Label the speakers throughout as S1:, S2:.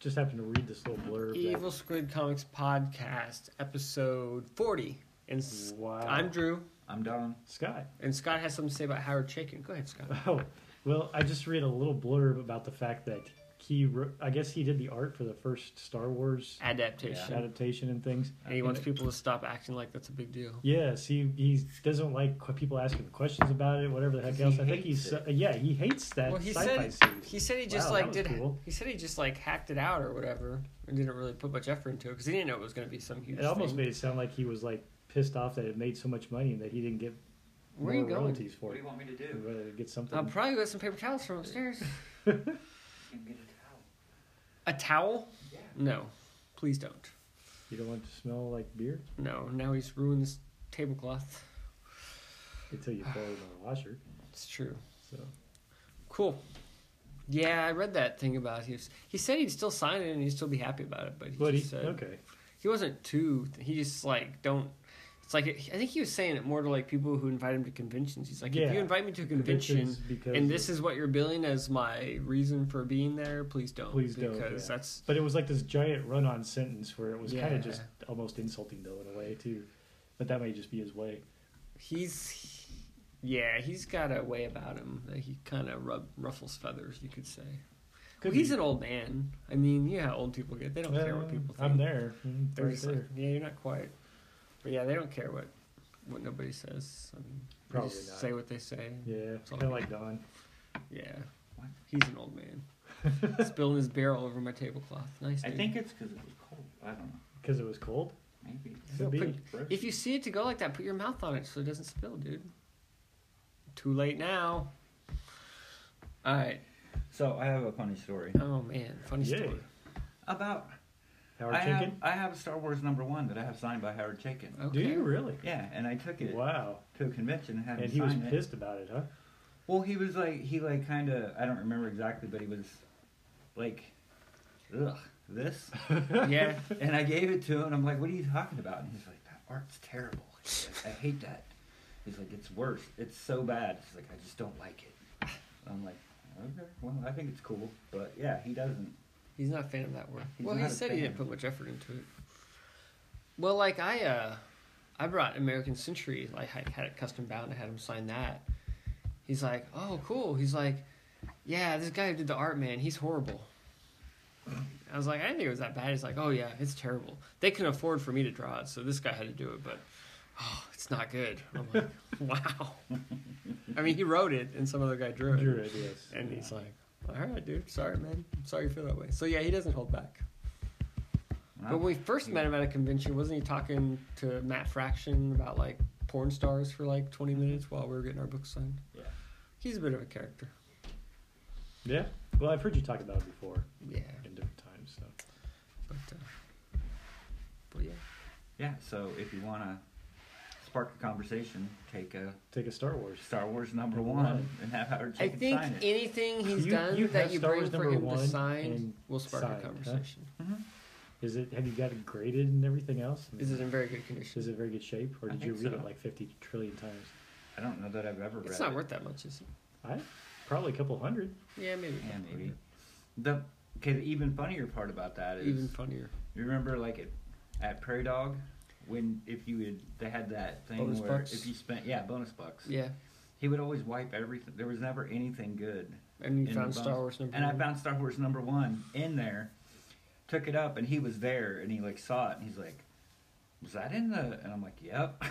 S1: just happened to read this little blurb. that-
S2: Evil Squid Comics podcast, episode 40. And s-
S1: Wow.
S2: I'm Drew,
S3: I'm Don.
S1: Scott.
S2: and Scott has something to say about Howard Chaykin. Go ahead, Scott.
S1: Oh, well, I just read a little blurb about the fact that he, wrote, I guess he did the art for the first Star Wars
S2: Adaptation.
S1: adaptation and things.
S2: And he wants people to stop acting like that's a big deal.
S1: Yes, he he doesn't like qu- people asking questions about it, whatever the heck
S3: He
S1: else. I think
S3: hates
S1: he's
S3: it.
S1: yeah, he hates that
S2: Well, he
S1: sci-fi
S2: said
S1: series.
S2: he said he just
S1: Wow,
S2: like
S1: that was
S2: did
S1: cool.
S2: he said he just like hacked it out or whatever and didn't really put much effort into it because he didn't know it was going to be some huge.
S1: It almost
S2: thing.
S1: made it sound like he was like pissed off that it made so much money and that he didn't get
S2: Where are
S1: more
S2: you going?
S1: royalties for
S3: What do
S1: it.
S3: you want me to
S1: He
S3: do?
S1: wanted to get something.
S2: I'll probably get some paper towels from upstairs.
S3: Can you get a
S2: a towel?
S3: towel. Yeah.
S2: No, please don't.
S1: you don't want it to smell like beer
S2: No, now he's ruined this tablecloth.
S1: until you throw it in the washer.
S2: It's true.
S1: So
S2: Cool. Yeah, I read that thing about he was, he said he'd still sign it and he'd still be happy about it, but he
S1: But
S2: just
S1: he
S2: said
S1: okay.
S2: he wasn't too. He just like don't. It's like I think he was saying it more to like people who invite him to conventions. He's like, if
S1: Yeah.
S2: you invite me to a convention,
S1: Conventions because
S2: and this is what you're billing as my reason for being there, please don't.
S1: Please don't,
S2: because
S1: yeah.
S2: that's
S1: But it was like this giant run on sentence where it was kind
S2: Yeah.
S1: of just almost insulting though in a way too. But that may just be his way.
S2: he's. Yeah, he's got a way about him that he kind of rub, ruffles feathers, you could say. Well,
S1: be.
S2: he's an old man. I mean, yeah, old people get. They don't care what
S1: Well,
S2: people think.
S1: Uh, I'm there. Mm,
S2: They're
S1: right
S2: just
S1: there.
S2: like, yeah, you're not quiet. But yeah, they don't care what what nobody says. I mean, they
S1: Probably
S2: just
S1: not.
S2: say what they say. Yeah.
S1: yeah,
S2: all
S1: kind of
S2: good.
S1: like Don.
S3: What?
S2: He's an old man. Spilling his beer all over my tablecloth. Nice.
S3: I
S2: Dude.
S3: think it's because it was cold. I don't know.
S1: Because it was cold.
S3: Maybe.
S1: Could be.
S2: put- if you see it to go like that, put your mouth on it so it doesn't spill, dude. Too late now. All right.
S3: So I have a funny story
S2: Oh man, funny
S1: Yay.
S2: story.
S3: about
S1: Howard
S3: I have,
S1: Chicken.
S3: I have Star Wars number one that I have signed by Howard Chaykin.
S2: Okay.
S1: Do you really?
S3: Yeah, and I took it
S1: Wow.
S3: to a convention and had
S1: And
S3: him
S1: he was
S3: sign it.
S1: pissed about it, huh?
S3: Well, he was like he like kind of I don't remember exactly, but he was like, ugh, this.
S2: Yeah.
S3: and I gave it to him, and I'm like, what are you talking about? And he's like, that art's terrible. He's like, I hate that. He's like, it's worse. It's so bad. He's like, I just don't like it. I'm like, okay, well, I think it's cool. But yeah, he doesn't.
S2: He's not a fan of that word.
S3: He's
S2: well, he
S3: not a
S2: said he didn't
S3: fan.
S2: put much effort into it. Well, like I, uh, I brought American Century. Like I had it custom bound. I had him sign that. He's like, oh, cool. He's like, yeah, this guy who did the art, man, he's horrible. I was like, I didn't think it was that bad. He's like, oh yeah, it's terrible. They can afford for me to draw it, so this guy had to do it, but oh, it's not good. I'm like, wow. I mean, he wrote it, and some other guy drew it.
S1: Your ideas.
S2: And he's like, all right, dude. Sorry, man. I'm sorry you feel that way. So, yeah, he doesn't hold back. But when we first met him at a convention, wasn't he talking to Matt Fraction about, like, porn stars for, like, 20
S1: Mm-hmm.
S2: minutes while we were getting our books signed?
S3: Yeah.
S2: He's a bit of a character.
S1: Yeah. Well, I've heard you talk about it before
S2: Yeah.
S1: in different times. So.
S2: But, uh, but yeah.
S3: Yeah. So if you want to spark a conversation, take a
S1: Take a Star Wars.
S3: Star Wars number one and have Howard
S2: I
S3: Chaykin
S2: think
S3: sign it.
S2: anything he's
S1: You-
S2: done
S1: you
S2: that
S1: have
S2: you
S1: Star
S2: bring
S1: Wars
S2: for
S1: number
S2: him to
S1: one
S2: sign
S1: and
S2: will spark
S1: signed,
S2: a
S1: huh? Mm-hmm.
S2: conversation.
S3: Mm-hmm.
S1: Is it? Have you got it graded and everything else?
S2: Is it in very good condition?
S1: Is it very good shape, or
S3: I
S1: did you
S3: think
S1: read it
S3: so.
S1: like fifty trillion times?
S3: I don't know that I've ever read.
S2: It's not
S3: it.
S2: worth that much, is it?
S1: I probably a couple hundred.
S2: Yeah, maybe.
S3: Yeah, maybe. The cause even funnier part about that is
S2: Even funnier.
S3: You remember like at, at Prairie Dog when if you would they had that thing
S2: Bonus
S3: where
S2: bucks?
S3: if you spent yeah bonus bucks
S2: Yeah.
S3: he would always wipe everything there was never anything good
S2: And you
S3: in
S2: found
S3: the
S2: Star
S3: bonus-
S2: Wars number
S3: and
S2: one.
S3: I found Star Wars number one in there took it up and he was there and he like saw it and he's like was that in the and I'm like yep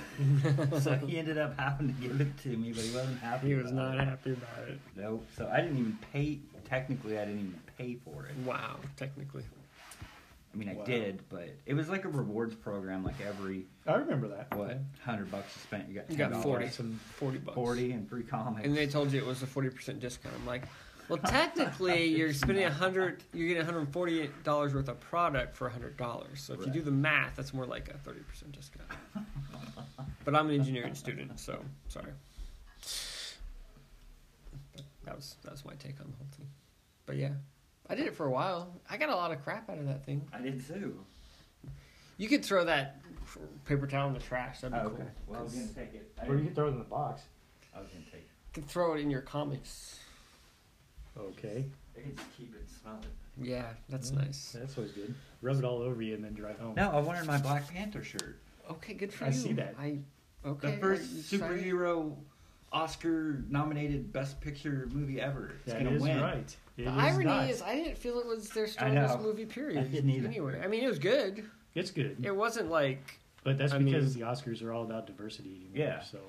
S3: so he ended up having to give it to me but he wasn't happy
S2: He was
S3: about
S2: not
S3: it.
S2: happy about it.
S3: nope so I didn't even pay technically I didn't even pay for it
S2: Wow, technically.
S3: I mean I
S1: Wow.
S3: did but it was like a rewards program like every
S1: I remember that.
S3: what hundred bucks you spent. You got
S2: You got
S3: $10,
S2: 40.
S1: Some
S2: 40 bucks.
S3: forty, and three comics.
S2: And they told you it was a 40% discount. I'm like, well, technically, you're spending 100 you're getting $140 worth of product for $100. So if you
S3: Right.
S2: do the math, that's more like a 30% discount. but I'm an engineering student, so sorry. But that was that was my take on the whole thing. But yeah, I did it for a while. I got a lot of crap out of that thing.
S3: I did too.
S2: You could throw that paper towel in the trash. That'd be
S3: Oh,
S2: cool.
S3: okay. Well, I was
S2: 'Cause-
S3: gonna take it.
S1: Or
S3: I,
S1: you
S3: didn't-
S1: can throw it in the box.
S3: I was gonna take it.
S2: can throw it in your comics.
S1: Okay.
S3: They can just keep it and smell it.
S2: Yeah, that's
S1: Mm,
S2: nice.
S1: That's always good. Rub it all over you and then drive home.
S3: No, I wanted my Black Panther shirt.
S2: Okay, good for
S1: I
S2: you.
S1: see that.
S2: I okay.
S3: the
S2: are
S3: first
S2: you excited?
S3: superhero Oscar nominated Best Picture movie ever. It's
S1: That
S3: gonna
S1: is
S3: win.
S1: right. It
S2: The
S1: is
S2: irony
S1: not.
S2: is, I didn't feel it was their
S3: know.
S2: strongest movie period.
S3: I didn't either.
S2: Anyway, I mean, it was good.
S1: it's good,
S2: It wasn't like.
S1: but that's
S2: I
S1: because the Oscars are all about diversity anymore.
S3: Yeah.
S1: So,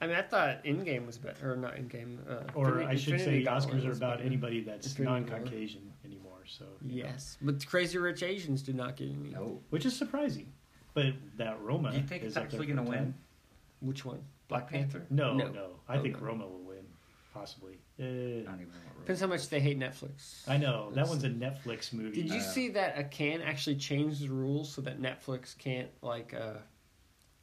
S2: I mean, I thought Endgame was better, or not Endgame. Uh,
S1: or
S2: Infinity-
S1: I should say,
S2: Infinity
S1: the
S2: Gauntlet
S1: Oscars are
S2: was
S1: about
S2: better.
S1: anybody that's
S2: Infinity Gauntlet.
S1: non-Caucasian anymore. So you know.
S2: Yes, but Crazy Rich Asians did not get any.
S3: No.
S1: which is surprising. But that Roma,
S3: Do you think
S1: is
S3: it's
S1: up there
S3: actually
S1: for
S3: going to
S1: time.
S3: win?
S2: Which one?
S3: Black Panther?
S1: No, no,
S2: No.
S1: I
S2: Oh,
S1: think
S2: no.
S1: Roma will win, possibly.
S3: I
S1: Uh,
S3: don't even know what
S2: Depends how much they hate Netflix.
S1: I know that
S2: Let's
S1: one's a
S2: see.
S1: Netflix movie.
S2: Did you
S3: Uh,
S2: see that a can actually changed the rules so that Netflix can't like uh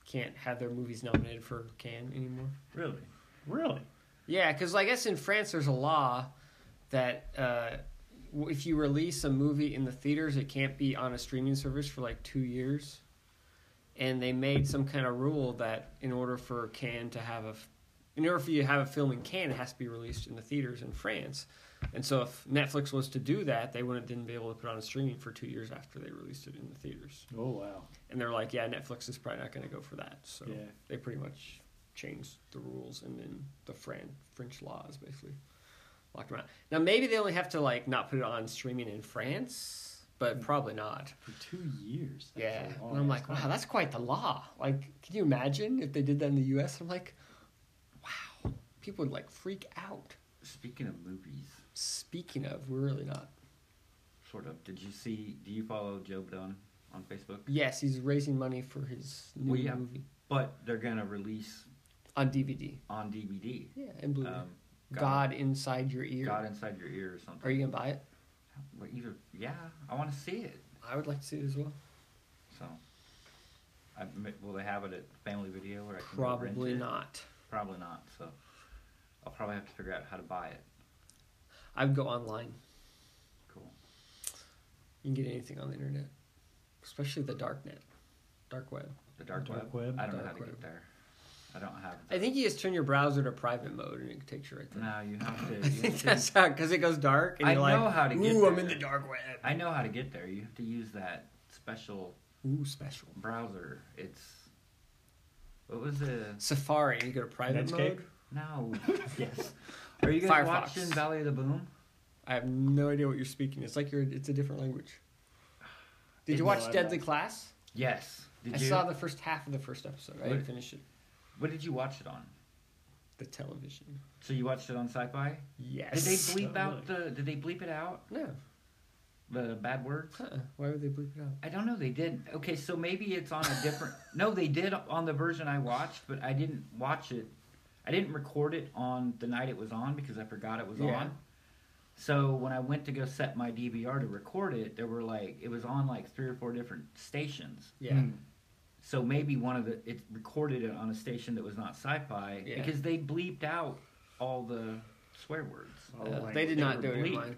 S2: can't have their movies nominated for can anymore?
S1: really? Really?
S2: Yeah, because I guess in France there's a law that uh, w- if you release a movie in the theaters, it can't be on a streaming service for like two years. And they made some kind of rule that in order for Cannes to have a, f- in order for you to have a film in Cannes, it has to be released in the theaters in France. And so if Netflix was to do that, they wouldn't then be able to put it on streaming for two years after they released it in the theaters.
S1: Oh wow!
S2: And they're like, yeah, Netflix is probably not going to go for that. So
S1: Yeah.
S2: they pretty much changed the rules and then the Fran- French laws basically locked them out. Now maybe they only have to like not put it on streaming in France, but probably not.
S1: For two years. that's
S2: Yeah,
S1: a long
S2: and I'm
S1: ass
S2: like, wow,
S1: time.
S2: that's quite the law. Like, can you imagine if they did that in the U.S.? I'm like, wow, people would like freak out.
S3: Speaking of movies,
S2: Speaking of, we're really not.
S3: sort of. Did you see? Do you follow Joe Budden on Facebook?
S2: Yes, he's raising money for his new
S3: Well, yeah.
S2: movie
S3: But they're gonna release
S2: on DVD.
S3: on DVD.
S2: Yeah, and Blu-ray.
S3: Um,
S2: God, inside your ear.
S3: God inside your ear or something.
S2: Are you gonna buy it?
S3: Well, either yeah, I want to see it.
S2: I would like to see it as well.
S3: So, I, m- will they have it at Family Video or I can go rent
S2: Probably
S3: it?
S2: not.
S3: Probably not. So, I'll probably have to figure out how to buy it.
S2: I would go online.
S3: Cool.
S2: You can get anything on the internet, especially the dark net, dark web.
S3: The dark,
S1: Dark
S3: web.
S1: web?
S3: I don't know
S2: Dark
S3: how to
S2: web.
S3: get there. I don't have.
S2: I think you just turn your browser to private mode and it takes you right there.
S3: No, you have to.
S2: I
S3: You
S2: think
S3: have to
S2: that's how because it goes dark and
S3: I
S2: you're like,
S3: know how to get
S2: ooh, I'm
S3: there."
S2: in the dark web.
S3: I know how to get there. You have to use that special
S2: Ooh, special
S3: browser. It's what was the
S2: Safari. You go to private
S1: Netscape?
S2: mode.
S3: no? yes. Are you guys
S2: Firefox.
S3: watching Valley of the Boom?
S2: I have no idea what you're speaking. It's like you're. It's a different language. Did you
S1: No,
S2: watch
S1: I'm
S2: Deadly
S1: not.
S2: Class?
S3: Yes. Did
S2: I
S3: you?
S2: saw the first half of the first episode. I didn't
S3: What?
S2: finish it.
S3: What did you watch it on?
S2: The television.
S3: So you watched it on Sci-Fi? Did they
S2: Yes.
S3: bleep
S1: Oh,
S3: out the? Did they bleep it out?
S2: No.
S3: The bad words?
S2: Huh. Why would they bleep it out?
S3: I don't know. They did. Okay, so maybe it's on a different. no, they did on the version I watched, but I didn't watch it. I didn't record it on the night it was on because I forgot it was
S2: Yeah.
S3: on. So when I went to go set my DVR to record it, there were like it was on like three or four different stations.
S2: Yeah. Uh,
S1: Hmm.
S3: So maybe one of the it recorded it on a station that was not sci-fi
S2: Yeah.
S3: because they bleeped out all the swear words.
S1: Oh,
S2: Uh,
S1: my
S2: they did
S1: God.
S2: not
S3: were
S2: do it in
S3: bleeped.
S2: mine.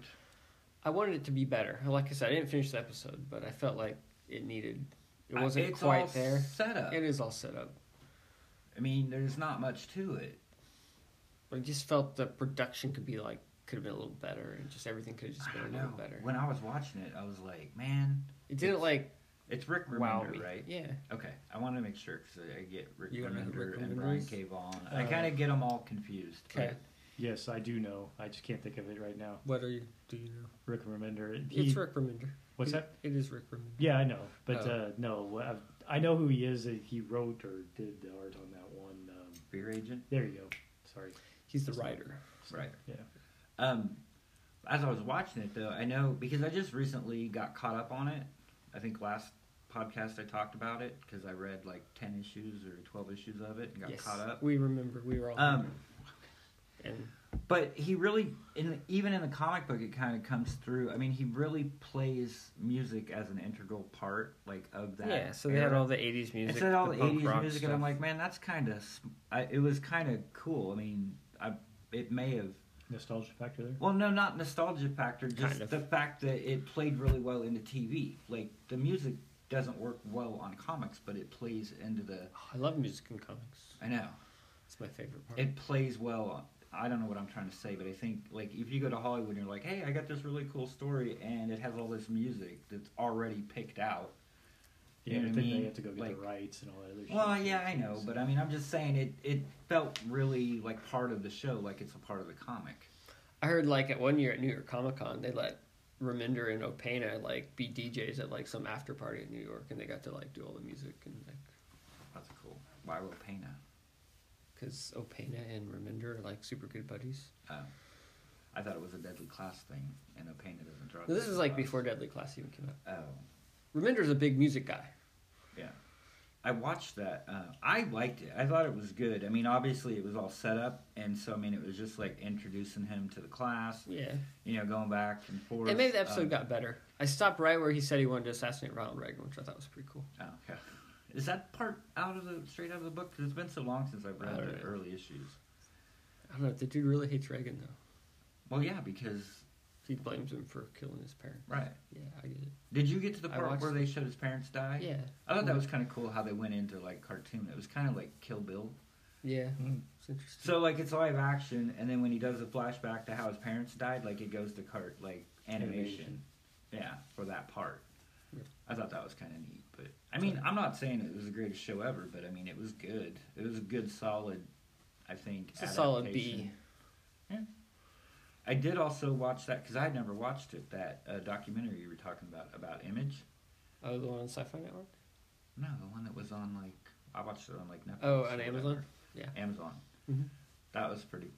S2: I wanted it to be better. Like I said, I didn't finish the episode, but I felt like it needed. It
S3: I-
S2: wasn't
S3: Uh, it's
S2: quite
S3: all
S2: there.
S3: Set up.
S2: It is all set up,
S3: I mean, there's not much to it.
S2: but I just felt the production could be like could have been a little better, and just everything could have just
S3: I
S2: been a
S3: don't
S2: little
S3: know.
S2: better.
S3: When I was watching it, I was like, man,
S2: It didn't like
S3: it's Rick
S2: wow
S3: Remender,
S2: me.
S3: right?
S2: Yeah,
S3: Okay, I want to make sure because I get Rick
S2: You don't know who
S3: Remender
S2: Rick
S3: and
S2: Remender
S3: Brian
S2: is?
S3: K. Vaughan. I
S1: Uh,
S3: kind of get them all confused. but-
S2: Okay.
S1: Yes, I do know. I just can't think of it right now.
S2: what are you? Do you know?
S1: Rick Remender. He,
S2: It's Rick Remender.
S1: What's
S2: It-
S1: that?
S2: It is Rick Remender.
S1: Yeah, I know, but
S2: Oh.
S1: uh, no, I've, I know who he is. He wrote or did the art on that one. Um,
S3: Fear Agent.
S1: there you go. Sorry.
S2: He's the writer.
S3: Right.
S1: Yeah.
S3: Um, as I was watching it though, I know because I just recently got caught up on it. I think last podcast I talked about it because I read like ten issues or twelve issues of it and got
S2: yes,
S3: caught up.
S2: we remember. We were all.
S3: Um,
S2: and
S3: But he really, in the, even in the comic book, it kind of comes through. I mean, he really plays music as an integral part, like of that.
S2: yeah, so they had
S3: era.
S2: all the '80s music.
S3: It said all the,
S2: punk
S3: '80s
S2: rock
S3: music,
S2: stuff.
S3: and I'm like, man, that's kind of. It was kind of cool. I mean, I it may have.
S1: Nostalgia factor there.
S3: Well, no, not nostalgia factor. Just
S2: Kind of.
S3: the fact that it played really well into TV. Like the music doesn't work well on comics, but it plays into the.
S2: Oh, I love music and comics.
S3: I know
S2: It's my favorite part.
S3: it plays well on. I don't know what I'm trying to say, but I think like if you go to Hollywood and you're like, hey, I got this really cool story and it has all this music that's already picked out. You
S1: Yeah,
S3: know
S1: I
S3: what
S1: think
S3: I mean?
S1: they have to go get
S3: Like-
S1: the rights and all that other shit.
S3: Well, yeah, I know, but I mean, I'm just saying it. It felt really like part of the show, like it's a part of the comic.
S2: I heard like at one year at New York Comic Con, they let Reminder and Opana like be DJs at like some after party in New York, and they got to like do all the music and like
S3: That's cool. Why will Pena?
S2: because Opana and Reminder are like super good buddies.
S3: Oh, I thought it was a deadly class thing, and Opena doesn't draw.
S2: Now, this is
S3: Deadly
S2: like
S3: Class.
S2: before Deadly Class even came out.
S3: Oh,
S2: Reminder's a big music guy.
S3: yeah. I watched that. Uh, I liked it. I thought it was good. I mean, obviously, it was all set up, and so I mean, it was just like introducing him to the class.
S2: Yeah,
S3: You know, going back and forth.
S2: and maybe the episode
S3: Um,
S2: got better. I stopped right where he said he wanted to assassinate Ronald Reagan, which I thought was pretty cool.
S3: Oh, okay. Is that part out of the straight out of the book? Because it's been so long since I've read
S2: Out of
S3: the
S2: it.
S3: early issues.
S2: I don't know. The dude really hates Reagan though.
S3: Well, yeah, because
S2: He blames him for killing his parents.
S3: right.
S2: Yeah, I get it.
S3: Did you get to the
S2: I
S3: part
S2: watched
S3: where they showed his parents die?
S2: Yeah, Mm-hmm.
S3: I thought that was kind of cool how they went into like cartoon. It was kind of like Kill Bill.
S2: yeah.
S1: Mm.
S2: It's interesting.
S3: Hmm. So like it's live action, and then when he does the flashback to how his parents died, like it goes to cart like animation.
S1: Animation.
S3: Yeah, for that part.
S2: Yeah.
S3: I thought that was kind of neat, but I mean, I'm not saying it was the greatest show ever, but I mean, it was good. It was a good, solid. I think
S2: It's a solid B.
S3: adaptation. Yeah. I did also watch that because I had never watched it. That uh, documentary you were talking about about Image.
S2: oh, the one on Sci-Fi Network.
S3: No, the one that was on like I watched it on like Netflix.
S2: Oh,
S3: or
S2: on
S3: whatever.
S2: Amazon? Yeah.
S3: Amazon.
S2: Mhm.
S3: That was pretty,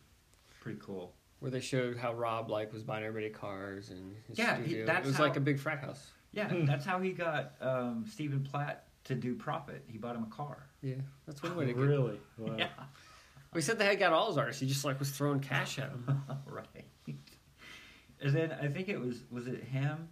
S3: pretty cool.
S2: where they showed how Rob like was buying everybody cars and his
S3: Yeah, he-
S2: studio.
S3: that's
S2: it was
S3: how-
S2: like a big frat house.
S3: Yeah, that's how he got um, Stephen Platt to do Profit. He bought him a car.
S2: Yeah, that's one way to get.
S1: Really? Wow.
S3: Yeah,
S2: We said they had got all his artists. He just like was throwing cash at them.
S3: right. And then I think it was was it him.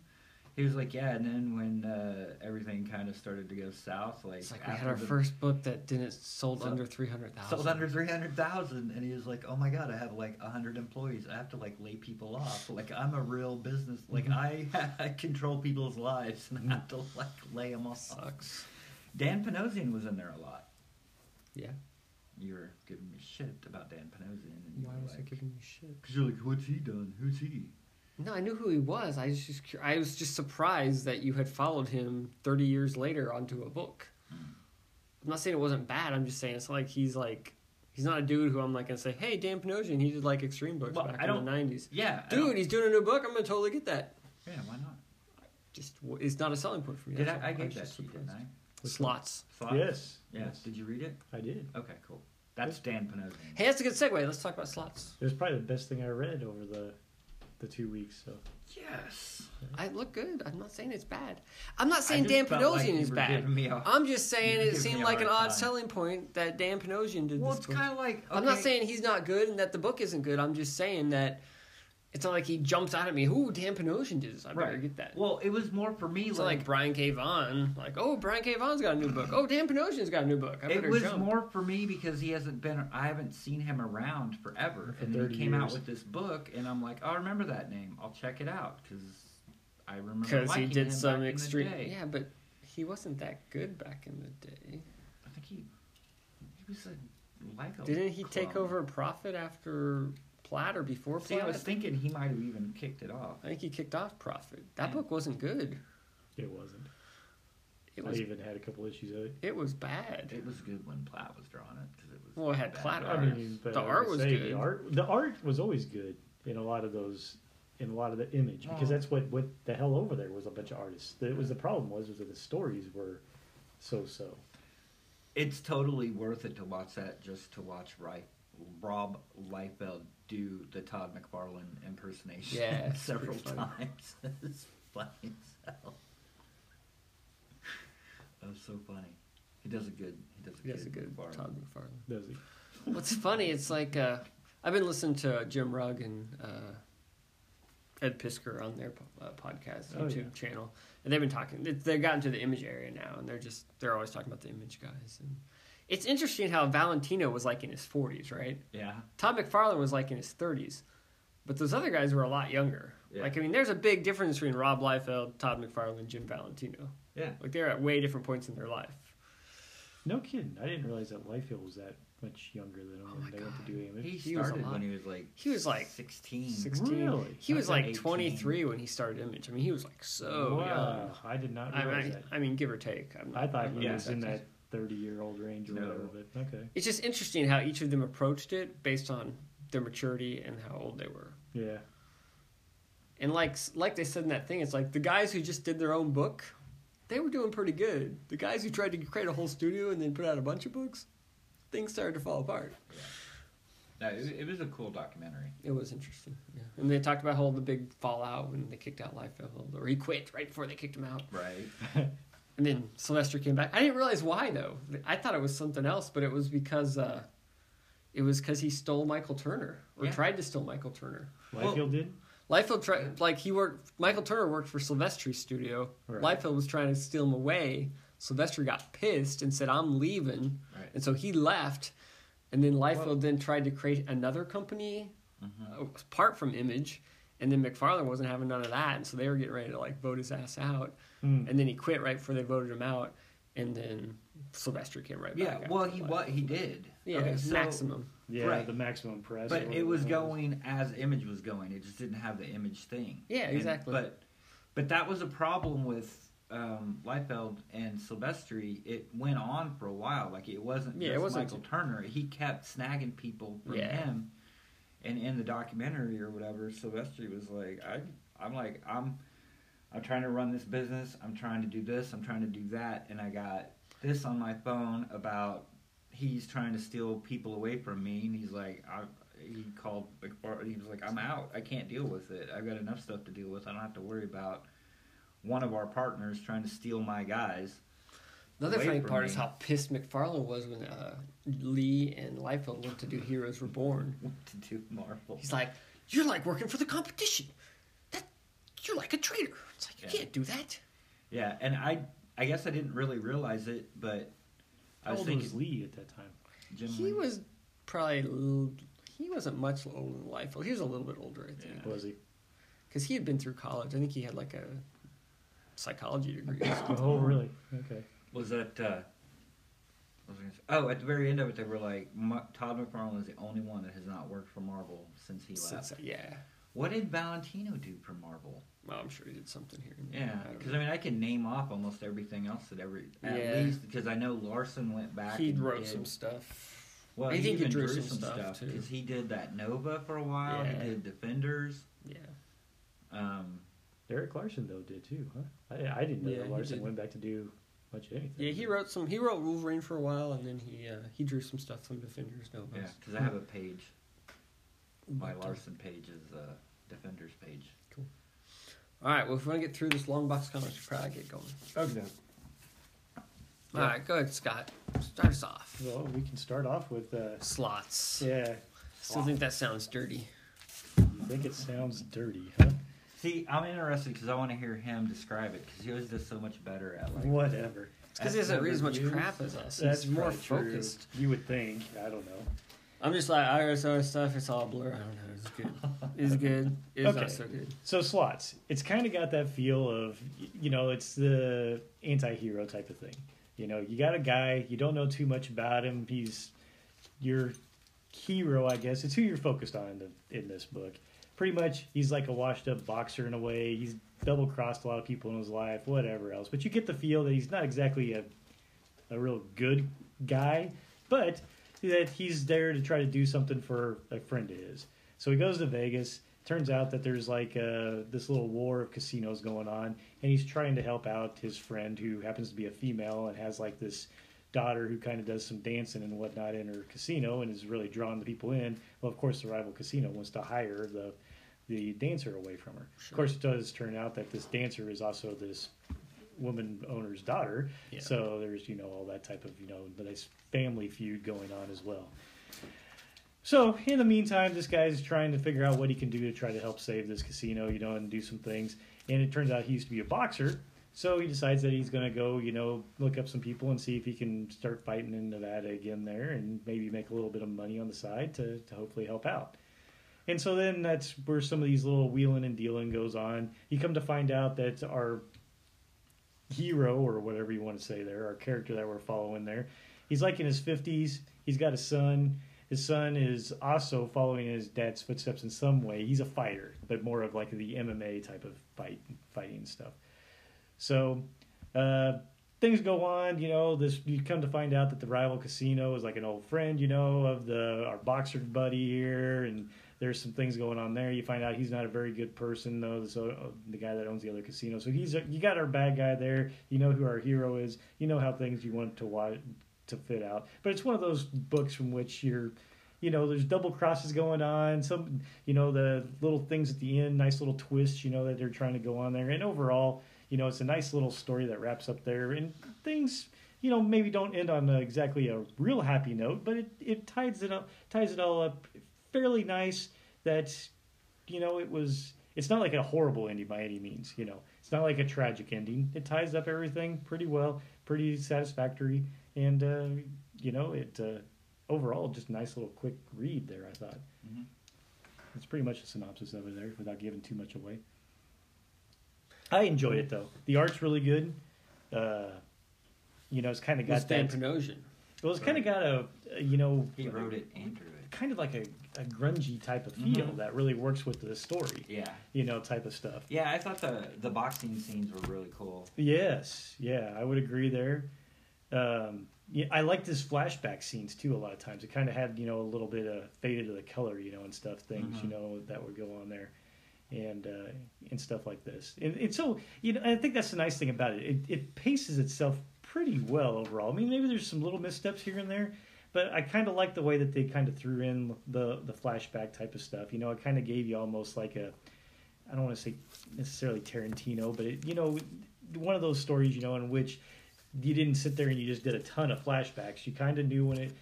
S3: He was like, yeah, and then when uh, everything kind of started to go south, like,
S2: It's like we had
S3: after
S2: our
S3: the-
S2: first book that didn't sold
S3: So-
S2: under three hundred thousand.
S3: sold under three hundred thousand, and he was like, "Oh my god, I have like hundred employees. I have to like lay people off. Like I'm a real business. Like I,
S2: Mm-hmm.
S3: I control people's lives, and I have to like lay them off."
S2: Sucks.
S3: Dan Panosian was in there a lot.
S2: Yeah.
S3: You were giving me shit about Dan Panosian, and you
S2: Why
S3: were
S2: was I
S3: like,
S2: giving you shit?
S3: "Cause you're like, what's he done? Who's he?"
S2: No, I knew who he was. I was just cur- I was just surprised that you had followed him thirty years later onto a book. I'm not saying it wasn't bad. I'm just saying it's not like he's like he's not a dude who I'm like gonna say, hey, Dan Panosian, he did like extreme books
S3: Well,
S2: back
S3: I
S2: in
S3: don't-
S2: the '90s.
S3: Yeah, I
S2: Dude,
S3: don't-
S2: he's doing a new book. I'm gonna totally get that.
S3: Yeah, why not?
S2: Just w- it's not a selling point for me.
S3: Did
S2: That's
S3: I? I
S2: all. I'm
S3: gave that
S2: just
S3: to you, didn't
S2: surprised.
S3: I?
S2: Slots.
S3: Thoughts?
S1: Yes.
S3: Yeah.
S1: Yes.
S3: Did you read it?
S1: I did.
S3: Okay, cool. That's Dan Panosian.
S2: Hey, that's a good segue. Let's talk about slots.
S1: It was probably the best thing I read over the the two weeks. So
S3: Yes.
S2: I look good. I'm not saying it's bad. I'm not saying
S3: just
S2: Dan
S3: felt like
S2: Panosian
S3: you
S2: is
S3: were
S2: bad.
S3: giving me a-
S2: I'm just saying
S3: you were
S2: it
S3: giving me
S2: seemed
S3: a
S2: like an
S3: hard
S2: odd
S3: time.
S2: selling point that Dan Panosian did
S3: Well,
S2: this.
S3: it's
S2: book.
S3: kind of like okay,
S2: I'm not saying he's not good and that the book isn't good. I'm just saying that it's not like he jumps out at me. Ooh, Dan Panosian did this. I better get that.
S3: Well, it was more for me
S2: It's not
S3: like,
S2: like Brian K. Vaughan. Like, oh, Brian K. Vaughan's got a new book. Oh, Dan Panosian's got a new book. I better
S3: it was
S2: jump.
S3: more for me because he hasn't been I haven't seen him around forever,
S1: For
S3: and then
S1: 30
S3: he came out
S1: years.
S3: with this book, and I'm like, oh, I remember that name. I'll check it out because I remember
S2: because he
S3: liking him
S2: did
S3: back in
S2: some
S3: the
S2: extreme.
S3: day.
S2: Yeah, but he wasn't that good back in the day.
S3: I think he he was a Lego.
S2: Didn't he take
S3: clone.
S2: over Profit after Platt or before
S3: See,
S2: Platt?
S3: I was thinking he might have even kicked it off.
S2: I think he kicked off Profit. That
S3: Yeah.
S2: book wasn't good.
S1: it wasn't.
S2: It was
S1: I even had a couple issues of it.
S2: it was bad.
S3: It was good when Platt was drawing it because it was.
S2: Well, it had
S3: bad
S2: Platt
S1: I
S2: art.
S1: mean, but
S2: The
S1: I
S2: art
S1: would
S2: was
S1: say
S2: good.
S1: The art, the art was always good in a lot of those, in a lot of the image, because
S2: Oh.
S3: Well-
S1: that's what what the hell over there was a bunch of artists. That was the problem was was that the stories were so so.
S3: It's totally worth it to watch that just to watch right. Rob Liefeld do the Todd McFarlane impersonation
S2: Yeah, it's
S3: several
S2: pretty funny.
S3: times. it's funny as hell. That was so funny. He does a good. He does a
S2: He
S3: good.
S2: does a good
S3: McFarlane.
S2: Todd McFarlane.
S1: Those are-
S2: What's funny, it's like uh, I've been listening to Jim Rugg and uh, Ed Pisker on their po- uh, podcast
S1: Oh,
S2: YouTube
S1: yeah.
S2: channel, and they've been talking. they- They've gotten to the image area now, and they're just they're always talking about the image guys. And it's interesting how Valentino was like in his forties, right?
S3: Yeah.
S2: Todd McFarlane was like in his thirties, but those other guys were a lot younger.
S3: Yeah.
S2: Like I mean, there's a big difference between Rob Liefeld, Todd McFarlane, Jim Valentino.
S3: Yeah.
S2: Like they're at way different points in their life.
S1: No kidding. I didn't realize that Liefeld was that much younger than him.
S2: Oh
S1: and
S2: my
S1: they went
S2: God.
S1: to do image.
S3: He
S2: He was a
S3: started
S2: lot.
S3: when he was like
S2: He was like
S3: 16.
S2: 16.
S1: Really?
S2: He was
S3: That's like
S2: like
S3: 18.
S2: 23 when he started Image. I mean, he was like so
S1: wow, I did not
S2: young. I
S1: realize
S2: mean,
S1: that.
S2: I, I mean, give or take. I'm
S1: I thought he
S3: Yeah.
S1: was in that thirty-year-old range or
S3: No.
S1: whatever. But okay,
S2: It's just interesting how each of them approached it based on their maturity and how old they were.
S1: yeah,
S2: And like like they said in that thing, it's like the guys who just did their own book, they were doing pretty good. The guys who tried to create a whole studio and then put out a bunch of books, things started to fall apart.
S3: No, it, it was a cool documentary.
S2: It was interesting. Yeah. And they talked about how the big fallout when they kicked out Liefeld, or he quit right before they kicked him out.
S3: Right.
S2: And then Sylvester came back. I didn't realize why though. I thought it was something else, but it was because uh, it was because he stole Michael Turner or
S3: Yeah.
S2: tried to steal Michael Turner.
S1: Liefeld
S3: Well-
S1: did.
S2: Liefeld tried like he worked. Michael Turner worked for Sylvester's studio.
S1: Right.
S2: Liefeld was trying to steal him away. Sylvester got pissed and said, "I'm leaving,"
S3: Right.
S2: and so he left. And then Liefeld then tried to create another company uh, apart from Image. And then McFarlane wasn't having none of that, and so they were getting ready to like vote his ass out.
S1: Hmm.
S2: And then he quit right before they voted him out. And then Sylvester came right
S3: Yeah.
S2: back. after
S3: Well, he
S2: Liefeld.
S3: what he did.
S2: Yeah,
S3: Okay, so-
S2: maximum.
S1: Yeah,
S3: Right.
S1: the maximum press. or
S3: But it
S1: whatever
S3: was going as Image was going. It just didn't have the Image thing.
S2: Yeah,
S3: And-
S2: exactly.
S3: but but that was a problem with um, Liefeld and Silvestri. It went on for a while. Like it wasn't
S2: Yeah, it
S3: just
S2: wasn't-
S3: Michael Turner. He kept snagging people from
S2: Yeah.
S3: him. And in the documentary or whatever, Silvestri was like, I I'm like I'm I'm trying to run this business. I'm trying to do this. I'm trying to do that. And I got this on my phone about he's trying to steal people away from me. And he's like, I, he called, McFar- he was like, I'm out. I can't deal with it. I've got enough stuff to deal with. I don't have to worry about one of our partners trying to steal my guys.
S2: Another
S3: away
S2: funny
S3: from
S2: part
S3: me.
S2: is how pissed McFarlane was when uh, Lee and Liefeld went to do Heroes Reborn.
S3: What to do, Marvel?
S2: He's like, "You're like working for the competition. That you're like a traitor. It's like you
S3: Yeah.
S2: can't do that."
S3: Yeah, and I, I guess I didn't really realize it, but
S1: How
S3: I was
S1: old was
S3: thinking
S1: Lee at that time?
S3: Jim
S2: He
S3: Lee-
S2: was probably l- he wasn't much older than Liefeld. He was a little bit older, I think,
S1: Was he?
S2: because he had been through college. I think he had like a psychology degree. or something.
S1: Oh, really? Okay.
S3: was that uh what was I gonna say? Oh, at the very end of it, they were like, "Ma- Todd McFarlane is the only one that has not worked for Marvel since he left.
S2: Since- uh, yeah.
S3: What did Valentino do for Marvel?
S2: Well, I'm sure he did something here. and there.
S3: Yeah,
S2: I don't
S3: because
S2: know.
S3: I mean, I can name off almost everything else that every at
S2: Yeah.
S3: least because I know Larson went back.
S2: he
S3: and
S2: wrote
S3: did-
S2: some stuff.
S3: Well,
S2: I
S3: he
S2: think he
S3: even
S2: drew some stuff, too.
S3: because he did that Nova for a while.
S2: Yeah.
S3: He did Defenders.
S2: Yeah,
S3: Um,
S1: Eric Larson though did too, huh? I, I didn't know
S2: Yeah,
S1: that
S2: he
S1: Larson
S2: did.
S1: went back to do much of anything.
S2: yeah. He wrote some. He wrote Wolverine for a while, and then he uh, he drew some stuff from Defenders Novas.
S3: yeah, because I have a page. My Larson page is uh, Defenders page.
S2: All right. Well, if we want to get through this long box comics, we probably get going.
S3: Okay.
S2: All right. Go ahead, Scott. Start us off.
S1: Well, we can start off with. Uh,
S2: Slots.
S1: yeah,
S2: Still think that sounds dirty.
S1: you think it sounds dirty, huh?
S3: See, I'm interested because I want to hear him describe it because he always does so much better at like.
S1: Whatever.
S2: It's because
S3: That's
S2: he doesn't
S3: the
S2: read as much
S3: reviews.
S2: crap as us.
S1: That's
S2: He's more
S1: probably true.
S2: focused.
S1: You would think. I don't know.
S2: I'm just like I always other stuff. It's all blur. I don't know. It's good. It's good. It's
S1: Okay.
S2: not so good.
S1: So slots. It's kind of got that feel of, y- you know, it's the anti-hero type of thing. You know, you got a guy, you don't know too much about him. He's your hero, I guess. It's who you're focused on in, the, in this book. Pretty much, he's like a washed-up boxer in a way. He's double-crossed a lot of people in his life, whatever else. But you get the feel that he's not exactly a a real good guy, but that he's there to try to do something for a friend of his. So he goes to Vegas. Turns out that there's like uh, this little war of casinos going on, and he's trying to help out his friend who happens to be a female and has like this daughter who kind of does some dancing and whatnot in her casino and is really drawing the people in. Well, of course, the rival casino wants to hire the the dancer away from her. Of course, it does turn out that this dancer is also this woman owner's daughter.
S2: Yeah.
S1: So there's you know all that type of you know nice family feud going on as well. So in the meantime, this guy's trying to figure out what he can do to try to help save this casino, you know, and do some things. And it turns out he used to be a boxer, so he decides that he's going to go, you know, look up some people and see if he can start fighting in Nevada again there, and maybe make a little bit of money on the side to, to hopefully help out. And so then that's where some of these little wheeling and dealing goes on. You come to find out that our hero or whatever you want to say there, our character that we're following there, he's like in his fifties. He's got a son. His son is also following in his dad's footsteps in some way. He's a fighter, but more of like the MMA type of fight, fighting stuff. So uh, things go on. You know, this you come to find out that the rival casino is like an old friend. You know, of the our boxer buddy here, and there's some things going on there. You find out he's not a very good person though. So uh, the guy that owns the other casino. So he's a, you got our bad guy there. You know who our hero is. You know how things you want to watch to fit out. But it's one of those books from which you're. You know, there's double crosses going on. Some, you know, the little things at the end, nice little twists. You know that they're trying to go on there. And overall, you know it's a nice little story that wraps up there and things you know maybe don't end on a, exactly a real happy note but it, it ties it up ties it all up fairly nice that you know it was it's not like a horrible ending by any means you know it's not like a tragic ending it ties up everything pretty well pretty satisfactory and uh, you know it uh, overall just a nice little quick read there i thought
S3: Mhm.
S1: it's pretty much a synopsis of it there without giving too much away I enjoyed it though. The art's really good. Uh, you know, it's kind of
S2: It's
S1: got
S2: Dan
S1: that.
S2: Panosian.
S1: Well, it's kind of got a, a, you know,
S3: He wrote it and drew it.
S1: kind of like a, a grungy type of feel
S3: Mhm.
S1: that really works with the story.
S3: Yeah.
S1: You know, type of stuff.
S3: Yeah, I thought the the boxing scenes were really cool.
S1: Yes, yeah, I would agree there. Um, yeah, I liked his flashback scenes too. A lot of times, it kind of had you know a little bit of faded to the color, you know, and stuff things
S3: Mhm.
S1: you know that would go on there, and uh, and stuff like this. And, and so you know, I think that's the nice thing about it. It it paces itself pretty well overall. I mean, maybe there's some little missteps here and there, but I kind of like the way that they kind of threw in the the flashback type of stuff. You know, it kind of gave you almost like a I don't want to say necessarily Tarantino, but it, you know, one of those stories, you know, in which you didn't sit there and you just did a ton of flashbacks. You kind of knew when it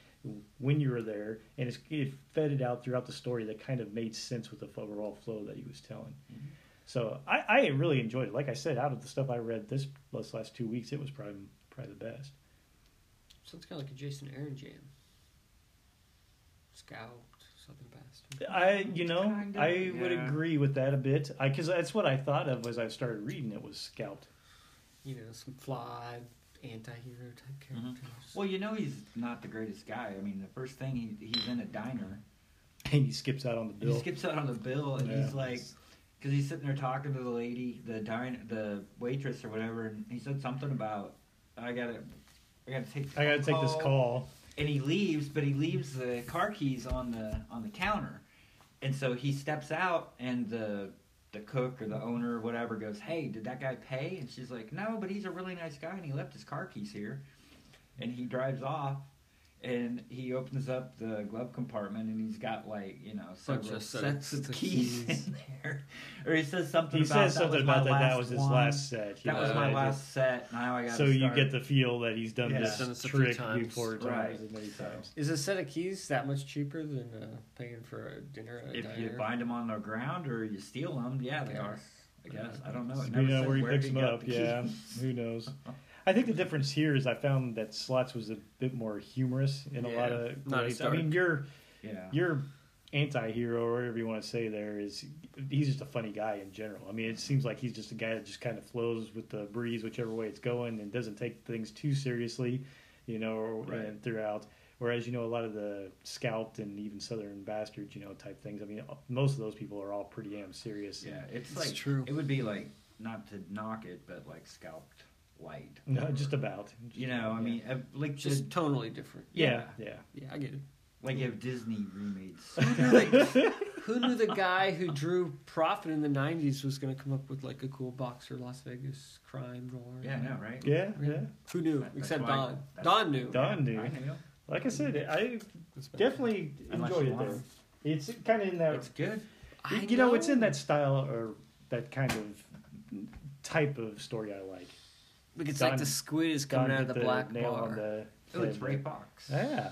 S1: when you were there, and it's, it fed it out throughout the story that kind of made sense with the overall flow that he was telling.
S3: Mm-hmm.
S1: So I, I really enjoyed it. Like I said, out of the stuff I read this this last two weeks, it was probably probably the best.
S2: Sounds kind of like a Jason Aaron jam. Scout, Southern Bastard.
S1: I you know
S3: Kinda,
S1: I would
S3: yeah.
S1: agree with that a bit because that's what I thought of as I started reading it was scalped.
S2: You know, some fly anti-hero type characters.
S3: Mm-hmm. Well, you know he's not the greatest guy. I mean, the first thing he he's in a diner.
S1: And he skips out on the bill.
S3: He skips out on the bill and
S1: Yeah.
S3: he's like, because he's sitting there talking to the lady, the diner, the waitress or whatever, and he said something about I gotta. I gotta take.
S1: I gotta take this call.
S3: and he leaves, but he leaves the car keys on the on the counter, and so he steps out, and the the cook or the owner or whatever goes, "Hey, did that guy pay?" And she's like, "No, but he's a really nice guy, and he left his car keys here," and he drives off. And he opens up the glove compartment, and he's got like you know
S2: Bunch
S3: several
S2: of
S3: sets
S2: sets
S3: of
S2: of
S3: keys
S2: keys.
S3: in there, or he says something.
S1: He
S3: about,
S1: says
S3: "That
S1: something
S3: was my
S1: about that. That
S3: last
S1: was his
S3: one.
S1: last set. you
S3: That was
S1: know,
S3: my
S1: and it-
S3: last set. Now I got.
S1: So you get the feel that he's done
S3: Yeah.
S1: this
S2: Done this a few
S1: trick
S2: times.
S1: before
S3: Right.
S1: times and many times.
S2: Is a set of keys that much cheaper than uh, paying for a dinner at a
S3: if
S2: diner?
S3: you bind them on the ground or you steal them, yeah, they
S2: Yeah.
S3: are. I guess I don't know. It
S1: You
S3: never
S1: know
S3: said
S1: where he picks
S3: he
S1: them
S3: got
S1: up.
S3: the
S1: Yeah,
S3: keys.
S1: who knows? I think the difference here is I found that slots was a bit more humorous in a lot
S2: Yeah,
S1: of
S2: not
S1: ways.
S2: as
S1: I mean,
S2: dark.
S1: your
S3: yeah.
S1: your anti-hero or whatever you want to say there is he's just a funny guy in general. I mean, it seems like he's just a guy that just kind of flows with the breeze, whichever way it's going, and doesn't take things too seriously, you know,
S3: Right.
S1: and throughout. Whereas you know a lot of the scalped and even southern bastards, you know, type things. I mean, most of those people are all pretty damn serious.
S3: yeah, it's,
S2: It's
S3: like
S2: true.
S3: It would be like not to knock it, but like scalped light.
S1: No, just about.
S3: you know. I
S1: Yeah.
S3: mean, uh, like
S2: Just
S3: just
S2: tonally different.
S1: Yeah, yeah.
S2: Yeah, I get it.
S3: like if Disney remade.
S2: Who knew the guy who drew Profit in the '90s was going to come up with like a cool boxer Las Vegas crime noir?
S3: yeah, I know, right?
S1: Yeah, yeah.
S2: Really? Who knew?
S3: That- that's
S2: Except
S3: why-
S2: Don.
S3: that's-
S2: Don knew.
S1: Done, dude.
S3: I know.
S1: Like I said, I
S2: That's bad.
S1: definitely
S3: Unless
S1: enjoyed
S3: you
S1: it
S3: want
S1: there. It's kind of in that
S3: It's good.
S2: I
S1: you know, it's in that style or that kind of type of story I like.
S2: Like it's
S1: Don-
S2: like the squid is coming
S1: Don't
S2: out of
S1: hit
S2: the, black
S1: nail
S2: bar.
S1: on the
S3: Oh, it's
S1: head.
S3: Ray Box.
S1: Yeah,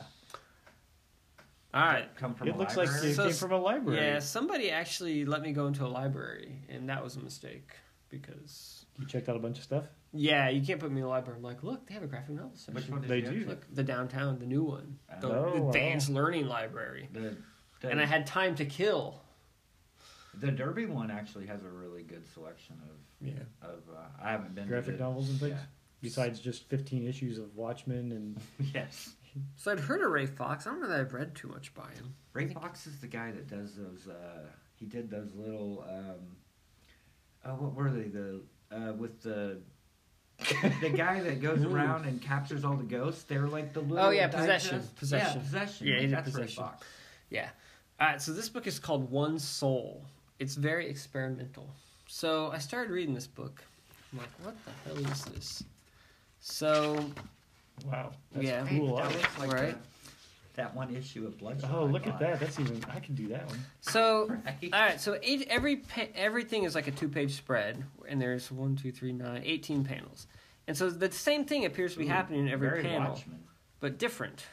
S2: All right.
S3: Come from
S1: it
S3: a
S1: looks like
S3: library.
S1: it
S2: So
S1: came
S2: s-
S1: from a library.
S2: Yeah, somebody actually let me go into a library, and that was a mistake because
S1: You checked out a bunch of stuff.
S2: yeah, you can't put me in a library. I'm like, look, they have a graphic novel section.
S3: Which one did
S1: They
S3: you
S1: do.
S3: Click?
S2: Look, the downtown, the new one, the
S1: Oh, wow.
S2: advanced learning library,
S3: The, the,
S2: and I had time to kill.
S3: the Derby one actually has a really good selection
S2: Yeah.
S3: of of. Uh, I haven't been to
S1: Graphic
S3: the-
S1: novels and things?
S3: Yeah.
S1: Besides just 15 issues of Watchmen and
S3: Yes.
S2: So I'd heard of Ray Fox. I don't know that I've read too much by him.
S3: Ray Fox is the guy that does those. Uh, he did those little. Um, oh, what were they? The uh, with the the guy that goes around and captures all the ghosts. They're like the little.
S2: Oh, yeah, Possession.
S3: digest-
S2: Possession.
S3: Yeah, possession.
S2: Yeah,
S3: Like,
S2: he did
S3: that's
S2: Possession.
S3: Ray Fox.
S2: Yeah. All right, so this book is called One Soul. It's very experimental. So I started reading this book. I'm like, what the hell is this? So,
S1: Wow. That's
S2: Yeah.
S1: cool.
S3: That
S1: art.
S3: looks like
S2: Right.
S3: the- that one issue of Bloodshot.
S1: Oh,
S3: I
S1: look at
S3: bought.
S1: that. That's even. I can do that one.
S2: so
S3: Right.
S2: All right, so eight, every pa- everything is like a two page spread, and there's one, two, three, nine, 18 panels. And so the same thing appears to be
S3: Ooh,
S2: happening in every
S3: very
S2: panel,
S3: Watchmen.
S2: but different.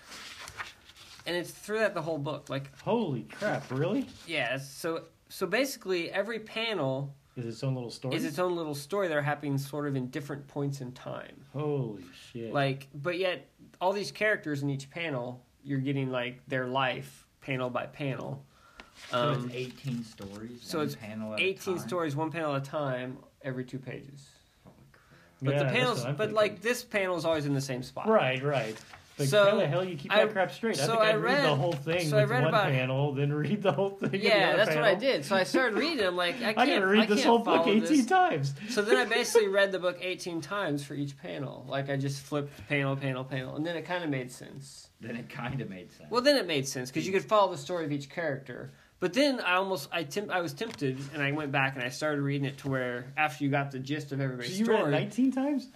S2: And it's throughout the whole book. Like,
S1: Holy crap! Really?
S2: yeah, it's- so so basically every panel
S1: Is its own little story.
S2: is its own little story that are happening sort of in different points in time.
S1: Holy shit!
S2: Like, but yet all these characters in each panel, you're getting like their life panel by panel.
S3: So
S2: Um,
S3: it's 18 stories.
S2: so
S3: one
S2: it's
S3: panel at a
S2: 18
S3: time?
S2: stories, one panel at a time, every two pages.
S3: Holy crap.
S2: But
S1: Yeah,
S2: the
S1: that's
S2: panels,
S1: what I'm
S2: but
S1: thinking.
S2: like this panel is always in the same spot.
S1: Right, right. Like,
S2: So,
S1: how the hell you keep
S2: I-
S1: that crap straight? I
S2: so
S1: think I
S2: I
S1: read, the
S2: read-
S1: whole thing
S2: so I
S1: with
S2: read
S1: one
S2: about-
S1: panel, then read the whole thing. in the
S2: Yeah,
S1: other
S2: that's what I
S1: panel.
S2: did. So I started reading. I'm like, I can't
S1: I gotta read this
S2: can't
S1: whole book
S2: follow
S1: 18
S2: this.
S1: times.
S2: So then I basically read the book 18 times for each panel. Like I just flipped panel, panel, panel, and then it kind of made sense.
S3: Then it kind of made sense.
S2: Well, then it made sense because you could follow the story of each character. But then I almost I temp- I was tempted and I went back and I started reading it to where after you got the gist of
S1: So
S2: everybody's
S1: you read it
S2: story,
S1: 19 times?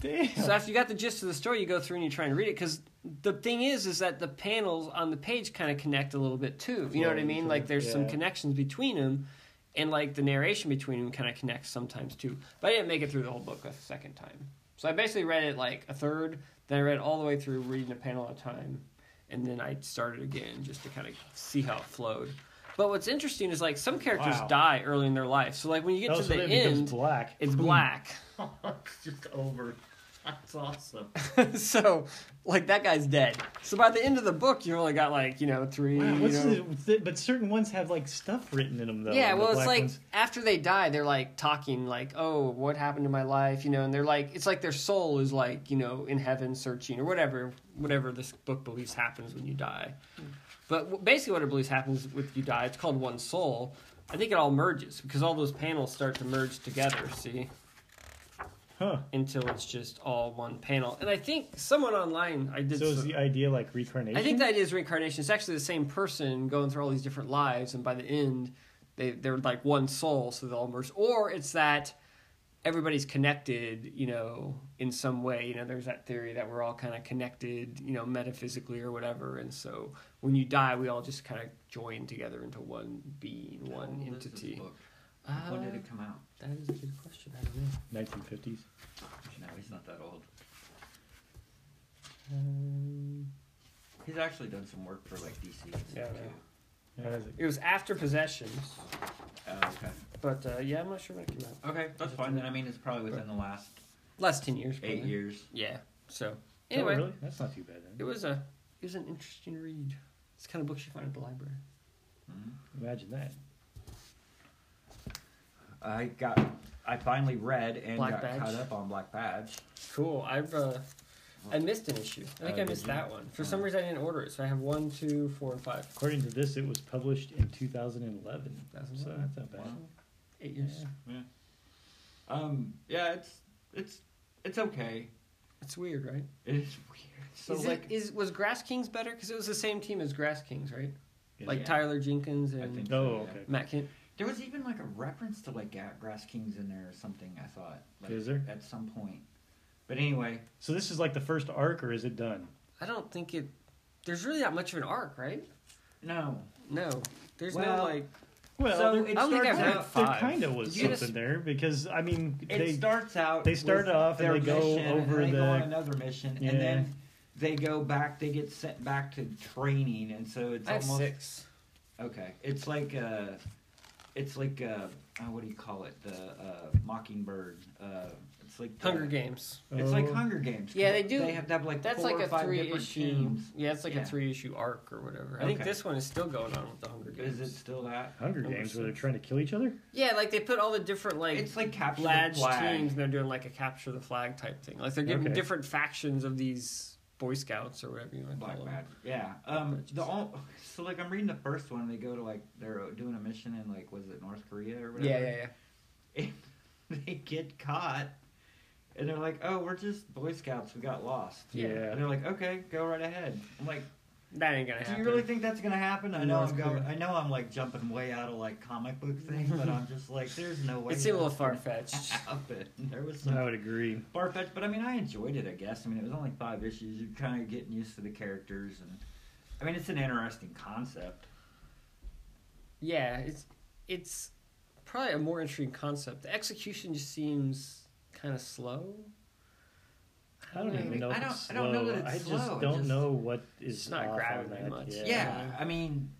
S1: Damn.
S2: So after you got the gist of the story, you go through and you try and read it because the thing is, is that the panels on the page kind of connect a little bit too. You know what I
S1: Flow
S2: mean?
S1: into
S2: Like
S1: it,
S2: there's some
S1: yeah.
S2: connections between them, and like the narration between them kind of connects sometimes too. But I didn't make it through the whole book a second time, so I basically read it like a third. Then I read all the way through, reading a panel at a time, and then I started again just to kind of see how it flowed. But what's interesting is like some characters
S1: Wow.
S2: die early in their life, so like when you get
S1: oh,
S2: to
S1: so
S2: the
S1: then it becomes
S2: end,
S1: black.
S2: it's black.
S3: it's just over. That's awesome.
S2: so like that guy's dead. So by the end of the book, you only got like you know three.
S1: Wow,
S2: you
S1: what's
S2: know-
S1: the, what's the- but certain ones have like stuff written in them though.
S2: yeah,
S1: the
S2: well, it's
S1: black
S2: like
S1: ones.
S2: after they die, they're like talking like, "Oh, what happened to my life?" You know, and they're like, it's like their soul is like you know in heaven searching or whatever, whatever this book believes happens when you die. But w- basically, what it believes happens with you die, it's called one soul. I think it all merges because all those panels start to merge together. See.
S1: huh?
S2: Until it's just all one panel, and I think someone online I did.
S1: So is
S2: some-
S1: the idea like reincarnation?
S2: I think the idea is reincarnation. It's actually the same person going through all these different lives, and by the end, they they're like one soul, so they all merge. Or it's that everybody's connected, you know, in some way. You know, there's that theory that we're all kind of connected, you know, metaphysically or whatever. And so when you die, we all just kind of join together into one being,
S3: Oh,
S2: one entity.
S3: when did
S2: Uh,
S3: it come out?
S2: That is a good question. I don't know.
S1: 1950s.
S3: No, he's not that old.
S2: Um,
S3: He's actually done some work for like DC and stuff
S2: Yeah, I know.
S3: too.
S1: Yeah, is it-
S2: it was after Possessions,
S3: Oh, okay.
S2: but uh, yeah, I'm not sure when it came out.
S3: Okay, that's fine. Then I mean, it's probably within the last
S2: Last ten years,
S3: eight
S2: probably.
S3: years.
S2: Yeah. So
S1: Oh,
S2: anyway,
S1: really? That's not too bad
S2: it
S1: then.
S2: was a it was an interesting read. It's the kind of books you find at the library.
S3: Mhm.
S1: Imagine that.
S3: I got. I finally read and
S2: Black
S3: got
S2: Badge.
S3: caught up on Black Badge.
S2: Cool. I've uh, I missed an issue. I think
S3: Oh,
S2: I
S3: did
S2: missed
S3: you?
S2: that one. For some
S3: Oh.
S2: reason, I didn't order it, so I have one, two, four, and five.
S1: According to this, it was published in 2011. So
S2: 2011.
S1: that's not bad.
S3: Wow.
S2: Eight years.
S1: Yeah.
S3: Um. Yeah. It's. It's. It's okay.
S2: It's weird, right?
S3: It is weird. So
S2: is
S3: like.
S2: it, is was Grass Kings better? Because it was the same team as Grass Kings, right?
S1: Yeah.
S2: Like
S3: Yeah.
S2: Tyler Jenkins
S3: I
S2: and
S3: think
S1: Oh,
S3: so, yeah.
S1: okay.
S2: Matt Kent.
S3: There was even like a reference to like Ga- Grass Kings in there or something. I thought. Like,
S1: Is there?
S3: At some point. But anyway,
S1: So this is like the first arc, or is it done?
S2: I don't think it. There's really not much of an arc, right?
S3: no.
S2: No. There's no
S3: Well,
S2: like.
S1: Well,
S3: So
S1: there-
S3: it
S2: I don't think
S3: starts
S2: I've
S3: out.
S2: read
S1: there,
S2: five.
S1: kind of was
S2: Did you
S1: something
S2: just-
S1: there because I mean
S3: It
S1: they
S3: starts out.
S1: they start
S3: with
S1: off and
S3: their
S1: they go
S3: mission, and
S1: over
S3: they go on
S1: the-
S3: another mission,
S1: Yeah.
S3: and then they go back. They get sent back to training, and so it's
S2: I have
S3: almost
S2: six.
S3: okay. It's like uh, it's like uh, oh, what do you call it? The uh, Mockingbird. Uh, it's like the-
S2: Hunger Games.
S3: It's like
S1: Oh.
S3: Hunger Games.
S2: Yeah, they do-
S3: They have to have like
S2: That's
S3: four
S2: like
S3: or
S2: a
S3: five
S2: three
S3: different
S2: issue.
S3: teams.
S2: Yeah, it's like
S3: Yeah.
S2: a three issue arc or whatever. I think
S3: Okay.
S2: this one is still going on with the Hunger Games.
S3: Is it still that?
S1: Hunger
S2: Number
S1: Games where they're
S2: six.
S1: trying to kill each other.
S2: Yeah, like they put all the different like
S3: It's like capture the
S2: Ladge
S3: flag.
S2: teams and they're doing like a capture the flag type thing. Like they're getting
S1: Okay.
S2: different factions of these Boy Scouts or whatever you want to
S3: Black
S2: call them.
S3: Magic. Yeah. Um. The all, so like I'm reading the first one. They go to like they're doing a mission in like was it North Korea or whatever.
S2: Yeah, yeah, yeah.
S3: And they get caught, and they're like, "Oh, we're just Boy Scouts. We got lost."
S1: Yeah.
S3: And they're like, "Okay, go right ahead." I'm like,
S2: That ain't gonna
S3: "Do
S2: happen.
S3: you really think that's gonna happen?" I know
S2: North
S3: I'm going,
S2: Korea.
S3: I know I'm like jumping way out of like comic book things, but I'm just like, "There's no way."
S2: it seemed a little
S3: that's
S2: far
S3: gonna
S2: fetched.
S3: Happen. There was some
S1: I would agree.
S3: far fetched, but I mean, I enjoyed it. I guess. I mean, it was only five issues. You're kind of getting used to the characters, and I mean, it's an interesting concept.
S2: yeah, it's it's probably a more interesting concept. The execution just seems kind of slow.
S1: I don't
S2: know.
S1: even know.
S3: I
S1: if
S3: don't-
S1: it's
S3: I don't know
S1: slow.
S3: that it's
S1: I just
S3: slow, it
S1: don't
S3: just-
S1: know what is
S2: It's not
S1: off on
S2: grabbing
S1: that.
S2: me much.
S1: Yeah.
S3: Yeah, I mean,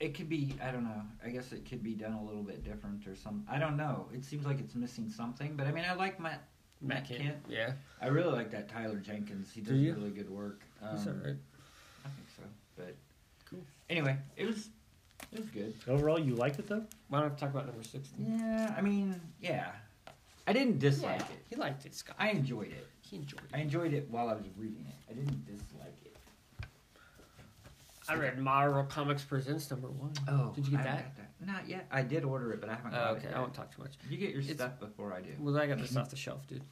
S3: it could be. I don't know. I guess it could be done a little bit different or some. I don't know. It seems like it's missing something. But I mean, I like Matt. Matt
S2: Matt
S3: Kent.
S2: Yeah,
S3: I really like that Tyler Jenkins. He
S2: Do
S3: does
S2: you?
S3: really good work. Um,
S2: he's alright.
S3: I think so. But
S2: Cool.
S3: Anyway, it was it was good.
S1: Overall, you liked it though.
S2: Why don't we talk about number sixteen?
S3: Yeah, I mean, yeah. I didn't dislike
S2: Yeah,
S3: it.
S2: he liked it, Scott.
S3: I enjoyed it.
S2: he enjoyed
S3: I
S2: it.
S3: enjoyed it while I was reading it. I didn't dislike it.
S2: I read Marvel Comics Presents number one.
S3: Oh,
S2: Did you get
S3: I
S2: that?
S3: haven't got Not yet. I did order it, but I haven't got
S2: Oh,
S3: it.
S2: okay, I
S3: yet.
S2: won't talk too much.
S3: You get your
S2: It's-
S3: stuff before I do.
S2: Well, I got this off the shelf, dude.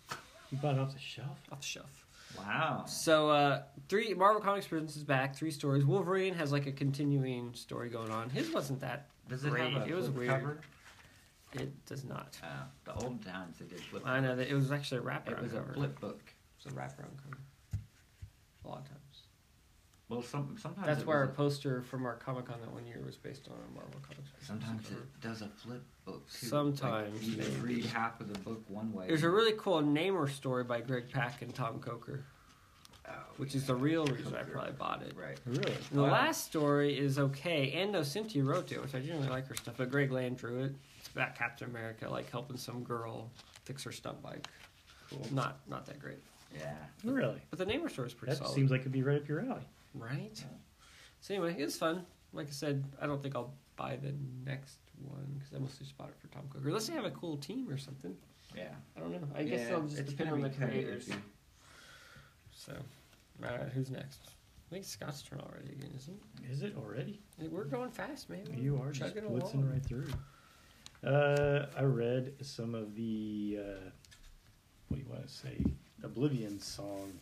S1: You bought it off the shelf.
S2: Off the shelf.
S3: Wow.
S2: So uh three Marvel Comics Presents is back, three stories. Wolverine has like a continuing story going on. His wasn't that.
S3: Does it
S2: Great.
S3: have a
S2: It was
S3: flip
S2: weird.
S3: cover?
S2: It does not.
S3: Uh, the old times they did flip.
S2: I know that it was actually a
S3: It
S2: wraparound
S3: was a
S2: cover.
S3: flip book.
S2: It was a wraparound cover. A lot of times.
S3: Well, some sometimes
S2: That's
S3: it
S2: why our
S3: was
S2: poster from our Comic Con that one year was based on a Marvel Comics.
S3: a-
S2: Presents
S3: sometimes
S2: cover.
S3: it does a flip book. Too.
S2: Sometimes,
S3: like, you
S2: maybe.
S3: read half of the book one way.
S2: There's a really cool Namor story by Greg Pak and Tom Coker,
S3: oh,
S2: which
S3: yeah.
S2: is the real reason I
S3: Coker.
S2: probably bought it.
S3: right.
S1: Really?
S2: And the
S3: Wow.
S2: last story is okay, and No Cynthia wrote it, which I generally like her stuff. But Greg Land drew it. It's about Captain America, like helping some girl fix her stunt bike.
S3: Cool.
S2: Not not that great,
S3: Yeah.
S1: Really?
S2: but the Namor story is pretty
S1: That
S2: solid,
S1: seems like it'd be right up your alley.
S2: right?
S3: Yeah.
S2: So anyway, it was fun. Like I said, I don't think I'll buy the next one because I mostly just bought it for Tom Coker. Unless they have a cool team or something.
S3: Yeah.
S2: I don't know. I guess
S3: Yeah,
S2: it'll just
S3: it's
S2: depend on
S3: gonna
S2: the
S3: be kinda
S2: creators.
S3: iffy.
S2: So, all right, who's next? I think it's Scott's turn already again, isn't
S1: Is it already?
S2: it? We're going fast, man. We're
S1: You are just
S2: chugging
S1: blitzing
S2: along.
S1: right through. Uh, I read some of the uh, what do you want to say? Oblivion song.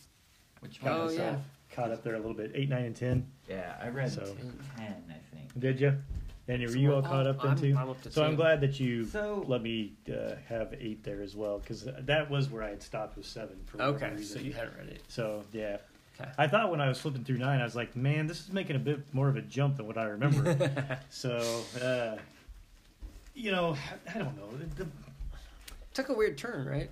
S3: Which one?
S1: Got
S2: Oh,
S3: is
S2: yeah.
S1: myself Caught up there a little bit. Eight, nine, and ten.
S3: that? Yeah. I read
S1: So-
S3: ten, I think.
S1: Did you? And were
S2: So
S1: you
S2: we're
S1: all caught
S2: all-
S1: up then
S2: I'm-
S1: too?
S2: I'm up to
S1: so
S2: two.
S1: I'm glad that you
S3: So-
S1: let me uh, have eight there as well, because that was where I had stopped with seven for whatever
S2: Okay,
S1: reason.
S2: so you hadn't read it.
S1: So yeah,
S2: Okay.
S1: I thought when I was flipping through nine, I was like, man, this is making a bit more of a jump than what I remember. so, uh, you know, I don't know. The, the,
S2: Took a weird turn, right?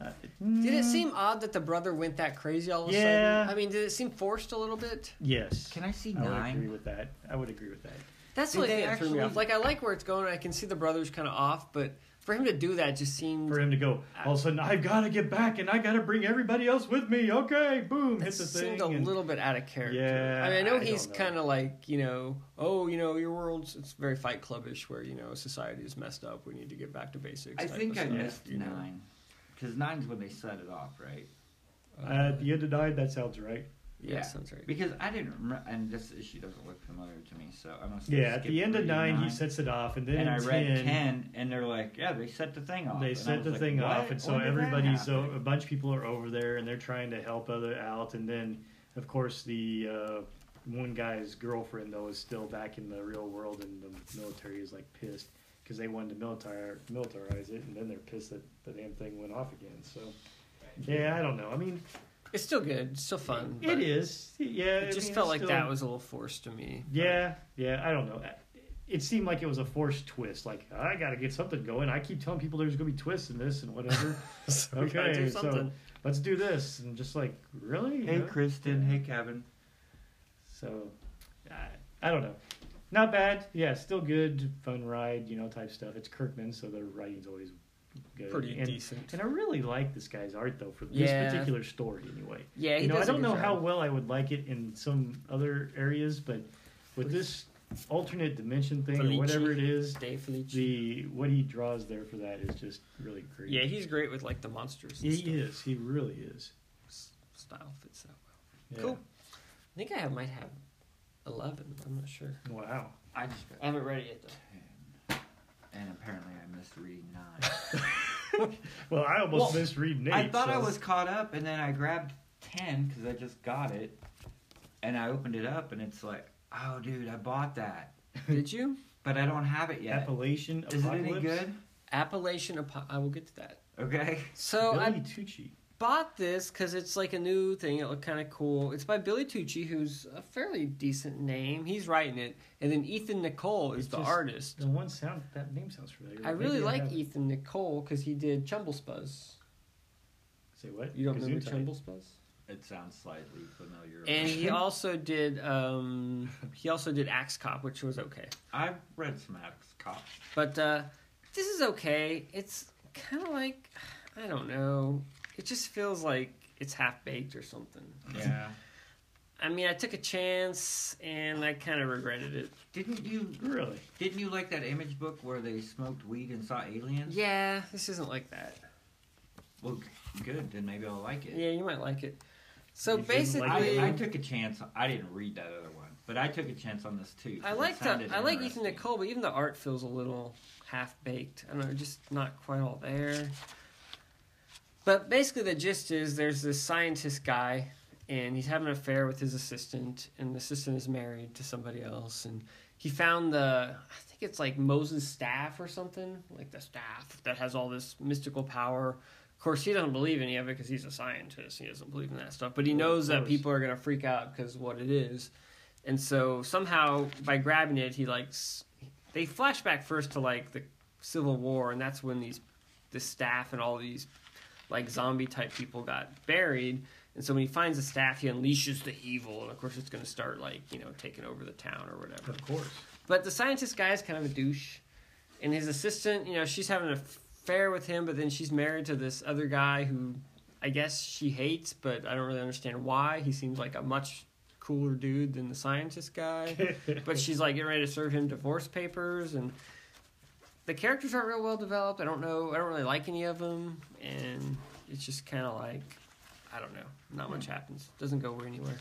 S1: uh,
S2: Did it seem odd that the brother went that crazy all of a
S1: Yeah.
S2: sudden? I mean, did it seem forced a little bit?
S1: Yes,
S3: Can I see
S1: I would agree
S3: nine?
S1: with that. I would agree with that.
S2: That's
S3: Did
S2: the only
S3: they
S2: thing that threw me
S3: actually-
S2: off. Like, I like where it's going. I can see the brother's kind of off, but for him to do that just seemed.
S1: For him to go all of a sudden, I've got to get back and I got to bring everybody else with me. Okay, boom,
S2: It
S1: hit the thing.
S2: seemed a
S1: and-
S2: little bit out of character.
S1: Yeah,
S2: I mean, I
S1: I
S2: know
S1: don't
S2: he's
S1: know.
S2: kind of like you know, oh, you know, your world's it's very Fight Clubish, where you know society is messed up. We need to get back to basics.
S3: I
S2: type
S3: think
S2: of
S3: I
S2: stuff,
S3: missed
S2: you know.
S3: nine. Because nine's when they set it off, right?
S1: Uh, at the end of nine, that sounds right.
S2: yeah,
S3: Yeah.
S2: sounds right.
S3: Because I didn't remember, and this issue doesn't look familiar to me, so I'm gonna.
S1: Yeah, at
S3: skip
S1: the end of
S3: reading
S1: nine, he sets it off, and then
S3: and
S1: in
S3: I read
S1: 10,
S3: ten, and they're like, "Yeah, they set the thing off."
S1: They
S3: Oh, and I
S1: set
S3: was
S1: the
S3: like,
S1: thing off,
S3: "What?
S1: and so
S3: When did that
S1: everybody's so
S3: happen?"
S1: a bunch of people are over there, and they're trying to help other out, and then of course the uh, one guy's girlfriend though is still back in the real world, and the military is like pissed because they wanted to militar militarize it, and then they're pissed that the damn thing went off again. So yeah, I don't know. I mean,
S2: It's still good, it's still fun.
S1: it
S2: but
S1: is. Yeah,
S2: It
S1: I
S2: just
S1: mean,
S2: felt
S1: it's
S2: like
S1: still-
S2: that was a little forced to me.
S1: Yeah, yeah, I don't know. It seemed like it was a forced twist. Like I got to get something going. I keep telling people there's going to be twists in this and whatever.
S2: So we gotta
S1: okay,
S2: do
S1: so
S2: something.
S1: let's do this, and just like really,
S3: Hey,
S1: Huh?
S3: Kristen. Hey, Kevin.
S1: So I, I don't know. Not bad. Yeah, still good, fun ride, you know, type stuff. It's Kirkman, so the writing's always good.
S2: pretty
S1: and,
S2: decent.
S1: And I really like this guy's art though for
S2: Yeah.
S1: this particular story anyway.
S2: Yeah, he
S1: you know, I
S2: does a
S1: don't
S2: good
S1: know how
S2: job.
S1: well I would like it in some other areas, but with this alternate dimension thing or whatever it
S2: Felici.
S1: is,
S2: Dave
S1: the
S2: Felici.
S1: what he draws there for that is just really great.
S2: Yeah, he's great with like the monsters.
S1: he
S2: And stuff.
S1: is. He really is.
S2: S- Style fits that well.
S1: Yeah.
S2: Cool. I think I have, might have eleven. I'm not sure.
S1: Wow.
S3: I just got
S2: I haven't read it yet though.
S3: ten, and apparently I missed reading nine.
S1: Well, I almost
S3: Well,
S1: missed reading eight.
S3: I thought I
S1: so-
S3: was caught up, and then I grabbed ten because I just got it, and I opened it up, and it's like, oh, dude, I bought that,
S2: Did you?
S3: but I don't have it yet.
S1: Appalachian
S3: Is it
S1: Apocalypse.
S3: any good?
S2: Appalachian. Apo- I will get to that.
S3: Okay.
S2: So
S1: Billy
S2: I
S1: Tucci.
S2: bought this because it's like a new thing. It looked kind of cool. It's by Billy Tucci, who's a fairly decent name. He's writing it, and then Ethan Nicole is
S1: It
S2: the
S1: just-
S2: artist.
S1: The one sound that name sounds familiar.
S2: I
S1: Maybe
S2: really like
S1: have it.
S2: Ethan Nicole because he did Chumble Spuzz.
S1: Say what?
S2: You don't remember
S1: Gazootite.
S2: Chumble Spuzz?
S3: It sounds slightly familiar.
S2: And he also did um, he also did Axe Cop, which was okay.
S3: I've read some Axe Cop.
S2: But uh, this is okay. It's kind of like I don't know. It just feels like it's half baked or something.
S3: Yeah.
S2: I mean, I took a chance and I kind of regretted it.
S3: Didn't you
S1: Really?
S3: didn't you like that image book where they smoked weed and saw aliens?
S2: Yeah, this isn't like that.
S3: Well, g- good. Then maybe I'll like it.
S2: Yeah, you might like it. So
S1: You didn't
S2: basically,
S1: like it?
S3: I, I
S2: I,
S3: took a chance. I didn't read that other one, but I took a chance on this too. 'cause it
S2: like the
S3: sounded
S2: I like Ethan
S3: interesting.
S2: Nicole, but even the art feels a little half baked. I don't know, just not quite all there. But basically, the gist is there's this scientist guy, and he's having an affair with his assistant, and the assistant is married to somebody else, and he found the I think it's like Moses' staff or something, like the staff that has all this mystical power. Of course, he doesn't believe any of it because he's a scientist. He doesn't believe in that stuff, but he
S1: Well, of
S2: knows that
S1: course.
S2: people are gonna freak out because what it is, and so somehow by grabbing it, he likes. They flash back first to like the Civil War, and that's when these, the staff and all these, like zombie type people got buried. And so when he finds the staff, he unleashes the evil, and of course it's gonna start like you know taking over the town or whatever.
S1: Of course.
S2: But the scientist guy is kind of a douche, and his assistant, you know, she's having an affair with him, but then she's married to this other guy who, I guess, she hates, but I don't really understand why. He seems like a much cooler dude than the scientist guy, but she's like getting ready to serve him divorce papers, and the characters aren't real well developed. I don't know. I don't really like any of them, and it's just kind of like, I don't know. Not much happens. Doesn't go anywhere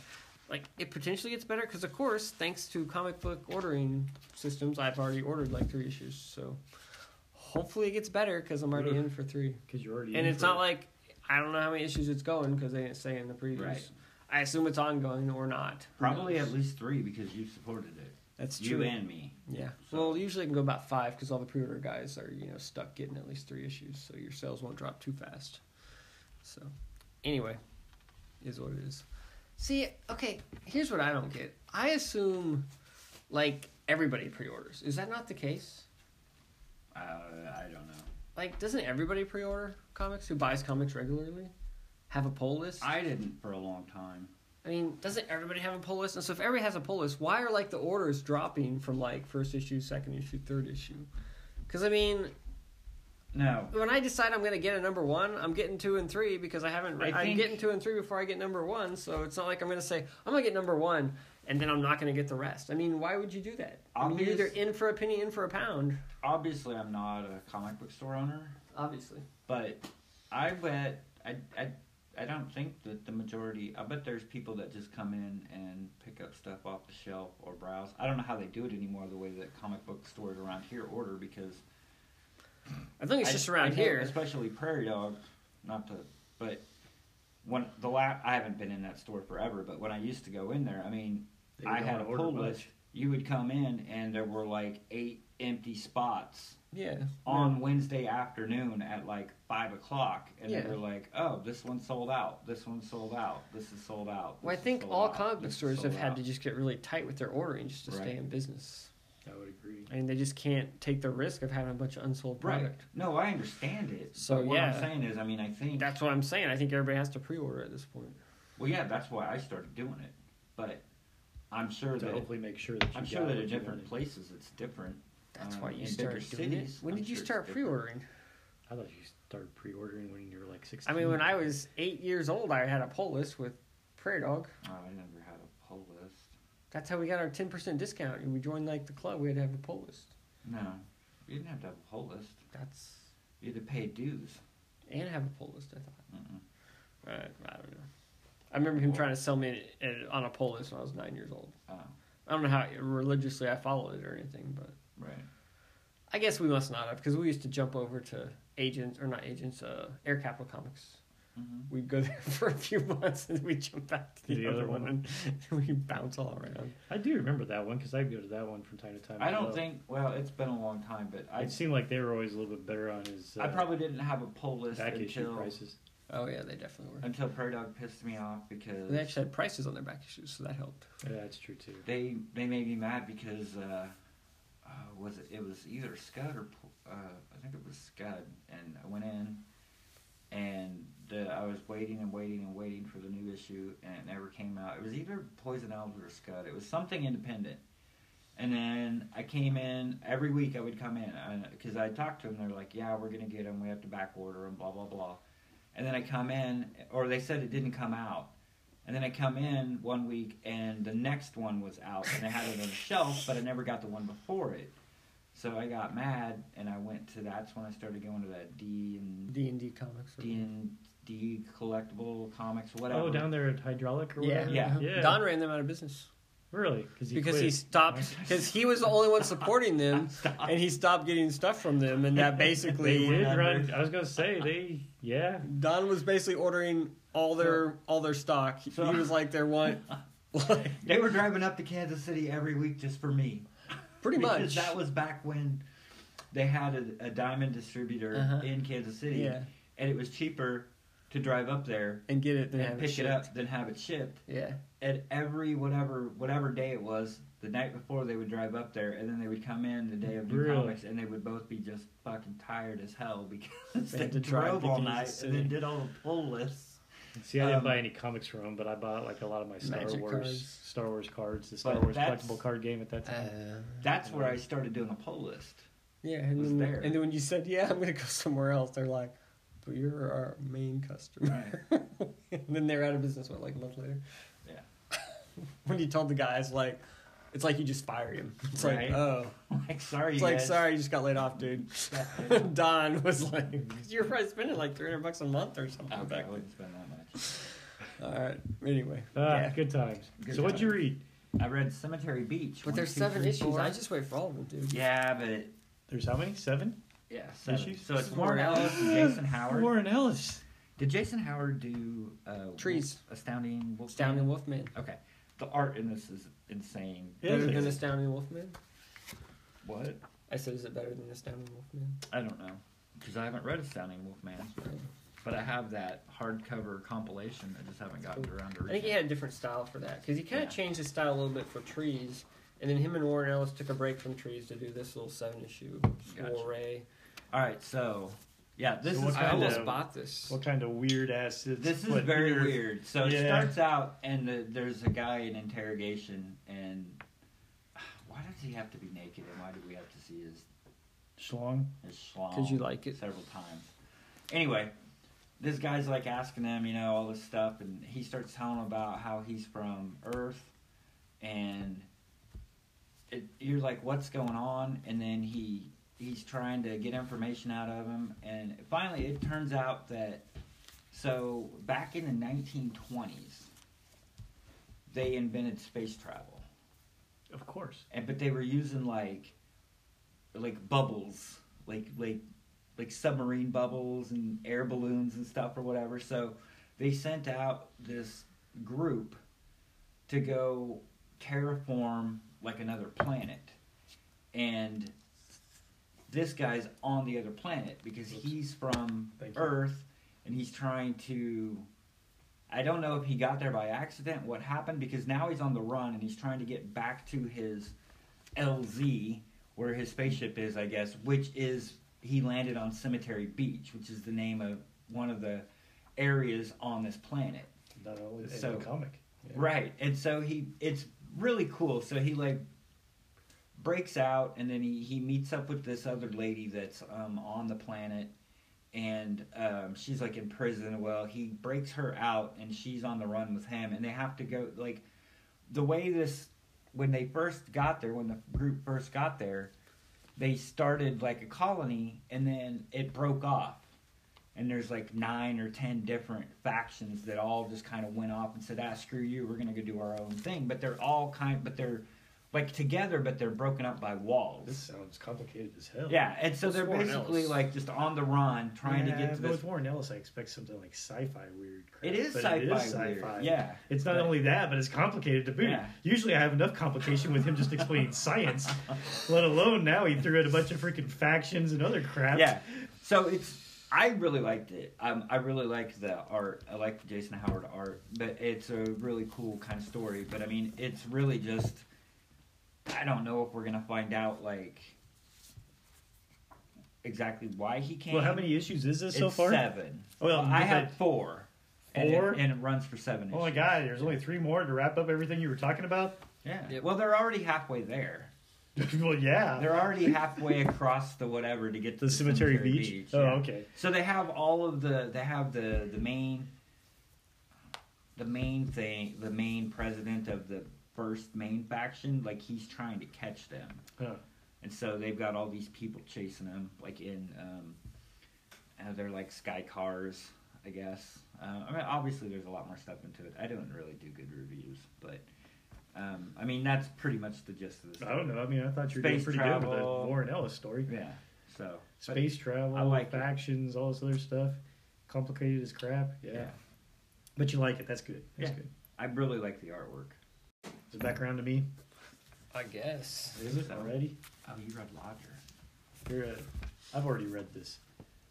S2: like it potentially gets better because of course thanks to comic book ordering systems i've already ordered like three issues so hopefully it gets better because i'm already in for three
S3: Mm-hmm.
S1: Because you're already.
S2: and
S1: in
S2: it's
S1: for
S2: not
S1: it.
S2: like i don't know how many issues it's going because they didn't say in the previous
S3: Right.
S2: i assume it's ongoing or not Who
S3: Probably
S2: knows?
S3: at least three because you supported it.
S2: that's
S3: you
S2: true
S3: and me.
S2: yeah
S3: So-
S2: well usually it can go about five because all the pre-order guys are you know stuck getting at least three issues so your sales won't drop too fast so anyway is what it is. See, okay, here's what I don't get. I assume like everybody pre-orders. Is that not the case?
S3: Uh, I don't know.
S2: Like doesn't everybody pre-order comics who buys comics regularly? Have a poll list? I,
S3: I didn't for a long time.
S2: mean, doesn't everybody have a poll list? And so if everybody has a poll list, why are like the orders dropping from like first issue, second issue, third issue? Cuz I mean,
S3: No.
S2: when I decide I'm going to get a number one, I'm getting two and three because I haven't.
S3: I
S2: I am
S3: think-
S2: getting two and three before I get number one, so it's not like I'm going to say I'm going to get number one and then I'm not going to get the rest. I mean, why would you do that? I mean, you're either
S3: Obvious-
S2: in for a penny, in for a pound.
S3: Obviously, I'm not a comic book store owner,
S2: Obviously,
S3: but I bet I I. I don't think that the majority. I bet there's people that just come in and pick up stuff off the shelf or browse. I don't know how they do it anymore. The way that comic book stores around here order because
S2: I think it's
S3: I-
S2: just
S3: I
S2: around
S3: know,
S2: here.
S3: especially Prairie Dog. Not to, but when the la I haven't been in that store forever, but when I used to go in there, I mean,
S1: They
S3: I
S1: don't
S3: had a
S1: order
S3: pull
S1: much.
S3: list. You would come in, and there were like eight empty spots
S2: Yeah,
S3: on Wednesday afternoon at like five o'clock, and
S2: Yeah.
S3: they were like, "Oh, this one's sold out. This one's sold out. This is sold out."
S2: Well, I
S3: this is
S2: think
S3: sold
S2: all
S3: out,
S2: comic book
S3: this is
S2: stores have
S3: sold
S2: had
S3: out."
S2: to just get really tight with their ordering just to stay
S3: Right.
S2: in business.
S1: I would agree.
S2: I mean, they just can't take the risk of having a bunch of unsold
S3: Right.
S2: product.
S3: No, I understand it.
S2: So,
S3: but what
S2: yeah.
S3: I'm saying is, I mean, I think
S2: That's what I'm saying. I think everybody has to pre-order at this point.
S3: Well, yeah, that's why I started doing it. But I'm sure
S1: To
S3: that
S1: hopefully make sure that you
S3: I'm
S1: got
S3: sure that
S1: what
S3: in
S1: you
S3: different
S1: wanted.
S3: places it's different.
S2: That's
S3: Um,
S2: why you
S3: in
S2: started
S3: bigger
S2: doing
S3: cities,
S2: it. When
S3: I'm
S2: did you
S3: sure it's
S2: start
S3: different.
S2: pre-ordering?
S1: I thought you started pre-ordering when you were like
S2: I
S1: 16.
S2: mean, when I was eight years old, I had a poll list with Prairie Dog.
S3: Oh, I never had a poll list.
S2: That's how we got our ten percent discount. We joined like the club. We had to have a poll list.
S3: No, you didn't have to have a poll list.
S2: That's
S3: You had to pay dues.
S2: and have a poll list. I thought.
S3: Mm-mm.
S2: Right. I don't know. I remember him trying to sell me it, it on a poll list when I was nine years old.
S3: Oh,
S2: I don't know how religiously I followed it or anything, but
S3: right.
S2: I guess we must not have because we used to jump over to agents or not agents, uh, Air Capital Comics.
S3: Mhm.
S2: We'd go there for a few months and we jump back to the, other, one, and we bounce all around.
S1: I do remember that one because I'd go to that one from time to time.
S3: I
S1: as
S3: don't
S1: well.
S3: think. Well, it's been a long time, but I
S1: It seemed like they were always a little bit better on his. Uh,
S3: I probably didn't have a poll list
S1: back issue
S3: until
S1: prices.
S2: Oh yeah, they definitely were.
S3: until Prairie Dog pissed me off because
S2: They actually had prices on their back issues, so that helped.
S1: Yeah, that's true too.
S3: they they made me mad because uh, uh, was it, it was either Scud or P- uh, I think it was Scud, and I went in and the, I was waiting and waiting and waiting for the new issue, and it never came out. It was either Poison Owls or Scud. It was something independent. And then I came in every week. I would come in because I talked to them. They're like, "Yeah, we're gonna get them. We have to back order them. Blah blah blah." And then I come in, or they said it didn't come out. And then I come in one week, and the next one was out, and I had it on the shelf, but I never got the one before it. So I got mad, and I went to that's when I started going to that D and
S2: D and D comics. or-
S3: D and D collectible comics, whatever.
S1: Oh, down there at hydraulic or
S2: Yeah,
S1: whatever.
S2: yeah,
S3: um, Yeah.
S1: Yeah.
S2: Don ran them out of business
S1: Really? Cause he
S2: because
S1: quit.
S2: he stopped because he was the only one supporting them, and he stopped getting stuff from them, and that
S1: They
S2: basically
S1: did run. I was gonna say they. Yeah.
S2: Don was basically ordering all their all their stock. He-
S3: So-
S2: he was like their one, like,
S3: They were driving up to Kansas City every week just for me.
S2: pretty much.
S3: Because that was back when they had a, a diamond distributor
S2: Uh-huh.
S3: in Kansas City,
S2: yeah,
S3: and it was cheaper to drive up there
S2: and get it then have
S3: and pick it
S2: shipped.
S3: up than have it shipped.
S2: Yeah,
S3: at every whatever whatever day it was, the night before they would drive up there, and then they would come in the day of new
S1: Really?
S3: comics, and they would both be just fucking tired as hell because
S2: They
S3: they,
S2: had to drive
S3: drove
S2: to
S3: all
S2: Kansas
S3: night
S2: City.
S3: and then did all the pull lists.
S1: See, I didn't
S3: Um,
S1: buy any comics from him, but I bought like a lot of my Star
S2: Magic
S1: Wars
S2: cards.
S1: Star Wars cards, the Star
S3: But
S1: Wars
S3: that's-
S1: collectible card game at that time.
S3: That's where I started doing a pull list.
S2: yeah, and
S3: Uh, was
S2: then,
S3: there.
S2: and then when you said, "Yeah, I'm gonna go somewhere else," they're like, "But you're our main customer." and then they're out of business. What, like a month later?
S3: Yeah.
S2: when you told the guys, like, it's like you just fired him. It's
S3: Right.
S2: like, oh,
S3: Like sorry,
S2: it's
S3: you
S2: like,
S3: guys.
S2: sorry, you just got laid off, dude.
S3: okay,
S2: Don was like, "You're probably spending like 300 bucks a month or something."
S3: I
S2: back then.
S3: wouldn't spend that much.
S2: All right. Anyway,
S1: Ah,
S2: yeah.
S1: good times.
S3: uh, Good
S1: so what'd you read?
S3: I read Cemetery Beach.
S2: But
S3: one,
S2: there's
S3: two,
S2: seven
S3: three,
S2: issues.
S3: four.
S2: I just wait for all of them, dude.
S3: yeah, but
S1: There's how many? Seven.
S3: yeah, seven.
S1: Issues?
S3: So it's
S2: Four
S3: Warren
S2: hours.
S3: Ellis, and Jason Howard.
S1: Warren Ellis.
S3: Did Jason Howard do uh,
S2: Trees.
S3: Astounding Wolf?
S2: Astounding Wolfman.
S3: Okay. The art in this is insane.
S1: It
S2: Better
S1: is.
S2: than Astounding Wolfman?
S3: What?
S2: I said, is it better than Astounding Wolfman?
S3: I don't know. Because I haven't read Astounding Wolfman. But I have that hardcover compilation. I just haven't gotten around to
S2: I think
S3: reading
S2: he
S3: it.
S2: had a different style for that because he kind
S3: Yeah.
S2: of changed his style a little bit for Trees, and then him and Warren Ellis took a break from Trees to do this little seven issue
S3: Gotcha.
S2: soirée.
S3: All right, so. Yeah, this
S1: So
S3: is
S1: what kind
S2: I
S3: kind
S1: of-
S2: almost
S3: of.
S2: bought this.
S1: What kind of weird ass? Is,
S3: This is
S1: what
S3: very weird. So it
S1: Yeah.
S3: starts out, and the, there's a guy in interrogation, and. ah, Why does he have to be naked, and why do we have to see his
S1: Schlong.
S3: is schlong.
S2: 'Cause you like it.
S3: Several times. Anyway, this guy's like asking him, you know, all this stuff, and he starts telling him about how he's from Earth, and it, you're like, what's going on? And then he he's trying to get information out of him, and finally, it turns out that so back in the 1920s, they invented space travel
S1: Of course.
S3: and but they were using like like bubbles like like like submarine bubbles and air balloons and stuff or whatever so they sent out this group to go terraform like another planet and this guy's on the other planet because
S1: Oops.
S3: he's from
S1: Thank you.
S3: earth and he's trying to I don't know if he got there by accident, what happened, because now he's on the run and he's trying to get back to his LZ, where his spaceship is, I guess, which is he landed on Cemetery Beach, which is the name of one of the areas on this planet.
S1: Not only
S3: So-
S1: so, comic. Yeah.
S3: Right. And so he it's really cool. So he like breaks out and then he, he meets up with this other lady that's um, on the planet and um, she's like in prison. Well, he breaks her out and she's on the run with him and they have to go like the way this when they first got there, when the group first got there, they started like a colony and then it broke off. and there's like nine or ten different factions that all just kind of went off and said, "Ah, screw you, we're gonna go do our own thing." But they're all kind, but they're like together, but they're broken up by
S1: This
S3: walls.
S1: sounds complicated as hell.
S3: Yeah, and so
S2: What's
S3: they're
S2: Warren
S3: basically
S2: Ellis?
S3: like just on the run, trying to
S1: Yeah,
S3: get
S1: but
S3: to this.
S1: with Warren Ellis, I expect something like sci-fi weird. Crap,
S3: It is
S1: but
S3: sci-fi,
S1: It is
S3: weird.
S1: sci-fi.
S3: Yeah,
S1: It's not
S3: But-
S1: only that, but it's complicated to boot.
S3: Yeah.
S1: Usually, I have enough complication with him just explaining science, let alone now he threw in a bunch of freaking factions and other crap.
S3: yeah. So it's I really liked it. Um, I really like the art. I like the Jason Howard art, but it's a really cool kind of story. But I mean, it's really just I don't know if we're gonna find out like exactly why he came.
S1: Well, how many issues is this so
S3: It's
S1: far?
S3: Seven.
S1: Well,
S3: Well, I
S1: but-
S3: had four. And it,
S1: Four?
S3: and it runs for seven.
S1: Oh my
S3: issues.
S1: god, there's only three more to wrap up everything you were talking about.
S3: Yeah.
S2: Yep.
S3: Well, they're already halfway there.
S1: well, yeah.
S3: They're already halfway across the whatever to get to
S1: the cemetery, beach. Oh,
S3: yeah.
S1: okay.
S3: So they have all of the they have the the main the main thing the main president of the first main faction like he's trying to catch them
S1: Huh.
S3: and so they've got all these people chasing him like in um uh, they're like sky cars I guess uh, I mean obviously there's a lot more stuff into it I don't really do good reviews but um, I mean that's pretty much the gist of this
S1: I don't know. I mean, I thought you were doing
S3: Space
S1: pretty good with that
S3: travel.
S1: Warren Ellis story.
S3: yeah so but-
S1: Space travel,
S3: I like it.
S1: factions, all this other stuff. Complicated as crap. Yeah.
S3: yeah
S1: But you like it. That's good. That's
S3: Yeah.
S1: good.
S3: I really like the artwork
S1: Is it back around to me?
S2: I guess.
S1: Is it
S3: So-
S1: already?
S3: oh you read Lodger
S1: You're a, I've already read this.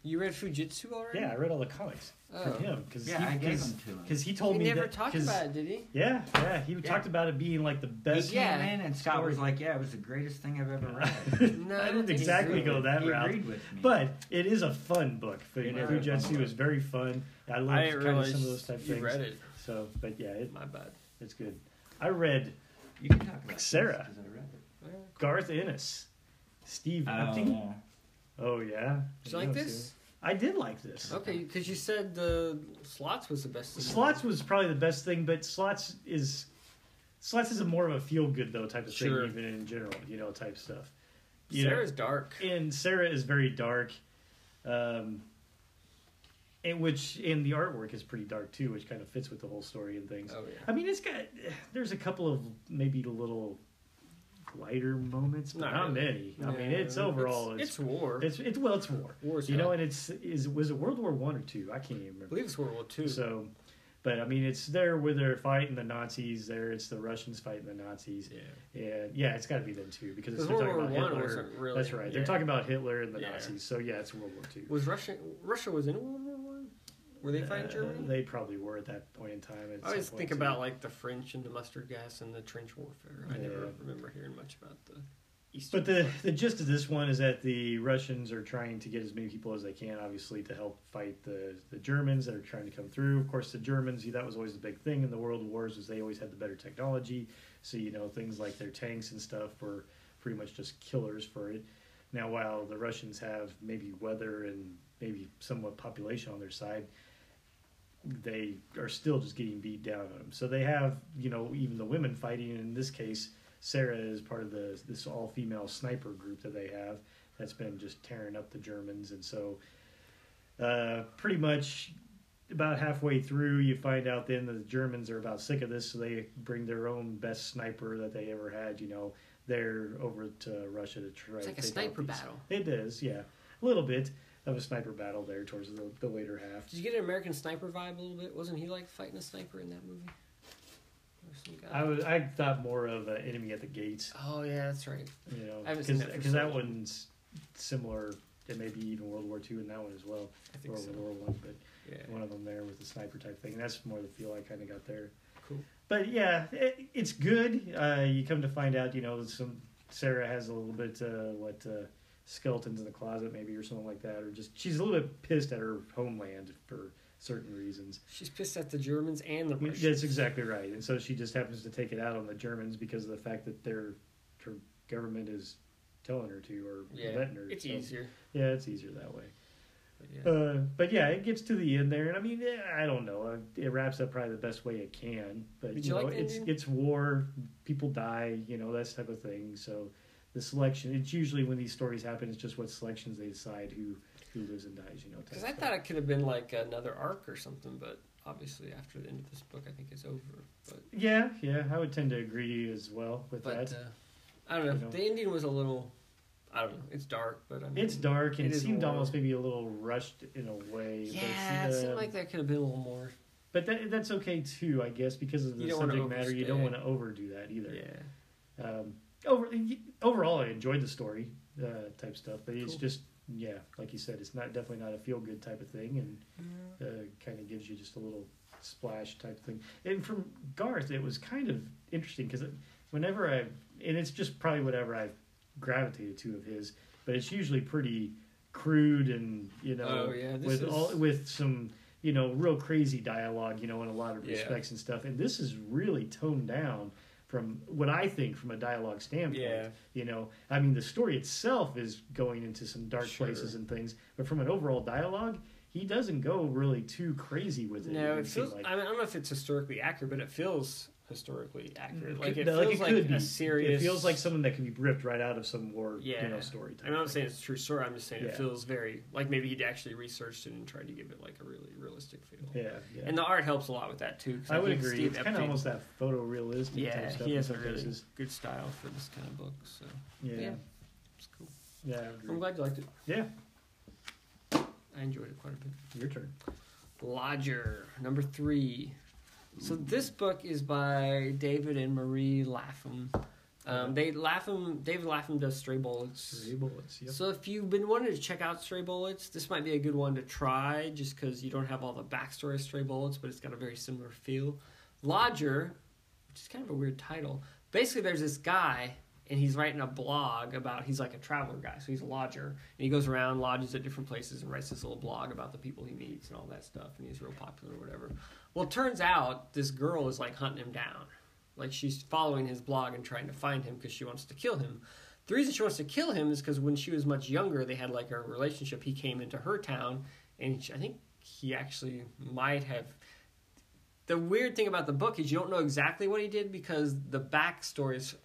S2: You read Fujitsu already?
S1: Yeah, I read all the comics
S2: Oh.
S1: from him because
S3: Yeah, I gave them to him.
S1: he told
S2: He
S1: me
S2: never
S1: that,
S2: talked
S1: 'cause-
S2: about it, did he?
S1: Yeah, yeah, he talked about it being like the best.
S3: He
S2: Yeah.
S3: came in and Scott was like, "Yeah, it was the greatest thing I've ever read."
S2: No,
S1: I
S2: I
S1: didn't
S2: don't think he
S1: exactly
S2: agreed
S1: go
S2: with-
S1: that
S3: he
S1: route.
S3: agreed with me.
S1: But it is a fun book.
S3: It is a
S1: Full
S3: fun
S1: Jutsu
S3: book.
S1: is very fun. I love
S2: I
S1: kind
S2: didn't
S1: of
S2: realize
S1: some of those type
S2: you
S1: things.
S2: read it.
S1: So, but yeah, it,
S2: My bad.
S1: it's good. I read
S3: you can talk about
S1: Sarah.
S3: This 'cause I read it.
S1: Garth Ennis, Steve Epting.
S3: Oh,
S1: Oh yeah.
S2: Did you like this?
S1: I did like this.
S2: Okay, because you said the slots was the best. thing.
S1: Slots was probably the best thing, but slots is slots is a more of a feel good though type of
S2: Sure.
S1: thing, even in general, you know, type stuff. You know,
S2: Sarah's dark.
S1: and Sarah is very dark, um, and which and the artwork is pretty dark too, which kind of fits with the whole story and things.
S2: Oh yeah.
S1: I mean, it's got there's a couple of maybe little lighter moments, but
S2: Not
S1: not, many. I mean,
S2: Yeah,
S1: it's overall it's
S2: it's, war.
S1: it's, it's well, it's war.
S2: War's
S1: You know,
S2: hell.
S1: and it's is was it World War One or two? I can't even
S2: I
S1: remember.
S2: believe it's World War Two.
S1: So, but I mean, it's there where they're fighting the Nazis. There, it's the Russians fighting the Nazis.
S2: yeah.
S1: And yeah, it's got to be them too because it's,
S2: Because
S1: they're
S2: World
S1: talking
S2: War
S1: about
S2: One
S1: Hitler.
S2: wasn't really.
S1: That's right. They're
S2: yeah.
S1: talking about Hitler and the
S2: Yeah.
S1: Nazis. So yeah, it's World War Two.
S2: Was Russia? Russia was in World War One. Were they fighting Germany?
S1: Uh, They probably were at that point in time. at
S2: I always
S1: some
S2: think
S1: point,
S2: about
S1: too.
S2: like the French and the mustard gas and the trench warfare. I
S1: Yeah.
S2: never remember hearing much about the Eastern.
S1: But the the gist of this one is that the Russians are trying to get as many people as they can, obviously, to help fight the the Germans that are trying to come through. Of course, the Germans that was always the big thing in the World Wars was they always had the better technology. So you know things like their tanks and stuff were pretty much just killers for it. Now, while the Russians have maybe weather and maybe somewhat population on their side, they are still just getting beat down on them. So they have, you know, even the women fighting. In this case, Sarah is part of the this all female sniper group that they have that's been just tearing up the Germans. And so, uh, pretty much about halfway through, you find out then that the Germans are about sick of this, so they bring their own best sniper that they ever had, you know, there over to Russia to try.
S2: It's like a
S1: to take out
S2: sniper
S1: these-
S2: battle.
S1: It is, yeah, a little bit of a sniper battle there towards the, the later half.
S2: Did you get an American Sniper vibe a little bit? Wasn't he like fighting a sniper in that movie? Or some guy.
S1: I was I thought more of an enemy at the gates,
S2: oh yeah, that's right.
S1: you know,
S2: I haven't seen that for
S1: because
S2: so
S1: that
S2: long.
S1: one's similar. It may be even World War Two in that one as well,
S2: I
S1: or
S2: think
S1: World
S2: so.
S1: War One, but
S2: Yeah.
S1: one of them there with the sniper type thing. That's more the feel I kind of got there.
S2: Cool.
S1: But yeah, it, it's good. Uh, you come to find out, you know, some Sarah has a little bit uh, what uh, skeletons in the closet, maybe, or something like that, or just she's a little bit pissed at her homeland for certain reasons.
S2: She's pissed at the Germans and the Russians.
S1: That's exactly right. And so she just happens to take it out on the Germans because of the fact that their her government is telling her to or
S2: Yeah,
S1: letting her.
S2: it's
S1: so-
S2: easier.
S1: Yeah, it's easier that way.
S2: But yeah.
S1: Uh, but yeah, it gets to the end there, and I mean, eh, I don't know. uh, It wraps up probably the best way it can. But
S2: Did
S1: you
S2: you
S1: know,
S2: like the
S1: it's
S2: ending?
S1: it's war, people die, you know, that type of thing. So the selection, it's usually when these stories happen, it's just what selections they decide who who lives and dies, you know. type
S2: Because I
S1: stuff.
S2: thought it could have been like another arc or something, but obviously after the end of this book, I think it's over. But
S1: Yeah, yeah, I would tend to agree as well with
S2: but
S1: that.
S2: uh, I don't know.
S1: I don't-
S2: The ending was a little. I don't know. It's dark, but I mean,
S1: It's dark and
S2: it
S1: it,
S2: is
S1: seemed
S2: war.
S1: almost maybe a little rushed in a way.
S2: Yeah, it
S1: but,
S2: seemed
S1: um,
S2: like there could have been a little more.
S1: but that, that's okay too, I guess, because of the
S2: You don't wanna
S1: subject matter. You don't want
S2: overstay.
S1: to overdo that either.
S2: Yeah,
S1: um, over overall, I enjoyed the story uh, type stuff, but it's
S2: Cool.
S1: just yeah, like you said, it's not definitely not a feel good type of thing, and uh, kind of gives you just a little splash type thing. And from Garth, it was kind of interesting because whenever I and it's just probably whatever I've gravitated to of his, but it's usually pretty crude and you know
S2: Oh, yeah, this
S1: with all
S2: is-
S1: with some you know real crazy dialogue you know in a lot of
S2: Yeah.
S1: respects and stuff and this is really toned down from what I think from a dialogue standpoint.
S2: Yeah.
S1: You know, I mean, the story itself is going into some dark
S2: Sure.
S1: places and things, but from an overall dialogue, he doesn't go really too crazy with it.
S2: no,
S1: would
S2: it
S1: seem
S2: feels. I, mean, I don't know if it's historically accurate, but it feels historically accurate. Like it
S1: No,
S2: feels like,
S1: could be.
S2: a serious.
S1: It feels like something that can be ripped right out of some war, you know,
S2: Yeah.
S1: story. Type
S2: I mean, I'm not
S1: thing.
S2: saying it's a true story. I'm just saying
S1: Yeah.
S2: it feels very like maybe he'd actually researched it and tried to give it like a really realistic feel.
S1: Yeah, yeah.
S2: And the art helps a lot with that too. 'cause
S1: I would
S2: think
S1: agree.
S2: Steve
S1: it's kind
S2: Epstein-
S1: of almost that photorealistic type
S2: yeah.
S1: stuff.
S2: He
S1: in
S2: has a
S1: some
S2: really
S1: cases.
S2: good style for this kind of book, so
S1: Yeah, yeah.
S2: yeah. it's cool.
S1: I
S2: I'm
S1: agree.
S2: glad you liked it.
S1: Yeah,
S2: I enjoyed it quite a bit.
S1: your turn.
S2: Lodger number three. So this book is by David and Marie Lapham. Um, they Lapham David Lapham does stray bullets.
S1: Three bullets. Yep.
S2: So if you've been wanting to check out Stray Bullets, this might be a good one to try, just because you don't have all the backstory of Stray Bullets, but it's got a very similar feel. Lodger, which is kind of a weird title. Basically, there's this guy, and he's writing a blog about. He's like a traveler guy, so he's a lodger, and he goes around lodges at different places and writes this little blog about the people he meets and all that stuff, and he's real popular or whatever. Well, it turns out this girl is like hunting him down. Like she's following his blog and trying to find him because she wants to kill him. The reason she wants to kill him is because when she was much younger, they had like a relationship. He came into her town, and she- I think he actually might have. The weird thing about the book is you don't know exactly what he did because the backstory is,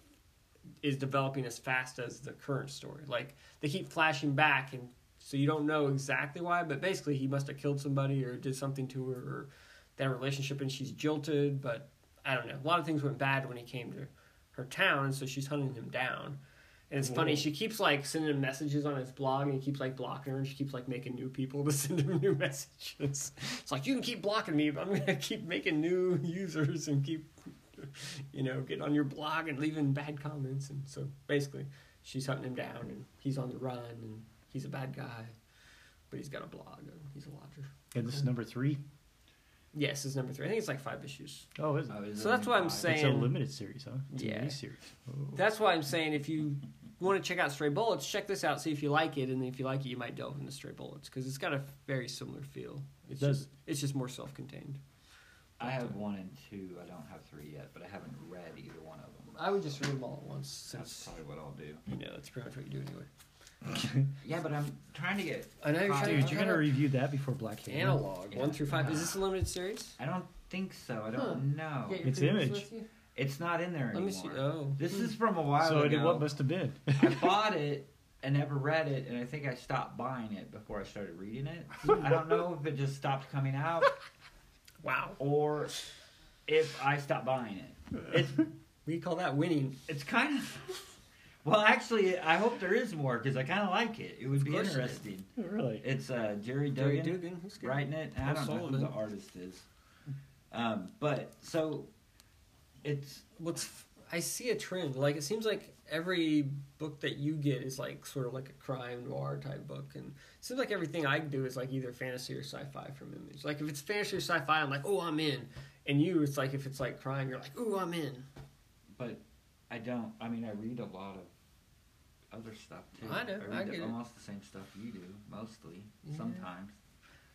S2: is developing as fast as the current story. Like they keep flashing back, and so you don't know exactly why. But basically, he must have killed somebody or did something to her, or that relationship, and she's jilted. But I don't know. A lot of things went bad when he came to her town, and so she's hunting him down. And it's funny,
S1: Whoa.
S2: she keeps like sending him messages on his blog and he keeps like blocking her and she keeps like making new people to send him new messages. It's like you can keep blocking me, but I'm gonna keep making new users and keep you know, getting on your blog and leaving bad comments and so basically she's hunting him down and he's on the run and he's a bad guy. But he's got a blog and he's a lodger.
S1: And this is number three.
S2: Yes, is number three. I think it's like five issues.
S1: Oh, is it?
S3: I was
S2: So that's
S3: in
S2: what I'm
S3: five.
S2: saying.
S1: It's a limited series, huh? It's
S2: Yeah.
S1: a mini series. Oh.
S2: That's why I'm saying if you want to check out Stray Bullets, check this out, see if you like it, and if you like it, you might delve into Stray Bullets because it's got a very similar feel. It's
S1: Does-
S2: just it's just more self-contained.
S3: I have one and two. I don't have three yet, but I haven't read either one of them.
S2: I would just read them all at once
S3: That's
S2: since
S3: probably what I'll do.
S2: you know that's pretty much what you do anyway.
S3: Yeah, but I'm trying to get.
S2: I know you're
S3: Dude,
S2: trying
S1: Dude,
S2: to
S1: you're gonna review that before Black Hammer.
S2: analog one through five. Is this a limited series?
S3: I don't think so. I don't
S2: Huh.
S3: know.
S2: Yeah, your
S1: It's
S2: fingers
S1: image.
S2: with you?
S3: It's not in there
S2: Let me
S3: anymore.
S2: see. Oh,
S3: This is from a while
S1: So
S3: ago.
S1: it, what must have been?
S3: I bought it and never read it, and I think I stopped buying it before I started reading it. I don't know if it just stopped coming out
S2: wow.
S3: or if I stopped buying it. It's
S2: We call that winning.
S3: it's kind of well, actually, I hope there is more because I kind of like it. It would be
S2: course it is.
S3: interesting.
S1: really?
S3: It's uh, Jerry Dugan,
S2: Jerry Dugan, he's good.
S3: writing it. and I
S2: Paul
S3: don't know who
S2: Solomon.
S3: the artist is, um, but so it's
S2: what's I see a trend. Like it seems like every book that you get is like sort of like a crime noir type book, and it seems like everything I do is like either fantasy or sci-fi from Image. Like if it's fantasy or sci-fi, I'm like, oh, I'm in. And you, it's like if it's like crime, you're like, oh, I'm in.
S3: but I don't. I mean, I read a lot of other stuff too.
S2: I know,
S3: read
S2: I get it.
S3: almost the same stuff you do, mostly.
S2: Yeah.
S3: Sometimes.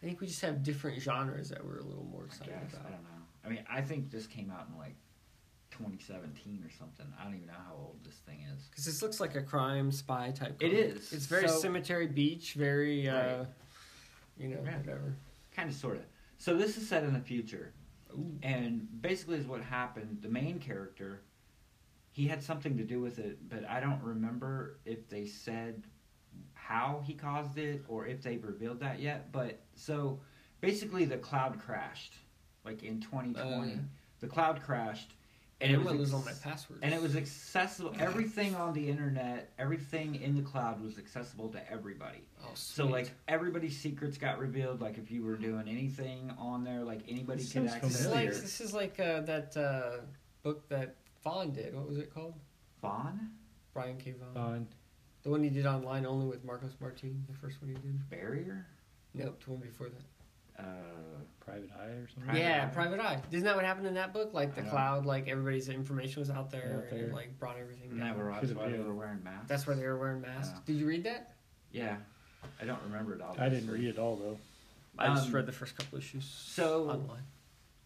S2: I think we just have different genres that we're a little more
S3: I
S2: excited
S3: guess I
S2: about.
S3: don't know. I mean, I think this came out in like 2017 or something. I don't even know how old this thing is.
S2: Because this looks like a crime spy type.
S3: It
S2: comic.
S3: is.
S2: It's very
S3: So-
S2: cemetery beach. Very, uh,
S3: Right.
S2: you know,
S3: Yeah.
S2: whatever.
S3: Kind of, sort of. So this is set in the future,
S2: Ooh.
S3: and basically is what happened. The main character, he had something to do with it, but I don't remember if they said how he caused it or if they've revealed that yet. But so basically, the cloud crashed, like in 2020.
S2: Uh.
S3: the cloud crashed, and
S2: And
S3: it
S2: I'm
S3: was
S2: gonna lose all
S3: ex-
S2: my passwords.
S3: and it was accessible. Everything on the internet, everything in the cloud was accessible to everybody.
S2: oh,
S3: So
S2: sweet.
S3: like everybody's secrets got revealed. Like if you were doing anything on there, like anybody
S1: This
S3: could
S1: sounds
S3: access.
S2: this is
S1: familiar.
S2: like this is like uh, that uh, book that Vaughn did. What was it called?
S3: Vaughn
S2: Brian K. Vaughn.
S3: Uh,
S1: on
S2: the one he did online only with Marcos Martin. The first one he did.
S3: barrier.
S2: Nope, the one before that.
S3: Uh,
S1: Private Eye or something.
S3: Private
S2: yeah,
S3: Eye.
S2: Private Eye. Isn't that what happened in that book? Like the
S3: I know.
S2: cloud, like everybody's information was out there,
S1: Out
S2: and it,
S1: there.
S2: like brought everything
S3: and that
S2: down.
S3: were
S1: Could
S3: that's
S1: have
S3: why they
S1: been.
S3: were wearing masks.
S2: That's why they were wearing masks.
S3: Yeah.
S2: Did you read that?
S3: Yeah, I don't remember it all.
S1: I didn't read it all though.
S2: I just
S3: Um,
S2: read the first couple issues.
S3: so-
S2: online.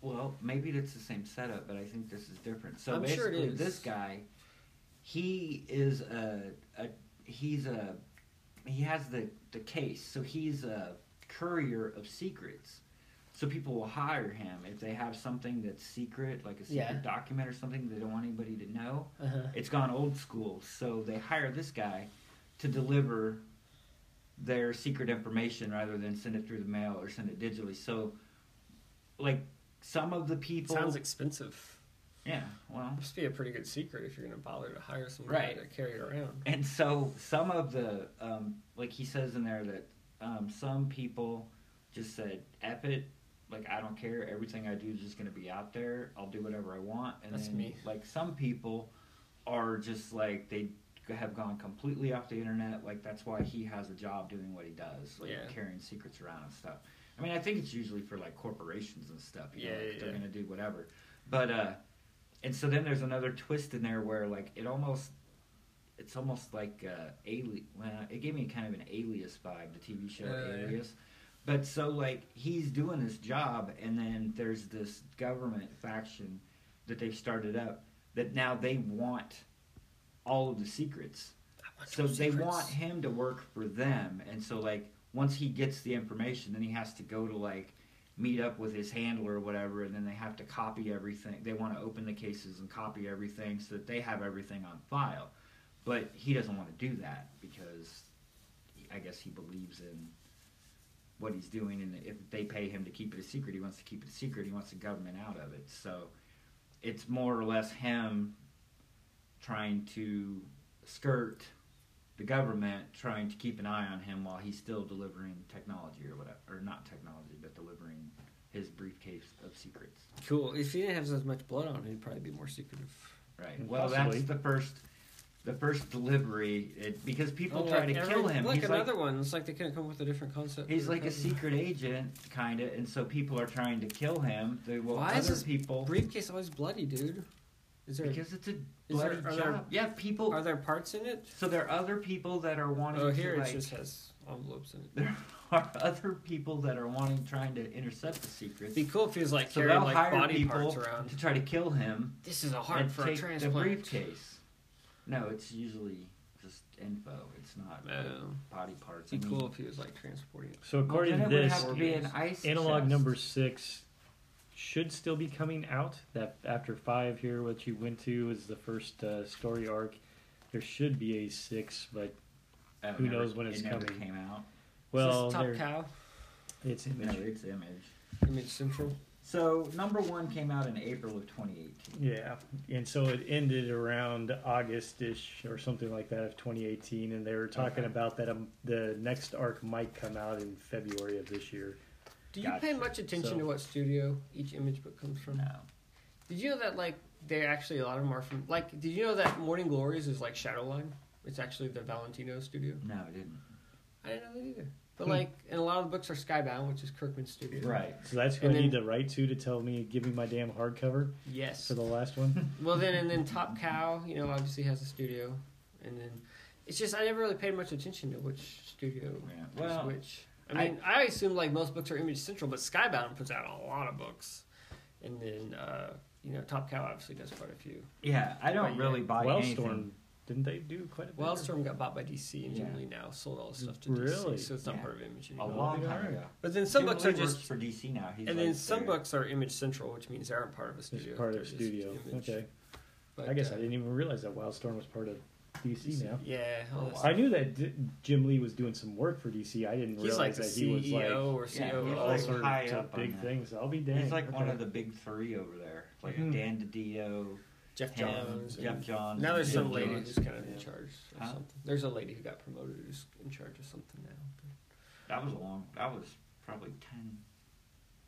S3: Well, maybe that's the same setup, but I think this is different. So
S2: I'm sure it
S3: basically,
S2: is.
S3: this guy, he is a, a he's a he has the the case, so he's a courier of secrets. So people will hire him if they have something that's secret, like a secret
S2: Yeah.
S3: document or something they don't want anybody to know.
S2: Uh-huh.
S3: It's gone old school, so they hire this guy to deliver their secret information rather than send it through the mail or send it digitally. So, like some of the people,
S2: Sounds expensive.
S3: yeah, well,
S2: Must be a pretty good secret if you're going to bother to hire somebody
S3: Right.
S2: to carry it around.
S3: and so some of the um, like he says in there that um, some people just said, "F it." Like I don't care. Everything I do is just gonna be out there. I'll do whatever I want. And
S2: That's
S3: then,
S2: me.
S3: Like some people are just like they have gone completely off the internet. Like that's why he has a job doing what he does, like
S2: Yeah.
S3: carrying secrets around and stuff. I mean, I think it's usually for like corporations and stuff. You know,
S2: Yeah,
S3: like,
S2: yeah,
S3: they're
S2: yeah.
S3: gonna do whatever. But uh, and so then there's another twist in there where like it almost. It's almost like uh, ali- well, it gave me kind of an alias vibe, the TV show
S2: Yeah, yeah.
S3: Alias. But so like he's doing this job, and then there's this government faction that they've started up that now they want all of the secrets.
S2: I want
S3: So
S2: your
S3: they
S2: secrets.
S3: want him to work for them, and so like once he gets the information, then he has to go to like meet up with his handler or whatever, and then they have to copy everything. They want to open the cases and copy everything so that they have everything on file. But he doesn't want to do that because I guess he believes in what he's doing, and if they pay him to keep it a secret, he wants to keep it a secret. He wants the government out of it. So it's more or less him trying to skirt the government, trying to keep an eye on him while he's still delivering technology or whatever, or not technology, but delivering his briefcase of secrets.
S2: Cool. If he didn't have as much blood on him, he'd probably be more secretive.
S3: Right. Well,
S1: Possibly.
S3: that's the first. The first delivery, it, because people
S2: Oh,
S3: try
S2: like
S3: to
S2: every-
S3: kill him.
S2: Look,
S3: He's like-
S2: another one. It's like they couldn't come up with a different concept.
S3: He's
S2: for the
S3: like a
S2: company.
S3: secret agent, kind of, and so people are trying to kill him. They will
S2: Why is
S3: other
S2: his
S3: people
S2: briefcase always bloody, dude. Is there
S3: because it's a
S2: Is there-
S3: bloody
S2: are
S3: job.
S2: there-
S3: yeah, people.
S2: are there parts in it?
S3: so there are other people that are wanting
S2: Oh,
S3: to
S2: here
S3: like.
S2: it just has envelopes in it.
S3: There are other people that are wanting trying to intercept the secrets.
S2: It'd be cool if he was like
S3: so
S2: carrying
S3: they'll
S2: like
S3: hire
S2: body
S3: people
S2: parts around.
S3: to try to kill him
S2: This is a heart
S3: and
S2: for a
S3: take the
S2: transplant.
S3: briefcase. No, it's usually just info. It's not like,
S2: Oh.
S3: body parts.
S2: It'd
S3: I
S2: be
S3: mean,
S2: cool if he was like transporting it.
S1: So according
S3: then
S1: to
S3: it would
S1: this,
S3: have to be an ice
S1: Analog
S3: chest.
S1: number six should still be coming out. That after five here, what you went to is the first uh, story arc. There should be a six, but
S3: Oh,
S1: who
S3: never-
S1: knows when
S3: it
S1: it's
S3: never
S1: coming.
S3: Came out.
S1: well,
S2: is this top
S1: there-
S2: cow.
S1: it's
S3: No,
S1: image.
S3: it's image.
S2: Image Central.
S3: So number one came out in April of 2018.
S1: Yeah, and so it ended around August-ish or something like that of 2018, and they were talking
S3: Okay.
S1: about that um, the next arc might come out in February of this year.
S2: Do you pay
S3: Gotcha.
S2: much attention
S1: So-
S2: to what studio each image book comes from?
S3: No.
S2: Did you know that like they actually a lot of them are from like did you know that Morning Glories is like Shadowline? It's actually the Valentino studio.
S3: No, it didn't.
S2: I didn't know that either. But
S1: Hmm.
S2: like and a lot of the books are Skybound, which is Kirkman's studio.
S3: Right.
S1: So that's who I
S2: And then-
S1: need to write to to tell me, give me my damn hardcover
S2: Yes.
S1: for the last one.
S2: Well then and then Top Cow, you know, obviously has a studio. And then it's just I never really paid much attention to which studio
S3: Yeah.
S2: is
S3: Well,
S2: which. I mean, I, assume like most books are Image Central, but Skybound puts out a lot of books. And then uh, you know, Top Cow obviously does quite a few.
S3: Yeah, I
S2: But
S3: don't
S2: yeah.
S3: really buy
S1: Wellstorm,
S3: anything.
S1: didn't they do quite a bit?
S2: Wildstorm got bought by DC and
S3: Yeah.
S2: generally now sold all the stuff to
S1: Really?
S2: DC, so it's not
S3: Yeah.
S2: part of Image
S3: A
S2: anymore.
S3: long
S1: they
S3: time
S1: are.
S3: ago.
S2: But then some
S3: Dude
S2: books are
S3: Lee works
S2: just,
S3: for DC now. He's
S2: and
S3: like
S2: then some
S3: their-
S2: books are Image Central, which means they aren't part of a
S1: It's
S2: studio.
S1: part of
S2: they're just
S1: studio.
S2: Image.
S1: Okay.
S2: But,
S1: I guess
S2: uh,
S1: I didn't even realize that Wildstorm was part of DC now.
S2: Yeah. all that
S3: Oh, wow.
S2: stuff.
S1: I knew that D- Jim Lee was doing some work for DC. I didn't
S2: He's
S1: realize
S2: like the
S1: that
S2: CEO
S1: he was like
S2: or
S3: Yeah,
S2: CEO.
S3: he
S2: of
S3: was
S1: all
S2: all
S3: E like-
S1: sorts
S3: high
S1: of
S3: up on
S1: big
S3: that.
S1: things. I'll be damned.
S3: He's like one
S1: Okay.
S3: of the big three over there, like
S1: Mhm.
S3: Dan DiDio,
S2: Jeff
S3: him,
S2: Jones. and-
S3: Jeff Johns.
S2: Now there's
S3: and
S2: some
S3: Jim
S2: lady
S3: Jones.
S2: who's kind of in
S3: Yeah.
S2: charge of
S3: Huh?
S2: something. There's a lady who got promoted who's in charge of something now.
S3: That was a long. That was probably 10,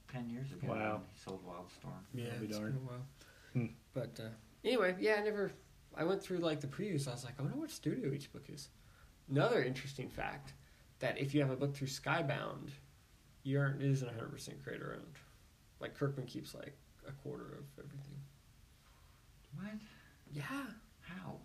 S3: 10 years ago.
S1: Wow.
S3: when He sold Wildstorm.
S2: Yeah,
S1: I'll be
S2: it's
S1: darned.
S2: been a while.
S1: Hmm.
S2: But uh, anyway, yeah, I never. I went through like the previews. I was like, I wonder what studio each book is. Another interesting fact that if you have a book through Skybound, you aren't it isn't 100 percent creator owned. Like Kirkman keeps like a quarter of everything.
S3: What?
S2: Yeah,
S3: How?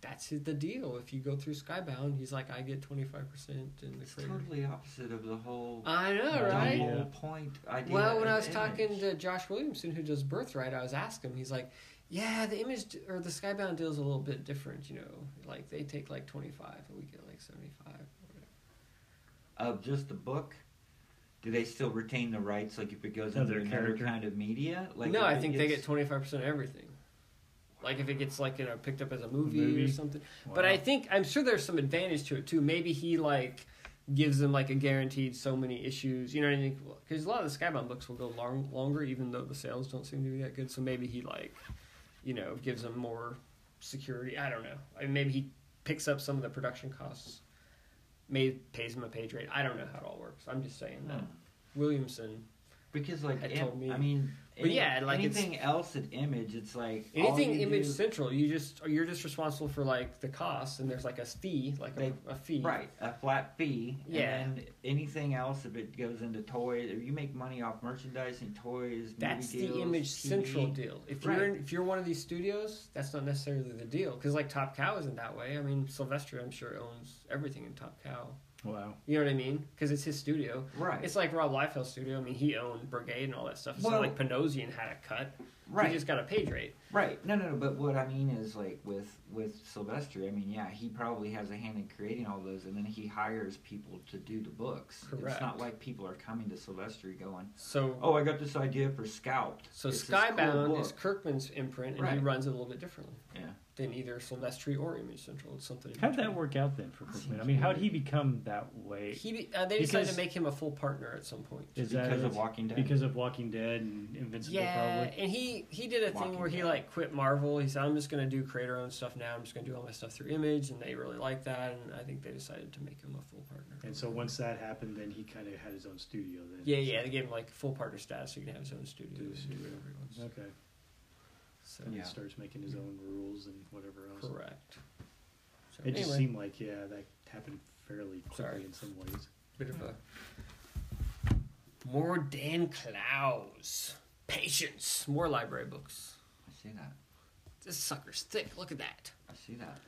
S2: that's his- the deal. If you go through Skybound, he's like, I get 25 percent in the
S3: It's
S2: creator.
S3: totally opposite of the whole.
S2: I know, right?
S3: The whole
S1: Yeah.
S3: point idea.
S2: Well, when
S3: and
S2: I was
S3: image.
S2: talking to Josh Williamson, who does Birthright, I was asking him. He's like, "Yeah, the image d- or the Skybound deal is a little bit different. You know, like they take like twenty five, and we get like seventy five.
S3: of just the book. Do they still retain the rights? Like if it goes
S1: Another
S3: under another
S1: character.
S3: kind of media? Like
S2: no,
S3: if
S2: I
S3: it
S2: think they get
S3: gets-
S2: twenty five percent of everything. Like if it gets like you know picked up as a movie, or
S1: movie.
S2: something. But
S1: Wow.
S2: I think I'm sure there's some advantage to it too. Maybe he like gives them like a guaranteed so many issues. You know what I mean? Because a lot of the Skybound books will go long longer, even though the sales don't seem to be that good. So maybe he like, you know, gives them more security. I don't know. I mean, maybe he picks up some of the production costs. Maybe pays him a page rate. I don't know how it all works. I'm just saying that
S3: Hmm.
S2: Williamson.
S3: Because like
S2: That
S3: im-
S2: told me.
S3: I mean,
S2: But yeah, like, it's-
S3: anything else at Image, it's like all
S2: Anything
S3: you
S2: Image
S3: do-
S2: Central, you just you're just responsible for like the costs, and there's like a fee, like a,
S3: They-
S2: a fee,
S3: Right, a flat fee.
S2: Yeah.
S3: And then anything else, if it goes into toys, if you make money off merchandising, toys,
S2: That's
S3: movie
S2: the
S3: deals,
S2: Image
S3: TV.
S2: Central deal. If
S3: Right.
S2: you're in, if you're one of these studios, that's not necessarily the deal. Because like Top Cow isn't that way. I mean, Sylvester, I'm sure owns everything in Top Cow.
S1: wow.
S2: You know what I mean? Because it's his studio.
S3: Right,
S2: It's like Rob Liefeld's studio. I mean, he owned Brigade and all that stuff. It's
S3: Well-
S2: not like Panosian had a cut.
S3: right,
S2: He just got a page rate.
S3: right. No, no, no. But what I mean is, like with with Sylvester, I mean, yeah, he probably has a hand in creating all those, and then he hires people to do the books. It's
S2: Correct.
S3: not like people are coming to Sylvester going,
S2: So
S3: "Oh, I got this idea for Scout."
S2: so
S3: It's this cool
S2: Skybound
S3: book."
S2: is Kirkman's imprint, and he
S3: Right.
S2: runs it a little bit differently
S3: Yeah.
S2: than either Sylvester or Image Central. It's something. in
S1: How'd that
S2: between.
S1: work out then for Kirkman? I mean, how'd he become that way?
S2: He be- uh, they decided
S1: Because-
S2: to make him a full partner at some point.
S1: Is that
S3: because of
S1: it?
S3: Walking Dead.
S1: because of Walking Dead and Invincible?
S2: yeah,
S1: probably.
S2: and he he did a thing
S3: Walking
S2: where he
S3: Dead.
S2: like quit Marvel. He said, "I'm just gonna do creator owned stuff now. I'm just gonna do all my stuff through Image," and they really liked that. And I think they decided to make him a full partner.
S1: And so once that happened, then he kind of had his own studio. Then
S2: yeah, yeah, they gave him like full partner status. so He can have his own studio.
S1: Do
S2: and
S1: the
S2: do
S1: studio.
S2: whatever he wants.
S1: Okay.
S2: So
S1: And
S3: Yeah.
S1: he starts making his own rules and whatever else.
S2: correct. So,
S1: It just
S2: anyway,
S1: seemed like yeah, that happened fairly quickly
S2: Sorry.
S1: in some ways.
S2: bit of a more Dan Clowes, patience, more library books.
S3: I see that.
S2: This sucker's thick. Look at that.
S3: I see that.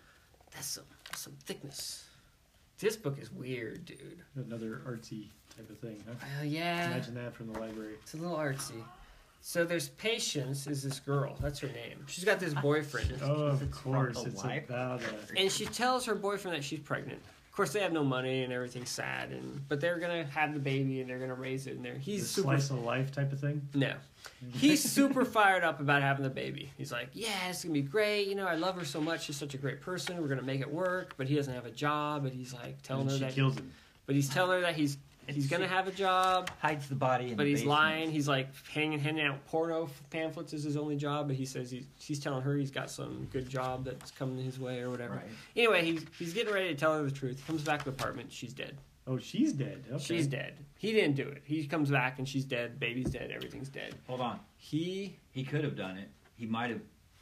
S2: That's some some thickness. This book is weird, dude.
S1: Another artsy type of thing. Huh?
S2: Uh, yeah.
S1: Imagine that from the library.
S2: It's a little artsy. So there's Patience is this girl. That's her name. She's got this boyfriend.
S1: Oh,
S3: from
S1: of course,
S3: the
S1: it's
S3: library.
S1: about a.
S2: And she tells her boyfriend that she's pregnant. Of course they have no money and everything's sad and but they're gonna have the baby and they're gonna raise it and they're
S1: He's
S2: he's super
S1: slice of life type of thing.
S2: No. He's super fired up about having the baby. He's like, Yeah, it's gonna be great, you know, I love her so much, she's such a great person, we're gonna make it work, but he doesn't have a job and he's like telling
S1: And
S2: her
S1: she
S2: that
S1: kills him.
S2: but he's telling her that he's
S3: And
S2: he's gonna
S3: she-
S2: have a job
S3: Hides the body. In
S2: But
S3: the
S2: he's
S3: basement.
S2: lying. He's like hanging, handing out porno f- pamphlets is his only job. But he says he's she's telling her he's got some good job that's coming his way or whatever.
S3: Right.
S2: Anyway, he's he's getting ready to tell her the truth. He comes back to the apartment. She's dead.
S1: Oh, she's dead. Okay.
S2: She's dead. He didn't do it. He comes back and she's dead. Baby's dead. Everything's dead.
S3: Hold on.
S2: He,
S3: He could have done it. He might have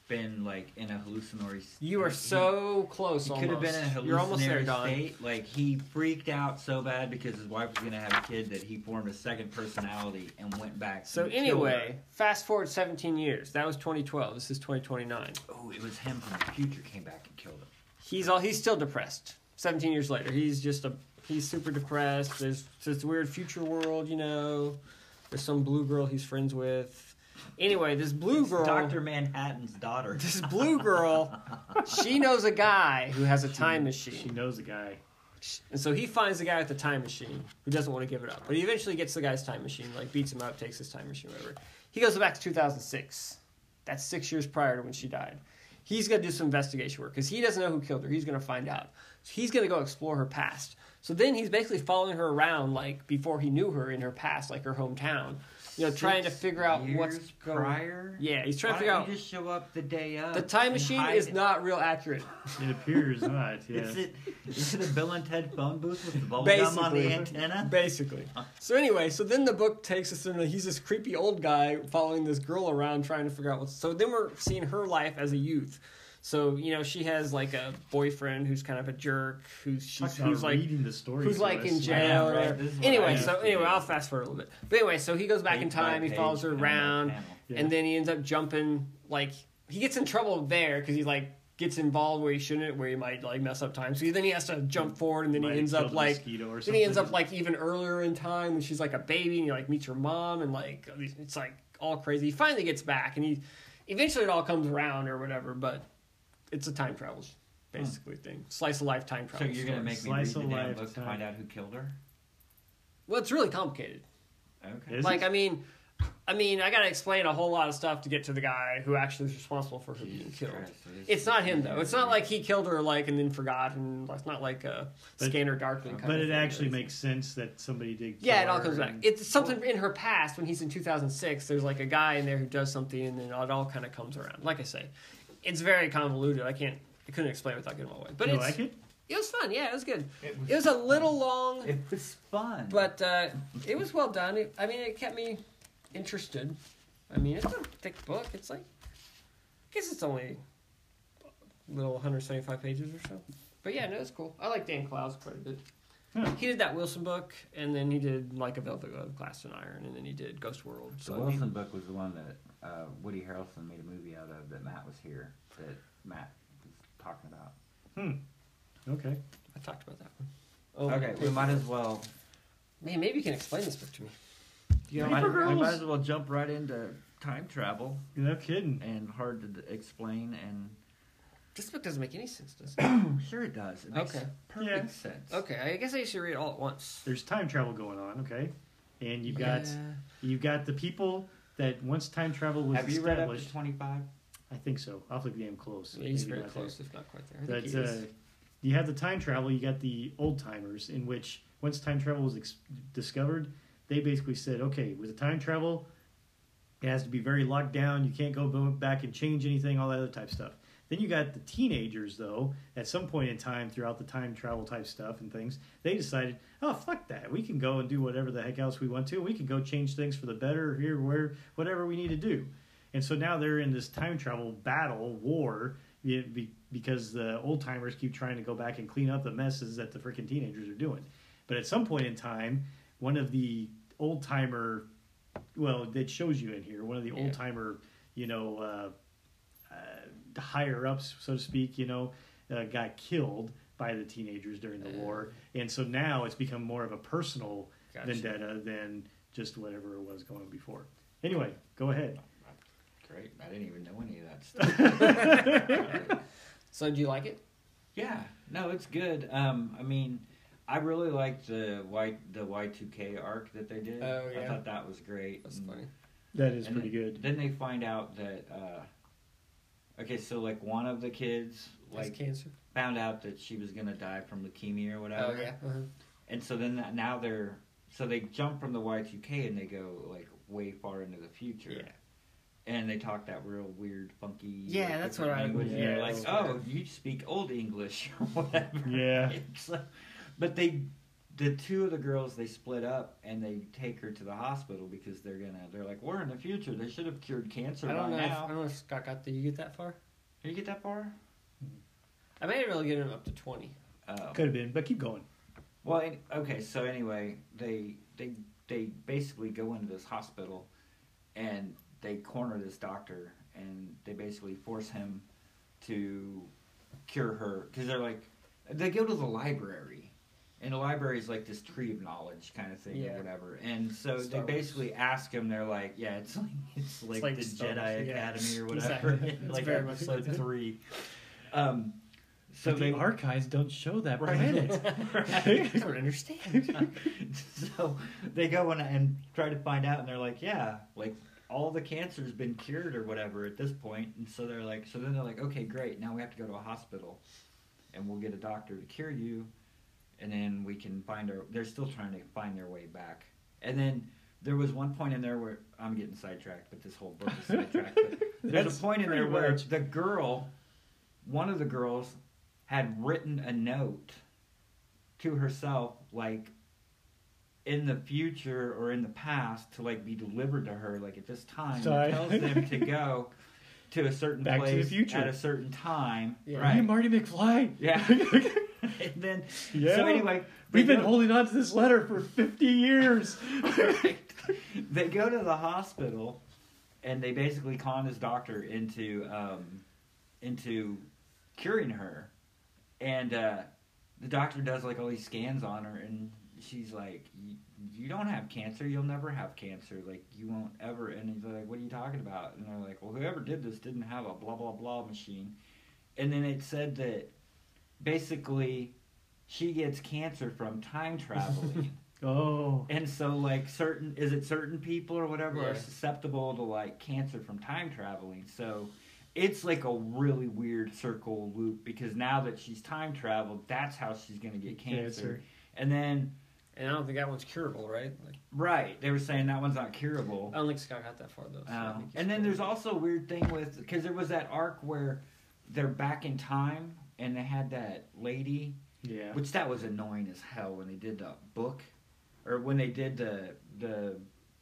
S3: been like in a hallucinatory.
S2: you are
S3: he-
S2: so close.
S3: He,
S2: almost.
S3: could have been in a
S2: You're almost there,
S3: hallucinatory
S2: Don.
S3: state. Like he freaked out so bad because his wife was gonna have a kid that he formed a second personality and went back.
S2: So
S3: and killed her.
S2: anyway, fast forward 17 years. That was 2012. This is 2029.
S3: oh, it was him from the future came back and killed him.
S2: he's all he's still depressed. Seventeen years later, he's just a he's super depressed. There's this weird future world, you know. There's some blue girl he's friends with. Anyway, this blue girl,
S3: Doctor Manhattan's daughter.
S2: this blue girl, she knows a guy who has a time
S1: She
S2: machine,
S1: knows a guy.
S2: and so he finds the guy with the time machine who doesn't want to give it up. But he eventually gets the guy's time machine, like beats him up, takes his time machine, whatever. He goes back to 2006. That's six years prior to when she died. He's going to do some investigation work because he doesn't know who killed her. He's going to find out. So he's going to go explore her past. So then he's basically following her around, like before he knew her in her past, like her hometown. You know, trying to
S3: Six
S2: figure out what's
S3: years
S2: going-
S3: prior.
S2: Yeah, he's trying to
S3: Why
S2: figure
S3: don't
S2: out.
S3: you just show up the day of?
S2: The time
S3: and
S2: machine
S3: hide
S2: is
S3: it?
S2: not real accurate.
S1: It appears not. Yeah.
S3: Is it is it a Bill and Ted phone booth with the bubble gum on
S2: Basically.
S3: the antenna?
S2: Basically. So anyway, so then the book takes us into he's this creepy old guy following this girl around trying to figure out what's so then we're seeing her life as a youth. So, you know, she has like a boyfriend who's kind of a jerk, who's she's
S1: Talk about
S2: who's like
S1: reading the story.
S2: who's
S1: to
S2: like
S1: us.
S2: in jail.
S3: right?
S2: or-
S3: This is what I
S2: Anyway,
S3: asked
S2: so
S3: you.
S2: anyway, I'll fast forward a little bit. But anyway, so he goes back in
S3: Page by
S2: time, he
S3: page,
S2: follows her
S3: panel by
S2: around,
S3: panel.
S1: Yeah.
S2: and then he ends up jumping like he gets in trouble there because he like gets involved where he shouldn't, where he might like mess up time. So then he has to jump forward, and then
S1: Might
S2: he ends
S1: have
S2: up
S1: killed a
S2: like
S1: mosquito or
S2: then he ends
S1: something.
S2: up like even earlier in time when she's like a baby and he like meets her mom and like it's like all crazy. He finally gets back and he eventually it all comes around or whatever, but it's a time travel
S1: Hmm.
S2: basically thing. Slice of life time
S3: So
S2: travel.
S3: you're gonna
S2: story.
S3: make me read
S1: Slice
S3: the
S1: of
S3: damn
S1: life
S3: book to
S1: time.
S3: find out who killed her?
S2: Well, it's really complicated.
S3: Okay.
S1: Is
S2: like
S1: it?
S2: I mean I mean, I gotta explain a whole lot of stuff to get to the guy who actually is responsible for her being
S3: Jesus
S2: killed.
S3: Christ, so this
S2: It's
S3: is-
S2: not him though. It's not like he killed her like and then forgot, and it's not like a
S1: But-
S2: scanner darkly. Kind
S1: but
S2: of
S1: it
S2: thing.
S1: actually makes sense that somebody did.
S2: Yeah, it
S1: kill
S2: all
S1: her
S2: comes back.
S1: and-
S2: It's something in her past when he's in 2006. There's like a guy in there who does something, and then it all kind of comes around. Like I say, it's very convoluted. I can't. I couldn't explain it without getting away. But
S1: you
S2: it's,
S1: like it?
S2: it was fun. Yeah, it was good.
S3: It
S2: It was a little long,
S3: It was fun.
S2: but uh, it was well done. It, I mean, it kept me interested. I mean, it's a thick book. It's like, I guess it's only a little 175 pages or so. But yeah, no, it's cool. I like Dan Clowes quite a bit.
S1: Yeah.
S2: He did that Wilson book, and then he did like a Velvet Glove, Glass and Iron, and then he did Ghost World.
S3: the
S2: So I mean,
S3: Wilson book was the one that uh, Woody Harrelson made a movie out of that Matt was here that Matt was talking about.
S1: Okay.
S2: I talked about that one. Oh,
S3: okay, we might as well.
S2: Man, maybe you can explain this book to me.
S3: You know,
S1: Paper
S3: might- we might
S1: Girls.
S3: as well jump right into time travel
S1: No kidding.
S3: and hard to d- explain and
S2: This book doesn't make any sense, does it?
S3: sure it does. It makes
S2: Okay.
S3: perfect
S1: Yeah.
S3: sense.
S2: okay, I guess I should read it all at once.
S1: There's time travel going on. Okay, and you've got
S2: Yeah.
S1: you've got the people that once time travel was
S3: Have you read up
S1: established.
S3: to 25?
S1: I think so. Awfully damn close.
S2: Yeah, he's
S1: Maybe
S2: very
S1: not
S2: close, if not quite there. I
S1: there.
S2: think he
S1: That,
S2: is.
S1: uh, you have the time travel. You got the old timers, in which once time travel was ex- discovered, they basically said, okay, with the time travel, it has to be very locked down. You can't go bo- back and change anything. All that other type stuff. Then you got the teenagers, though. At some point in time, throughout the time travel type stuff and things, they decided, oh fuck that, we can go and do whatever the heck else we want to. We can go change things for the better here, where, whatever we need to do. And so now they're in this time travel battle war you know, be- because the old timers keep trying to go back and clean up the messes that the freaking teenagers are doing. But at some point in time, one of the old timer, well, that shows you in here, one of the
S2: Yeah.
S1: old timer, you know. Uh, uh, higher ups, so to speak, you know, uh, got killed by the teenagers during the war, and so now it's become more of a personal
S2: Gotcha.
S1: vendetta than just whatever it was going before. Anyway, go ahead.
S3: Great. I didn't even know any of that stuff.
S2: So, do you like it?
S3: yeah. No, it's good. Um, I mean, I really liked the Y the Y two K arc that they did.
S2: Oh,
S3: I
S2: yeah.
S3: thought that was great.
S2: That's
S3: And-
S2: funny.
S1: That is
S3: and
S1: pretty
S3: then-
S1: good.
S3: Then they find out that uh, okay, so like one of the kids
S2: Like
S3: like
S2: cancer.
S3: found out that she was gonna die from leukemia or
S2: Oh
S3: whatever.
S2: yeah. Uh-huh.
S3: And so then that, now they're so they jump from the Y2K and they go like way far into the future.
S2: Yeah.
S3: And they talk that real weird, funky.
S2: Yeah,
S3: like,
S2: that's
S3: different
S2: what I-
S3: language, and
S1: yeah,
S3: you're like,
S2: that's what I-
S3: oh, you speak old English or whatever.
S1: Yeah.
S3: It's like- but they, the two of the girls, they split up and they take her to the hospital because they're gonna. They're like, we're in the future. They should have cured cancer
S2: I
S3: by
S2: don't know. If, I
S3: now.
S2: don't know if Scott got there. You get that far?
S3: Did you get that far?
S2: I may really get him up to twenty.
S3: Oh.
S1: Could have been, but keep going.
S3: Well, an- okay. So anyway, they they they basically go into this hospital, and they corner this doctor, and they basically force him to cure her because they're like, they go to the library, and the library is like this tree of knowledge kind of thing
S2: Yeah.
S3: or whatever. And
S2: Star
S3: so
S2: Wars.
S3: they basically ask him. They're like, yeah, it's like it's like,
S2: like
S3: the
S2: Star Wars,
S3: Jedi
S2: yeah.
S3: Academy or
S2: Exactly.
S3: whatever,
S2: It's
S3: like
S2: very much like
S3: episode
S2: that.
S3: three. Um, so
S1: but the
S3: they
S1: archives don't show that
S3: Right.
S1: planet.
S2: I don't understand.
S3: so they go and, and try to find out, and they're like, yeah, like all the cancer's been cured or whatever at this point, and so they're like, so then they're like, okay, great, now we have to go to a hospital, and we'll get a doctor to cure you, and then we can find our. They're still trying to find their way back, and then. There was one point in there where I'm getting sidetracked, but this whole book is sidetracked. But there's
S1: That's
S3: a point in there
S1: pretty
S3: where
S1: much-
S3: the girl, one of the girls, had written a note to herself, like in the future or in the past, to like be delivered to her, like at this time.
S1: Sorry.
S3: It tells them to go to a certain
S1: Back to the
S3: place
S1: future.
S3: at a certain time.
S2: Yeah.
S1: Are you
S3: Right.
S1: Marty McFly?
S3: Yeah. and then,
S1: Yeah.
S3: so anyway,
S1: We've
S3: they
S1: been
S3: go-
S1: holding on to this letter for 50 years.
S3: they go to the hospital and they basically con his doctor into um, into curing her and uh, the doctor does like all these scans on her and she's like "You- you don't have cancer you'll never have cancer like you won't ever and he's like what are you talking about and they're like well whoever did this didn't have a blah blah blah machine and then it said that basically she gets cancer from time traveling
S1: Oh.
S3: and so, like, certain is it certain people or whatever
S2: Yeah.
S3: are susceptible to like cancer from time traveling? So, it's like a really weird circle loop because now that she's time traveled, that's how she's gonna get cancer.
S1: Cancer.
S3: And then,
S2: And I don't think that one's curable, right? Like,
S3: right, they were saying that one's not curable.
S2: I don't think Scott got that far though. so Oh, I
S3: Um,
S2: think he's
S3: and then
S2: cool.
S3: there's also a weird thing with because there was that arc where they're back in time and they had that lady
S1: Yeah.
S3: Which that was annoying as hell when they did the book, or when they did the the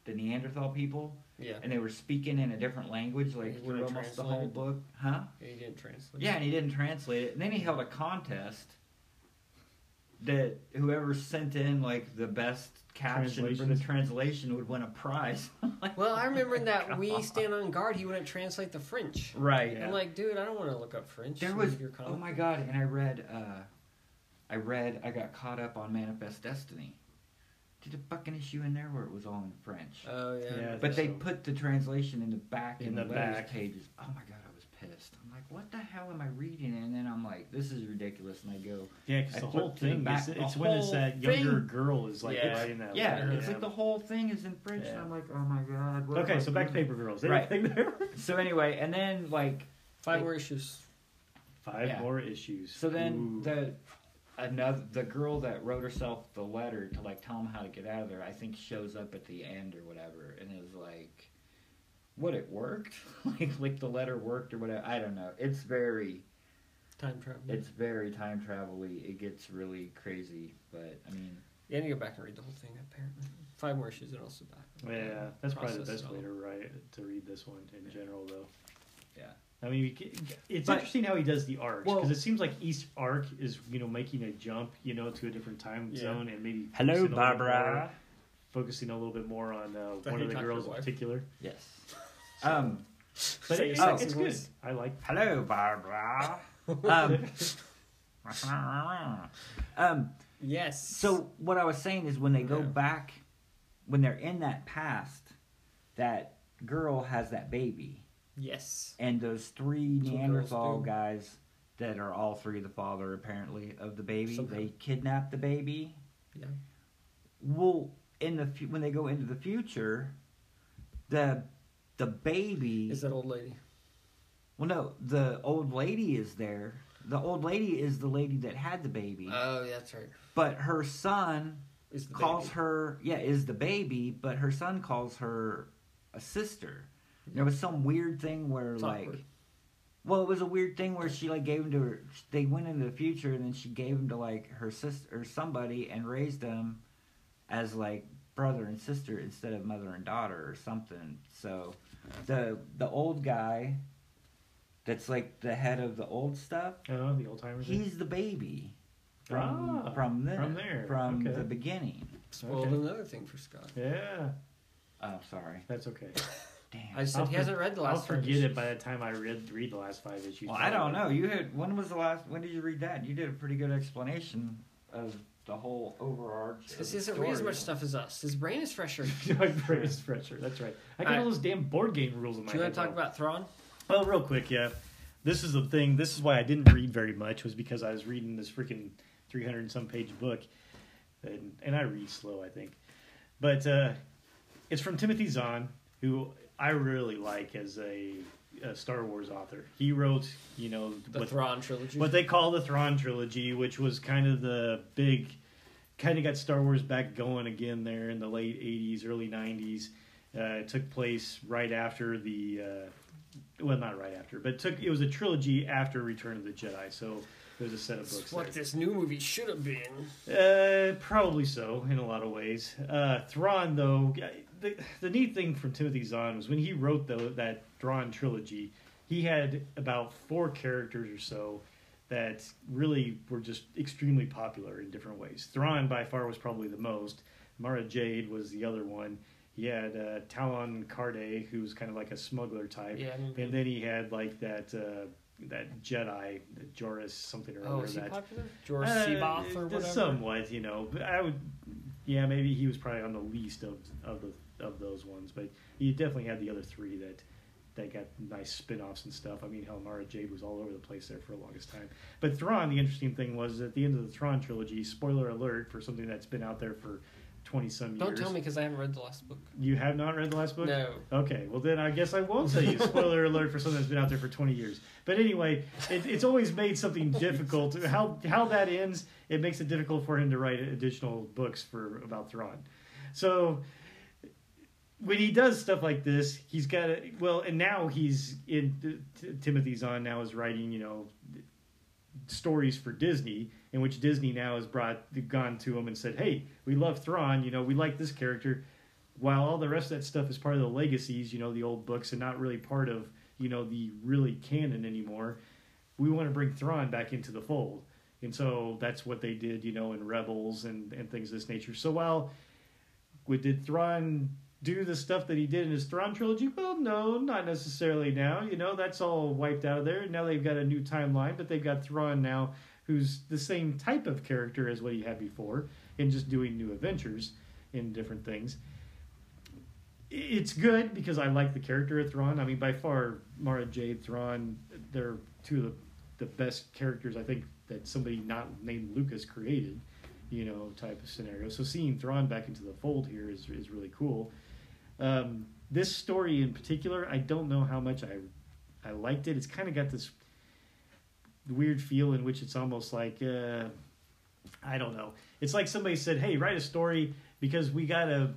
S3: the Neanderthal people,
S2: yeah,
S3: and they were speaking in a different language,
S2: He
S3: like through
S2: wouldn't
S3: almost the whole
S2: translate it.
S3: book, huh?
S2: yeah, he didn't translate.
S3: Yeah, and he didn't translate it. And then he held a contest that whoever sent in like the best caption for the
S1: Translations.
S3: translation would win a prize. Like,
S2: Well, I remember in that
S3: Come
S2: we
S3: on.
S2: stand on guard. He wouldn't translate the French.
S3: right.
S1: Yeah.
S2: I'm like, dude, I don't want to look up French.
S3: There
S2: in
S3: was
S2: your
S3: oh
S2: comic.
S3: my god, and I read uh I read I got caught up on Manifest Destiny. Did a fucking issue in there where it was all in French.
S2: Oh yeah.
S1: Yeah.
S3: but they
S1: so-
S3: put the translation in the back
S1: In
S3: in the,
S1: the
S3: letters
S1: back.
S3: pages. Oh my god, I was pissed. I'm like, what the hell am I reading? And then I'm like, this is ridiculous. And I go,
S1: Yeah, 'cause the
S3: I flipped
S1: whole
S3: to the
S1: thing,
S3: back,
S1: is,
S3: the
S1: it's when it's
S3: whole
S1: that younger
S3: thing.
S1: girl is like
S2: Yeah.
S1: writing that
S3: yeah,
S1: letter.
S3: it's like the whole thing is in French. And
S1: Yeah.
S3: I'm like, oh my god. What am
S1: Okay,
S3: I
S1: so back to
S3: reading?
S1: Paper Girls.
S3: Right.
S1: Anything there?
S3: So anyway, and then like
S2: Five more issues.
S1: Five
S3: Yeah.
S1: more issues.
S3: So then
S1: Ooh.
S3: the another the girl that wrote herself the letter to like tell him how to get out of there, I think shows up at the end or whatever, and is like, "What it worked? like like the letter worked or whatever? I don't know. It's very
S2: Time travel.
S3: it's very time travel-y. It gets really crazy, but I mean,
S2: Yeah, I need to go back and read the whole thing. Apparently, five more issues and also back.
S1: Yeah, that's probably the
S2: Process
S1: best
S2: it
S1: way
S2: all.
S1: to write to read this one in general, though.
S3: Yeah.
S1: I mean, we ca- it's
S3: But-
S1: interesting how he does the arcs because
S3: Well-
S1: it seems like each arc is you know making a jump you know to a different time
S2: Yeah.
S1: zone and maybe focusing a
S3: Hello,
S1: little bit
S3: Barbara.
S1: more- focusing a little bit more on uh, one
S2: how you
S1: of the
S2: talk to your
S1: girls in
S2: wife.
S1: particular.
S3: yes. Um,
S1: But
S2: Say
S1: it-
S2: your
S1: it's-
S2: sexy
S1: it's good.
S2: voice.
S1: I like.
S3: hello, Barbara. um, um,
S2: Yes.
S3: So what I was saying is when they go
S2: Yeah.
S3: back, when they're in that past, that girl has that baby,
S2: yes.
S3: and those three
S2: That's what
S3: Neanderthal
S2: girls do.
S3: guys that are all three the father apparently of the baby,
S2: Somehow.
S3: they kidnap the baby.
S2: Yeah.
S3: Well, in the fu- when they go into the future, the the baby
S2: Is that old lady?
S3: well no the old lady is there. The old lady is the lady that had the baby,
S2: Oh, yeah, that's right.
S3: but her son
S2: Is the
S3: calls
S2: baby.
S3: her yeah is the baby but her son calls her a sister there was some weird thing where
S2: It's
S3: like
S2: awkward.
S3: well it was a weird thing where she like gave him to her they went into the future and then she gave him to like her sister or somebody and raised them as like brother and sister instead of mother and daughter or something so the the old guy that's like the head of the old stuff
S1: Oh, the old timers.
S3: he's the baby from,
S1: Ah,
S3: from there
S1: from there,
S3: from
S1: okay.
S3: the beginning
S2: Spoiled
S1: Okay.
S2: another thing for Scott.
S1: Yeah,
S3: oh sorry
S1: that's okay.
S3: damn
S2: I said
S1: I'll
S2: he
S1: for-
S2: hasn't read the last.
S1: I'll
S2: five
S1: forget it
S2: issues.
S1: by the time I read read the last five issues.
S3: Well, I don't know. You had when was the last? When did you read that? You did a pretty good explanation of the whole overarch. of
S2: Because he
S3: the
S2: doesn't read as
S3: story.
S2: much stuff as us. His brain is fresher. Do
S1: My brain is fresher. That's right. I got
S2: All
S1: all,
S2: right.
S1: those damn board game rules in my
S2: you
S1: head.
S2: want to talk
S1: though.
S2: about Thrawn?
S1: Well, real quick, yeah. This is the thing. This is why I didn't read very much was because I was reading this freaking 300 and some page book, and, and I read slow, I think. But uh, it's from Timothy Zahn, who I really like as a, a Star Wars author. He wrote, you know,
S2: The
S1: what,
S2: Thrawn trilogy.
S1: what they call the Thrawn trilogy, which was kind of the big, kind of got Star Wars back going again there in the late '80s, early '90s. Uh, it took place right after the, uh, well, not right after, but it took it was a trilogy after Return of the Jedi. So it was a set of
S2: It's
S1: books.
S2: what
S1: there.
S2: this new movie should have been.
S1: Uh, probably so in a lot of ways. Uh, Thrawn, though, the, the neat thing from Timothy Zahn was when he wrote the, that Thrawn trilogy, he had about four characters or so that really were just extremely popular in different ways. Thrawn by far was probably the most. Mara Jade was the other one. He had uh, Talon Carde, who was kind of like a smuggler type,
S2: Yeah. I mean-
S1: and then he had like that uh, that Jedi Joris something or
S2: oh,
S1: other
S2: is he
S1: that
S2: popular? George
S1: uh,
S2: Seaboth or
S1: just
S2: whatever.
S1: Somewhat, you know. But I would, yeah, maybe he was probably on the least of of the of those ones, but he definitely had the other three that that got nice spin-offs and stuff. I mean, hell, Mara Jade was all over the place there for the longest time. But Thrawn, the interesting thing was at the end of the Thrawn trilogy. Spoiler alert for something that's been out there for twenty some years.
S2: Don't tell me because I haven't read the last book.
S1: you have not read the last book.
S2: No.
S1: Okay, well then I guess I won't tell you. Spoiler alert for something that's been out there for 20 years. But anyway, it, it's always made something difficult. How how that ends, it makes it difficult for him to write additional books for about Thrawn. So when he does stuff like this, he's got a well, and now he's in T- Timothy's on now is writing you know stories for Disney, in which Disney now has brought gone to him and said, "Hey, we love Thrawn. You know, we like this character." While all the rest of that stuff is part of the legacies, you know, the old books, and not really part of you know the really canon anymore, we want to bring Thrawn back into the fold, and so that's what they did, you know, in Rebels and and things of this nature. So while we did Thrawn do the stuff that he did in his Thrawn trilogy? Well, no, not necessarily now. You know, that's all wiped out of there. Now they've got a new timeline, but they've got Thrawn now, who's the same type of character as what he had before, and just doing new adventures in different things. I- It's good because I like the character of Thrawn. I mean, by far, Mara Jade, Thrawn, they're two of the, the best characters I think that somebody not named Lucas created, you know, type of scenario. So seeing Thrawn back into the fold here is, is really cool um, this story in particular, I don't know how much I I liked it. It's kind of got this weird feel in which it's almost like uh, I don't know. It's like somebody said, "Hey, write a story because we gotta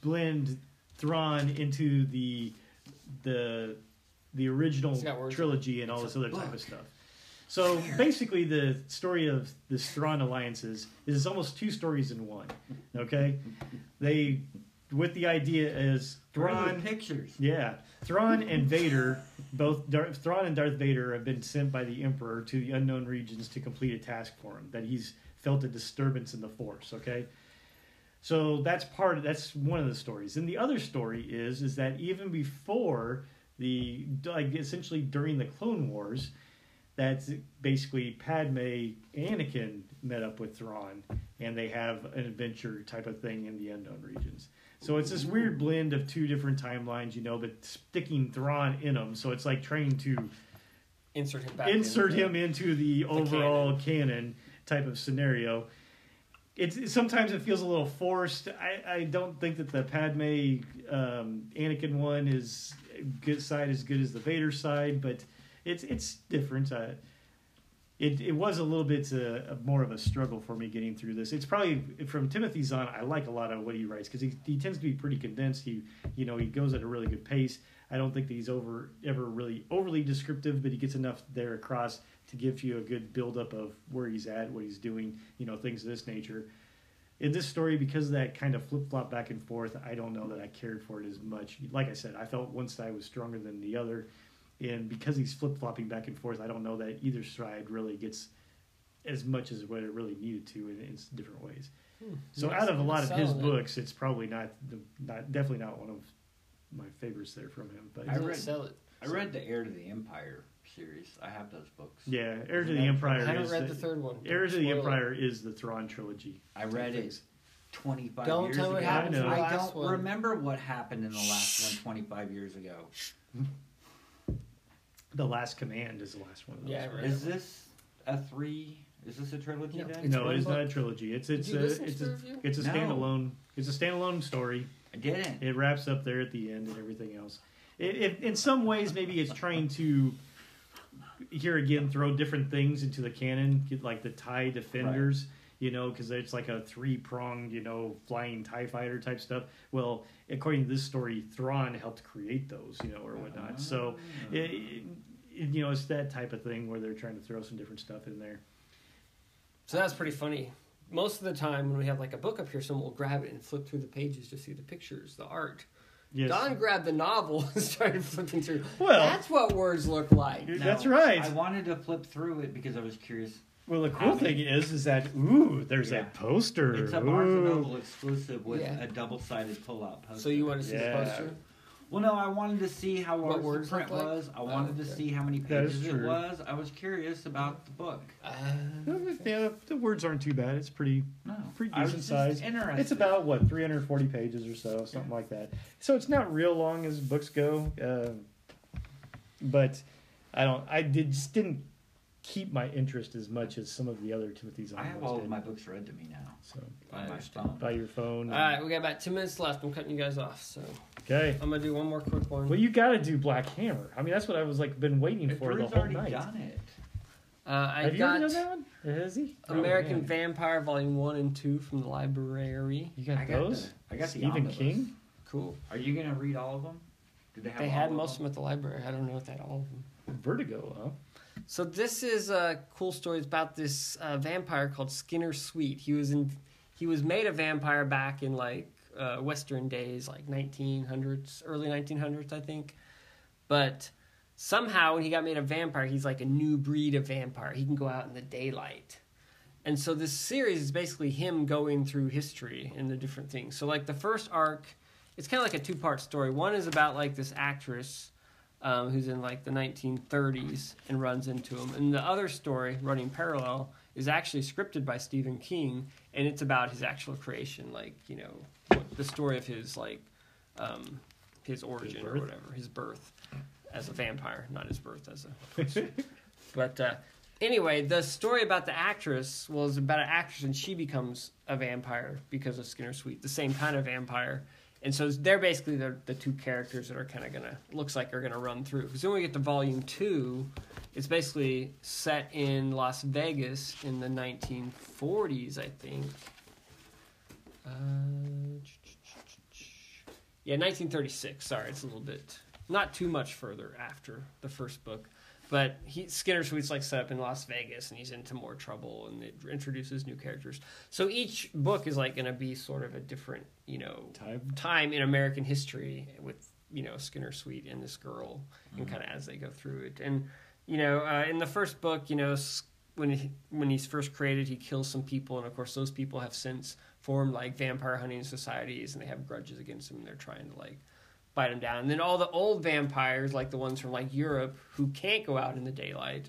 S1: blend Thrawn into the the the original
S2: It's got words.
S1: trilogy and all
S2: It's
S1: this
S2: a
S1: other type
S2: book.
S1: of stuff." So basically, the story of this Thrawn alliances is it's almost two stories in one. Okay, they with the idea is
S3: Where are the
S1: Thrawn
S3: pictures.
S1: yeah, Thrawn and Vader, both Dar- Thrawn and Darth Vader have been sent by the Emperor to the unknown regions to complete a task for him. That he's felt a disturbance in the Force. Okay, so that's part. Of, that's one of the stories. And the other story is is that even before the like essentially during the Clone Wars, that's basically Padme, Anakin met up with Thrawn, and they have an adventure type of thing in the unknown regions. So it's this weird blend of two different timelines, you know, but sticking Thrawn in them. So it's like trying to
S2: Insert him back.
S1: insert
S2: in.
S1: him into the overall canon. type of scenario. It's it- sometimes it feels a little forced. I, I don't think that the Padme um, Anakin one is good side as good as the Vader side, but it's it's different. Uh, it it was a little bit uh, more of a struggle for me getting through this. It's probably from Timothy's on. I like a lot of what he writes because he he tends to be pretty condensed. He you know he goes at a really good pace. I don't think that he's over ever really overly descriptive, but he gets enough there across to give you a good buildup of where he's at, what he's doing, you know, things of this nature. In this story, because of that kind of flip flop back and forth, I don't know that I cared for it as much. Like I said, I felt one side was stronger than the other, and because he's flip flopping back and forth, I don't know that either side really gets as much as what it really needed to in, in different ways. So
S2: Nice.
S1: out of a lot of his
S2: Solid.
S1: books, it's probably not, the, not definitely not one of my favorites there from him. But
S3: I
S2: Didn't
S3: read-
S2: sell it.
S3: I read the Heir to the Empire series. I have those books.
S1: yeah, Heir to the
S3: I
S2: I
S1: Empire.
S2: haven't
S1: is
S2: read the third one.
S1: Heir to the
S2: Spoiler.
S1: Empire is the Thrawn trilogy.
S3: I read it
S1: Thanks.
S3: 25
S2: Don't
S3: years
S2: tell me
S3: ago.
S2: what
S1: happened to the
S3: I
S2: last
S3: don't
S2: one.
S3: remember what happened in the last one 25 years ago.
S1: The Last Command is the last one. Of those.
S2: Yeah, I read
S3: Is
S2: it.
S3: this a three Is this a trilogy
S2: No.
S3: then?
S2: It's
S1: no, it is
S2: one
S1: not a
S2: book.
S1: trilogy. It's it's
S2: you
S1: a
S2: listen to
S1: it's
S2: the
S1: a
S2: review?
S1: it's a
S3: No.
S1: standalone it's a standalone story.
S3: I didn't.
S1: It wraps up there at the end and everything else. It, it in some ways maybe it's trying to here again throw different things into the canon, get like the tie defenders. You know, because it's like a three pronged, you know, flying TIE fighter type stuff. Well, according to this story, Thrawn helped create those, you know, or whatnot. So,
S3: Oh.
S1: it, it- you know, it's that type of thing where they're trying to throw some different stuff in there.
S2: So that's pretty funny. Most of the time, when we have like a book up here, someone will grab it and flip through the pages to see the pictures, the art.
S1: Yes.
S2: Don grabbed the novel and started flipping through.
S1: Well-
S2: that's what words look like.
S1: You're-
S3: No,
S1: That's right.
S3: I wanted to flip through it because I was curious.
S1: Well, the cool thing is, is that ooh, there's
S3: Yeah.
S1: that poster.
S3: It's a Barnes and
S1: Ooh.
S3: Noble exclusive with
S2: Yeah.
S3: a double-sided pull-out poster.
S2: So you want to see
S1: Yeah.
S2: the poster?
S3: Well, no, I wanted to see how
S2: What
S3: large
S2: words
S3: the print
S2: look like?
S3: was. I
S2: Oh,
S3: wanted to
S2: okay.
S3: see how many
S1: That is
S3: pages it
S1: true.
S3: was. I was curious about the book.
S2: Uh,
S1: Yeah, the words aren't too bad. It's pretty,
S3: No,
S1: pretty
S3: I was
S1: decent size.
S3: just Interested.
S1: It's about what 340 pages or so, something like that. So it's not real long as books go, Um but I don't. I did just didn't keep my interest as much as some of the other Timothy's.
S3: I have all of my books read to me now
S1: So
S3: on
S2: I
S3: my
S2: understand.
S3: phone.
S1: by your phone.
S2: all
S1: and-
S2: right, we got about ten minutes left. I'm cutting you guys off, so
S1: Okay.
S2: I'm gonna do one more quick one.
S1: Well, you got to do Black Hammer. I mean, that's what I was like been waiting
S3: But
S1: for the
S3: Drew's
S1: whole
S3: already
S1: night.
S3: done it.
S2: uh, I
S1: have you
S2: got
S1: ever done that one? Has he? Oh,
S2: American
S1: man.
S2: Vampire Volume One and Two from the library.
S1: You got
S3: I got
S1: those?
S3: the- I got the
S1: Stephen
S3: omnibus.
S1: King.
S2: Cool.
S3: Are you gonna read all of them? Did they have?
S2: They
S3: all
S2: had
S3: of
S2: most of
S3: them?
S2: them at the library. I don't know if they had all of them.
S1: Vertigo, huh?
S2: So this is a cool story. It's about this uh, vampire called Skinner Sweet. He was in, he was made a vampire back in like uh, Western days, like 1900s, early 1900s, I think. But somehow, when he got made a vampire, he's like a new breed of vampire. He can go out in the daylight. And so this series is basically him going through history and the different things. So like the first arc, it's kind of like a two-part story. One is about like this actress um, who's in like the 1930s and runs into him, and the other story running parallel is actually scripted by Stephen King, and it's about his actual creation, like you know what, the story of his like um, his origin or
S1: birth?
S2: whatever, his birth as a vampire, not his birth as a but uh, anyway, the story about the actress was about an actress, and she becomes a vampire because of Skinner Sweet, the same kind of vampire. And so they're basically the, the two characters that are kind of gonna looks like are gonna run through. Because then we get to volume two, it's basically set in Las Vegas in the 1940s, I think. Uh, yeah, 1936. Sorry, it's a little bit not too much further after the first book. But he Skinner Sweet's like set up in Las Vegas, and he's into more trouble, and it introduces new characters. So each book is like going to be sort of a different, you know,
S1: Time.
S2: time in American history with you know Skinner Sweet and this girl, and kind of as they go through it. And you know, uh, in the first book, you know, S- when he, when he's first created, he kills some people, and of course, those people have since formed like vampire hunting societies, and they have grudges against him. And they're trying to like bite him down. And then all the old vampires, like the ones from like Europe, who can't go out in the daylight,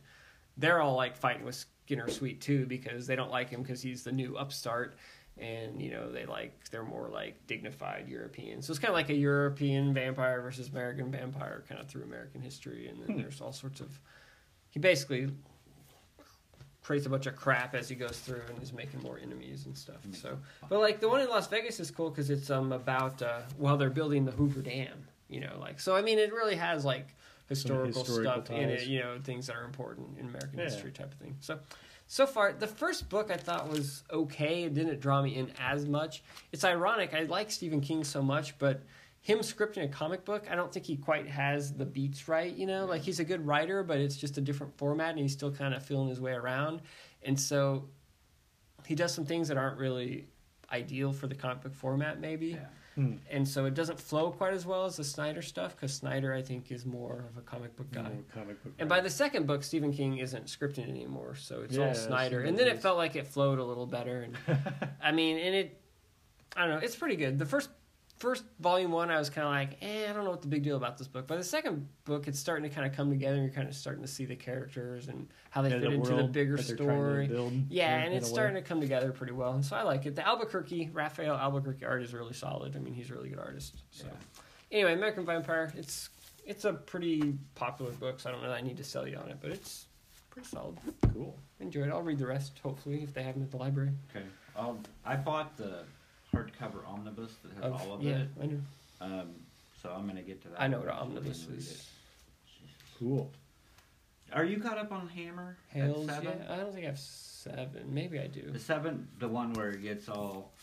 S2: they're all like fighting with Skinner Sweet too because they don't like him because he's the new upstart. And you know they like they're more like dignified Europeans, so it's kind of like a European vampire versus American vampire, kind of through American history. And
S1: Hmm.
S2: then there's all sorts of he basically creates a bunch of crap as he goes through and is making more enemies and stuff.
S1: Hmm.
S2: So, but like the one in Las Vegas is cool because it's um about uh, while they're building the Hoover Dam, you know, like so. I mean, it really has like historical,
S1: historical
S2: stuff in it,
S1: ties.
S2: you know, things that are important in American
S1: Yeah.
S2: history type of thing. So. So far, the first book I thought was okay. It didn't draw me in as much. It's ironic. I like Stephen King so much, but him scripting a comic book, I don't think he quite has the beats right, you know? Like he's a good writer, but it's just a different format and he's still kind of feeling his way around. And so he does some things that aren't really ideal for the comic book format maybe.
S3: Yeah.
S1: Hmm.
S2: And so it doesn't flow quite as well as the Snyder stuff cuz Snyder I think is more of a comic book guy.
S1: More comic book.
S2: And by the second book, Stephen King isn't scripting anymore, so it's
S1: Yeah,
S2: all
S1: that's
S2: Snyder.
S1: what
S2: And
S1: it
S2: then it
S1: is.
S2: felt like it flowed a little better. And I mean, and it, I don't know, it's pretty good. The first first volume one, I was kind of like, eh, I don't know what the big deal about this book. By the second book, it's starting to kind of come together. and You're kind of starting to see the characters and how they
S1: Yeah,
S2: fit into the
S1: world
S2: bigger
S1: that they're trying to
S2: story.
S1: build
S2: Yeah,
S1: in-
S2: and
S1: in
S2: it's
S1: a way.
S2: starting to come together pretty well, and so I like it. The Albuquerque Raphael Albuquerque art is really solid. I mean, he's a really good artist. So, anyway, American Vampire, it's it's a pretty popular book, so I don't know that I need to sell you on it, but it's pretty solid.
S4: Cool.
S2: Enjoyed it. I'll read the rest, hopefully, if they have them at the library.
S3: Okay. Um, I bought the hardcover omnibus that has
S2: Of-
S3: all of
S2: yeah,
S3: it.
S2: I know.
S3: Um, so I'm gonna get to that.
S2: I know what
S3: eventually
S2: omnibus
S3: and read
S2: is.
S3: it.
S1: Cool.
S3: Are you caught up on Hammer? at
S2: Hales,
S3: seven?
S2: yeah. I don't think I have seven. Maybe I do.
S3: The seventh, the one where it gets all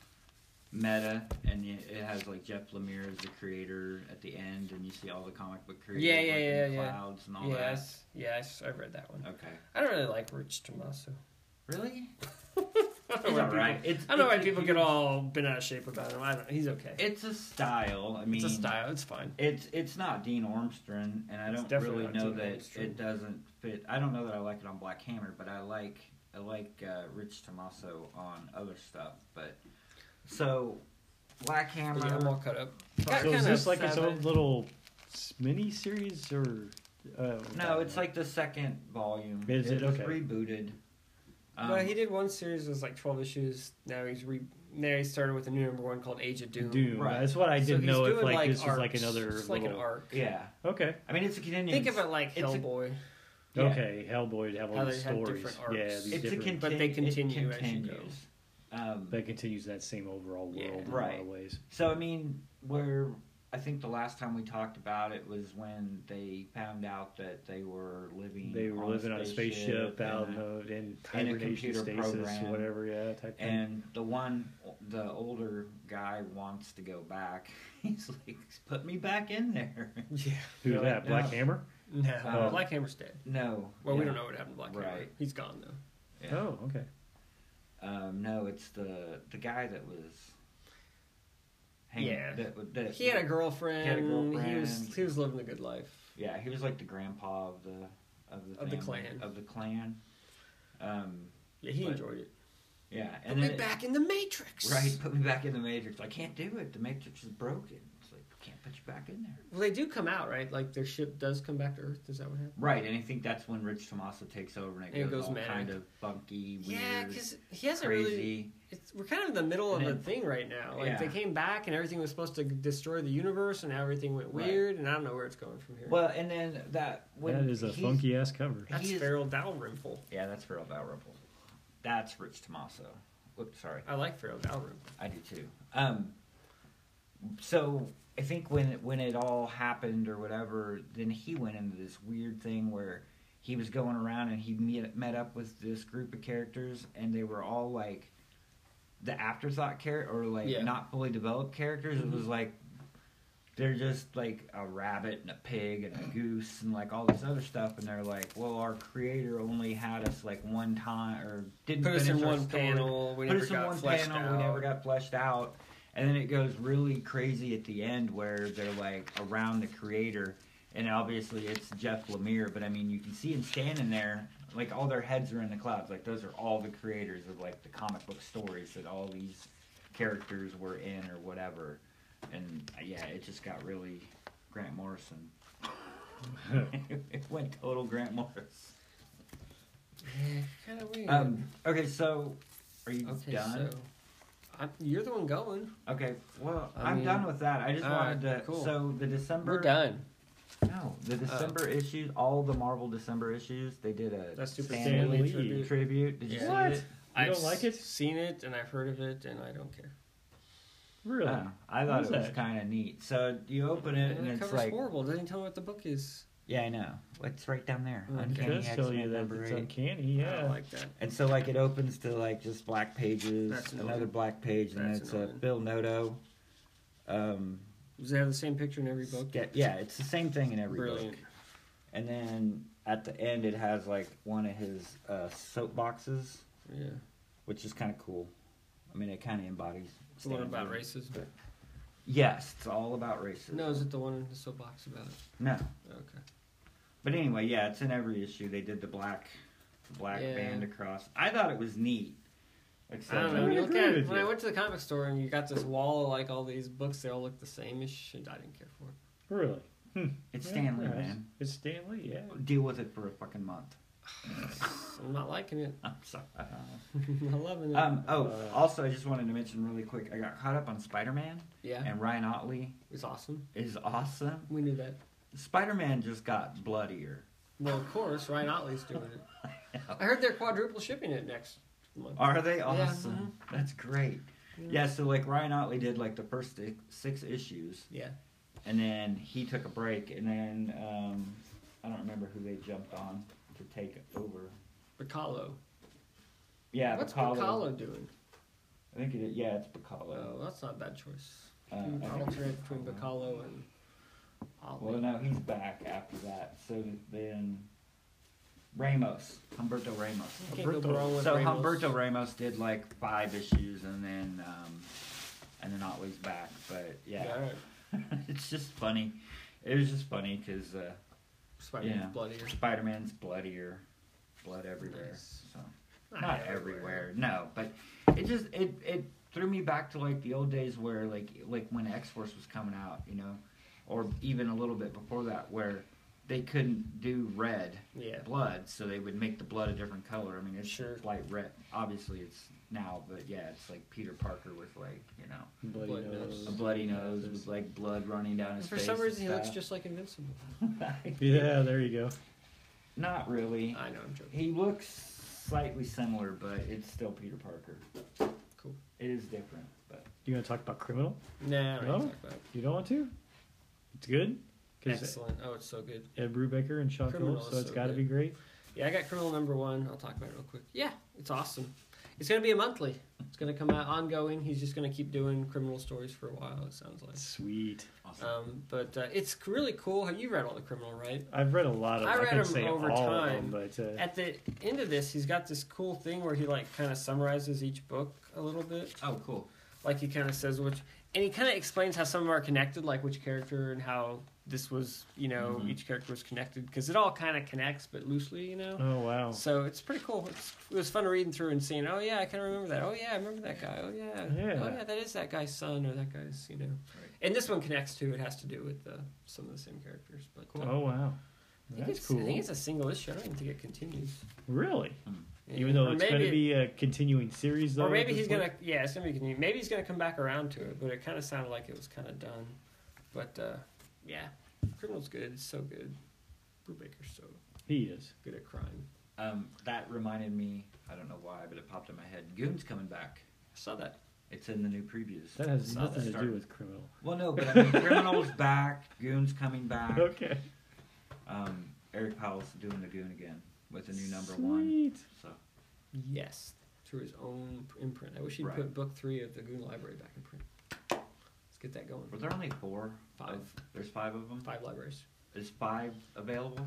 S3: meta and you, it has like Jeff Lemire as the creator at the end, and you see all the comic book creators
S2: Yeah, yeah,
S3: like, in
S2: yeah, yeah.
S3: clouds and all
S2: Yes, yes, I read that one.
S3: that. Okay.
S2: I don't really like Rich Tomaso.
S3: Really?
S2: I don't know
S3: It's
S2: why
S3: all right.
S2: people-
S3: It's,
S2: I don't know
S3: it's
S2: why
S3: a
S2: people get
S3: huge-
S2: all bent out of shape about him. I don't. He's okay.
S3: It's a style. I mean,
S2: it's a style. It's fine.
S3: It's it's not Dean Ormstrand, and I
S2: It's
S3: don't
S2: definitely
S3: really
S2: not
S3: know
S2: Dean
S3: that
S2: Ormstrand.
S3: it doesn't fit. I don't know that I like it on Black Hammer, but I like I like uh, Rich Tomaso on other stuff. But so Black Hammer,
S2: But yeah, I'm all cut up. Got
S1: So is
S2: kinda
S1: this like its
S2: seven.
S1: own little mini series or? Uh,
S3: No, it's like the second volume.
S1: Is it?
S3: was
S1: Okay.
S3: rebooted? Um,
S2: well, he did one series that was like 12 issues. Now he's re. Now he started with a new number one called Age of Doom.
S1: Doom.
S3: Right.
S1: That's what I
S2: So
S1: didn't
S2: he's
S1: know. If
S2: doing,
S1: like, this was
S2: arcs.
S1: like another
S2: It's like
S1: little.
S2: an arc.
S3: Yeah,
S1: Okay.
S3: I mean it's a continuation.
S2: Think of it like
S3: It's a-
S2: Hellboy.
S3: Yeah.
S1: Okay. Hellboy to have all
S2: How
S1: these
S2: they had
S1: stories.
S2: different arcs.
S1: Yeah. These
S3: It's a
S1: different.
S3: continu-
S2: But they
S3: it
S2: continue as you
S3: continues. Um,
S1: that continues that same overall world
S2: Yeah.
S1: in a lot
S3: Right.
S1: of ways.
S3: So I mean, where I think the last time we talked about it was when they found out that they were living.
S1: They were
S3: on
S1: living on a spaceship
S3: and
S1: out
S3: a-
S1: in, the, in
S3: in a
S1: hibernation
S3: computer
S1: stasis,
S3: program.
S1: whatever, yeah, type thing.
S3: And the one, the older guy wants to go back. He's like, "Put me back in there."
S2: Yeah.
S1: Who's
S3: You're
S1: that?
S3: like,
S1: Black
S3: no.
S1: Hammer?
S2: No.
S3: Uh,
S2: Black Hammer's dead.
S3: No.
S2: Well, we
S3: Yeah.
S2: don't know what happened to Black Hammer.
S3: Right.
S2: He's gone though.
S3: Yeah.
S1: Oh, okay.
S3: Um, no, it's the the guy that was.
S2: Yeah.
S3: That, w- that,
S2: He had a girlfriend.
S3: He had a
S2: He was
S3: girlfriend.
S2: he was living the good life.
S3: Yeah, he was like the grandpa of the of the
S2: Of the
S3: family-
S2: clan.
S3: of the clan. Um,
S2: Yeah, he
S3: But-
S2: enjoyed it.
S3: yeah,
S2: Put
S3: and
S2: me
S3: then it-
S2: back in the Matrix.
S3: Right, put me back in the Matrix. I can't do it. The Matrix is broken. It's like can't put you back in there.
S2: Well, they do come out, right? Like their ship does come back to Earth. Is that what happened?
S3: Right, and I think that's when Rich Tomasa takes over and it, goes, all
S2: mad.
S3: kind of funky, weird,
S2: Yeah, because he hasn't really.
S3: crazy.
S2: It's, we're kind of in the middle of
S3: And
S2: a
S3: then-
S2: thing right now. Like
S3: Yeah.
S2: they came back and everything was supposed to destroy the universe, and now everything went
S3: Right.
S2: weird, and I don't know where it's going from here.
S3: Well, and then that when
S1: that is a
S3: he's-
S1: funky ass cover.
S2: That's
S3: he is-
S2: Farrell Dalrymple.
S3: Yeah, that's Farrell Dalrymple. That's Rich Tomasa. Oops, sorry.
S2: I like Farrell Dalrymple.
S3: I do too. Um, so I think when when it all happened or whatever, then he went into this weird thing where he was going around and he met, met up with this group of characters, and they were all like the afterthought character or like
S2: Yeah.
S3: not fully developed characters.
S2: Mhm.
S3: It was like they're just like a rabbit and a pig and a goose and like all this other stuff, and they're like, well, our creator only had us like one time or didn't
S2: Put us in
S3: finish our
S2: one
S3: story
S2: panel. We
S3: put
S2: never
S3: us in
S2: got
S3: one
S2: fleshed
S3: panel.
S2: out.
S3: We never got fleshed out. And then it goes really crazy at the end where they're like around the creator, and obviously it's Jeff Lemire. But I mean, you can see him standing there, like all their heads are in the clouds. Like those are all the creators of like the comic book stories that all these characters were in or whatever. And uh, yeah, it just got really Grant Morrison. it went total Grant Morris.
S2: Yeah, kind of weird.
S3: Um, okay, so are you
S2: okay,
S3: done?
S2: so I, you're the one going.
S3: Okay, well,
S2: I
S3: I am
S2: mean-
S3: done with that. I just
S2: All
S3: wanted
S2: right,
S3: to.
S2: cool.
S3: So the December.
S2: We're done.
S3: No, the December issues, all the Marvel December issues, they did a
S2: That's super
S3: Stan
S1: Stan
S3: Lee
S1: Lee.
S3: tribute. tribute. Did you
S2: Yeah.
S3: see
S1: What?
S3: it?
S1: You
S2: I've
S1: don't like it?
S2: Seen it and I've heard of it and I don't care.
S1: Really?
S3: Oh, I
S1: What
S3: thought
S1: was
S3: it was
S1: that?
S3: kind of neat. So you open it
S2: And
S3: and
S2: the
S3: it's
S2: cover's
S3: like,
S2: horrible. Doesn't tell me what the book is.
S3: yeah, I know. It's right down there.
S2: Okay.
S1: It
S3: Uncanny
S1: does tell you
S3: X-Men
S1: that
S3: number
S1: it's
S3: eight.
S1: uncanny,
S2: I
S1: yeah.
S2: don't like that.
S3: And so like it opens to like just black pages,
S2: That's annoying.
S3: another black page, and
S2: That's
S3: it's a
S2: annoying.
S3: Bill Noto. Um,
S2: Does it have the same picture in every book?
S3: yeah, yeah, it's the same thing in every book.
S2: Brilliant.
S3: And then at the end, it has like one of his uh, soapboxes,
S2: Yeah.
S3: which is kind of cool. I mean, it kind of embodies.
S2: It's the one
S3: Stan's-
S2: about racism.
S3: Yes, it's all about racism.
S2: No, is it the one in the soapbox about it?
S3: no.
S2: Okay.
S3: But anyway, yeah, it's in every issue. They did the black, the black
S2: Yeah.
S3: band across. I thought it was neat. Like,
S2: I don't know.
S1: would
S2: You look
S1: agree
S2: at,
S1: with
S2: when I
S1: you.
S2: went to the comic store and you got this wall of like all these books, they all look the same ish, and I didn't care for it.
S1: Really?
S3: It's
S1: Yeah,
S3: Stanley,
S1: nice.
S3: man.
S1: It's Stanley, yeah.
S3: Deal with it for a fucking month.
S2: I'm not liking it.
S3: I'm sorry.
S2: I'm not loving it.
S3: Um, oh,
S1: Uh,
S3: also, I just wanted to mention really quick. I got caught up on Spider-Man,
S2: yeah,
S3: and Ryan Otley
S2: it's awesome.
S3: is awesome.
S2: We knew that.
S3: Spider-Man just got bloodier.
S2: Well, of course, Ryan Otley's doing it. I heard they're quadruple shipping it next month.
S3: Are they
S2: Yeah. uh-huh.
S3: awesome? That's great. Yeah. so like Ryan Otley did like the first si- six issues,
S2: Yeah.
S3: and then he took a break, and then um, I don't remember who they jumped on to take over.
S2: Piccolo.
S3: Yeah,
S2: What's
S3: Bacallo.
S2: Piccolo doing?
S3: I think it is. Yeah, it's Bacallo.
S2: Oh, that's not a bad choice.
S3: Uh, I
S2: You
S3: think
S2: can
S3: it's
S2: alternate between
S3: Bacallo.
S2: Piccolo and Ollie.
S3: Well, no, he's back after that. So then Ramos, Humberto Ramos.
S2: You can't go
S1: Humberto.
S2: wrong with
S3: So
S2: Ramos.
S3: Humberto Ramos did like five issues, and then um, and then Otley's back. But yeah,
S2: alright.
S3: it's just funny. It was just funny because uh,
S2: Spider-Man's
S3: Yeah.
S2: bloodier.
S3: Spider Man's bloodier, blood everywhere.
S2: Nice.
S3: So not everywhere, no, but it just it it threw me back to like the old days where like like when X Force was coming out, you know, or even a little bit before that, where they couldn't do red
S2: Yeah.
S3: blood, so they would make the blood a different color. I mean, it's
S2: Sure.
S3: like red. Obviously, it's now, but yeah, it's like Peter Parker with like you know
S1: Bloody
S2: Blood
S1: nose.
S3: a bloody nose with like blood running down his
S2: For
S3: face.
S2: some
S3: and
S2: reason, he looks
S3: stuff.
S2: just like Invincible.
S1: Yeah, there you go.
S3: not really.
S2: I know, I'm joking.
S3: He looks slightly similar, but it's still Peter Parker.
S2: Cool.
S3: It is different, but
S1: You want to talk about criminal?
S2: Nah, I don't
S1: No?
S2: talk about it.
S1: You don't want to? It's good because
S2: Excellent. Oh, it's so good.
S1: Ed Brubaker and Sean
S2: Criminal
S1: Phillips,
S2: is
S1: so it's
S2: so
S1: got to
S2: good.
S1: be great.
S2: Yeah, I got Criminal Number One. I'll talk about it real quick. Yeah, it's awesome. It's gonna be a monthly. It's gonna come out ongoing. He's just gonna keep doing criminal stories for a while. It sounds like.
S1: Sweet.
S2: Um, but uh, it's really cool. Have you read all the Criminal, right?
S1: I've read a lot of.
S2: I
S1: I,
S2: read
S1: can
S2: 'em
S1: say
S2: over
S1: all
S2: time.
S1: of them, but uh,
S2: At the end of this, he's got this cool thing where he like kind of summarizes each book a little bit.
S3: oh, cool.
S2: like he kind of says which and he kind of explains how some of them are connected like which character and how this was you know
S1: Mm-hmm.
S3: Mhm.
S2: each character was connected because it all kind of connects but loosely you know
S1: oh wow,
S2: so it's pretty cool it's, it was fun reading through and seeing oh yeah i kind of remember that oh yeah i remember that guy oh yeah.
S1: Yeah.
S2: oh yeah that is that guy's son or that guy's you know
S3: Right.
S2: and this one connects to it has to do with uh, some of the same characters but uh,
S1: oh wow,
S2: I, think
S1: that's
S2: it's,
S1: cool.
S2: I think it's a single issue i don't even think it continues
S1: Really, even
S2: Yeah.
S1: though
S2: Or
S1: it's going
S2: maybe
S1: to
S2: it-
S1: be a continuing series, though.
S2: or
S1: at
S2: maybe
S1: this
S2: he's
S1: point?
S2: gonna yeah it's gonna be convenient. maybe he's gonna come back around to it but it kind of sounded like it was kind of done but uh yeah criminal's good it's so good Brubaker's so
S1: He is.
S2: good at crime
S3: Um, that reminded me. I don't know why, but it popped in my head. Goon's coming back.
S2: I saw that
S3: It's in the new previews.
S1: That has
S2: Saw
S1: nothing
S2: that
S1: to do with criminal.
S3: Well, no, but I mean, Criminal's back. Goon's coming back.
S1: Okay.
S3: Um, Eric Powell's doing the Goon again with a new number one.
S1: Sweet.
S3: So
S2: yes through his own imprint I wish he'd
S3: Right.
S2: put book three of the Goon Library back in print let's get that going
S3: were there only four?
S2: Five.
S3: There's five of them.
S2: five libraries
S3: Is five available?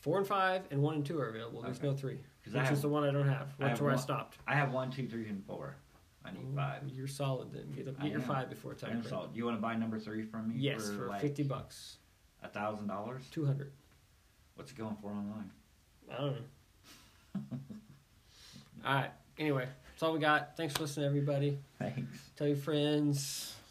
S2: four and five and one and two are available there's
S3: Okay.
S2: no three
S3: 'Cause
S2: which
S3: I
S2: is
S3: have-
S2: the one I don't have
S3: I
S2: that's
S3: have
S2: where I
S3: one-
S2: stopped
S3: I have one, two, three, and four. I need five.
S2: you're solid then get, up,
S3: I
S2: get your
S3: am.
S2: five before time
S3: And
S2: print.
S3: salt. You want to buy number three from me?
S2: yes for
S3: like
S2: 50 bucks
S3: A thousand dollars?
S2: 200
S3: What's it going for online?
S2: I don't know. All right. Anyway, that's all we got. Thanks for listening, everybody.
S3: Thanks.
S2: Tell your friends.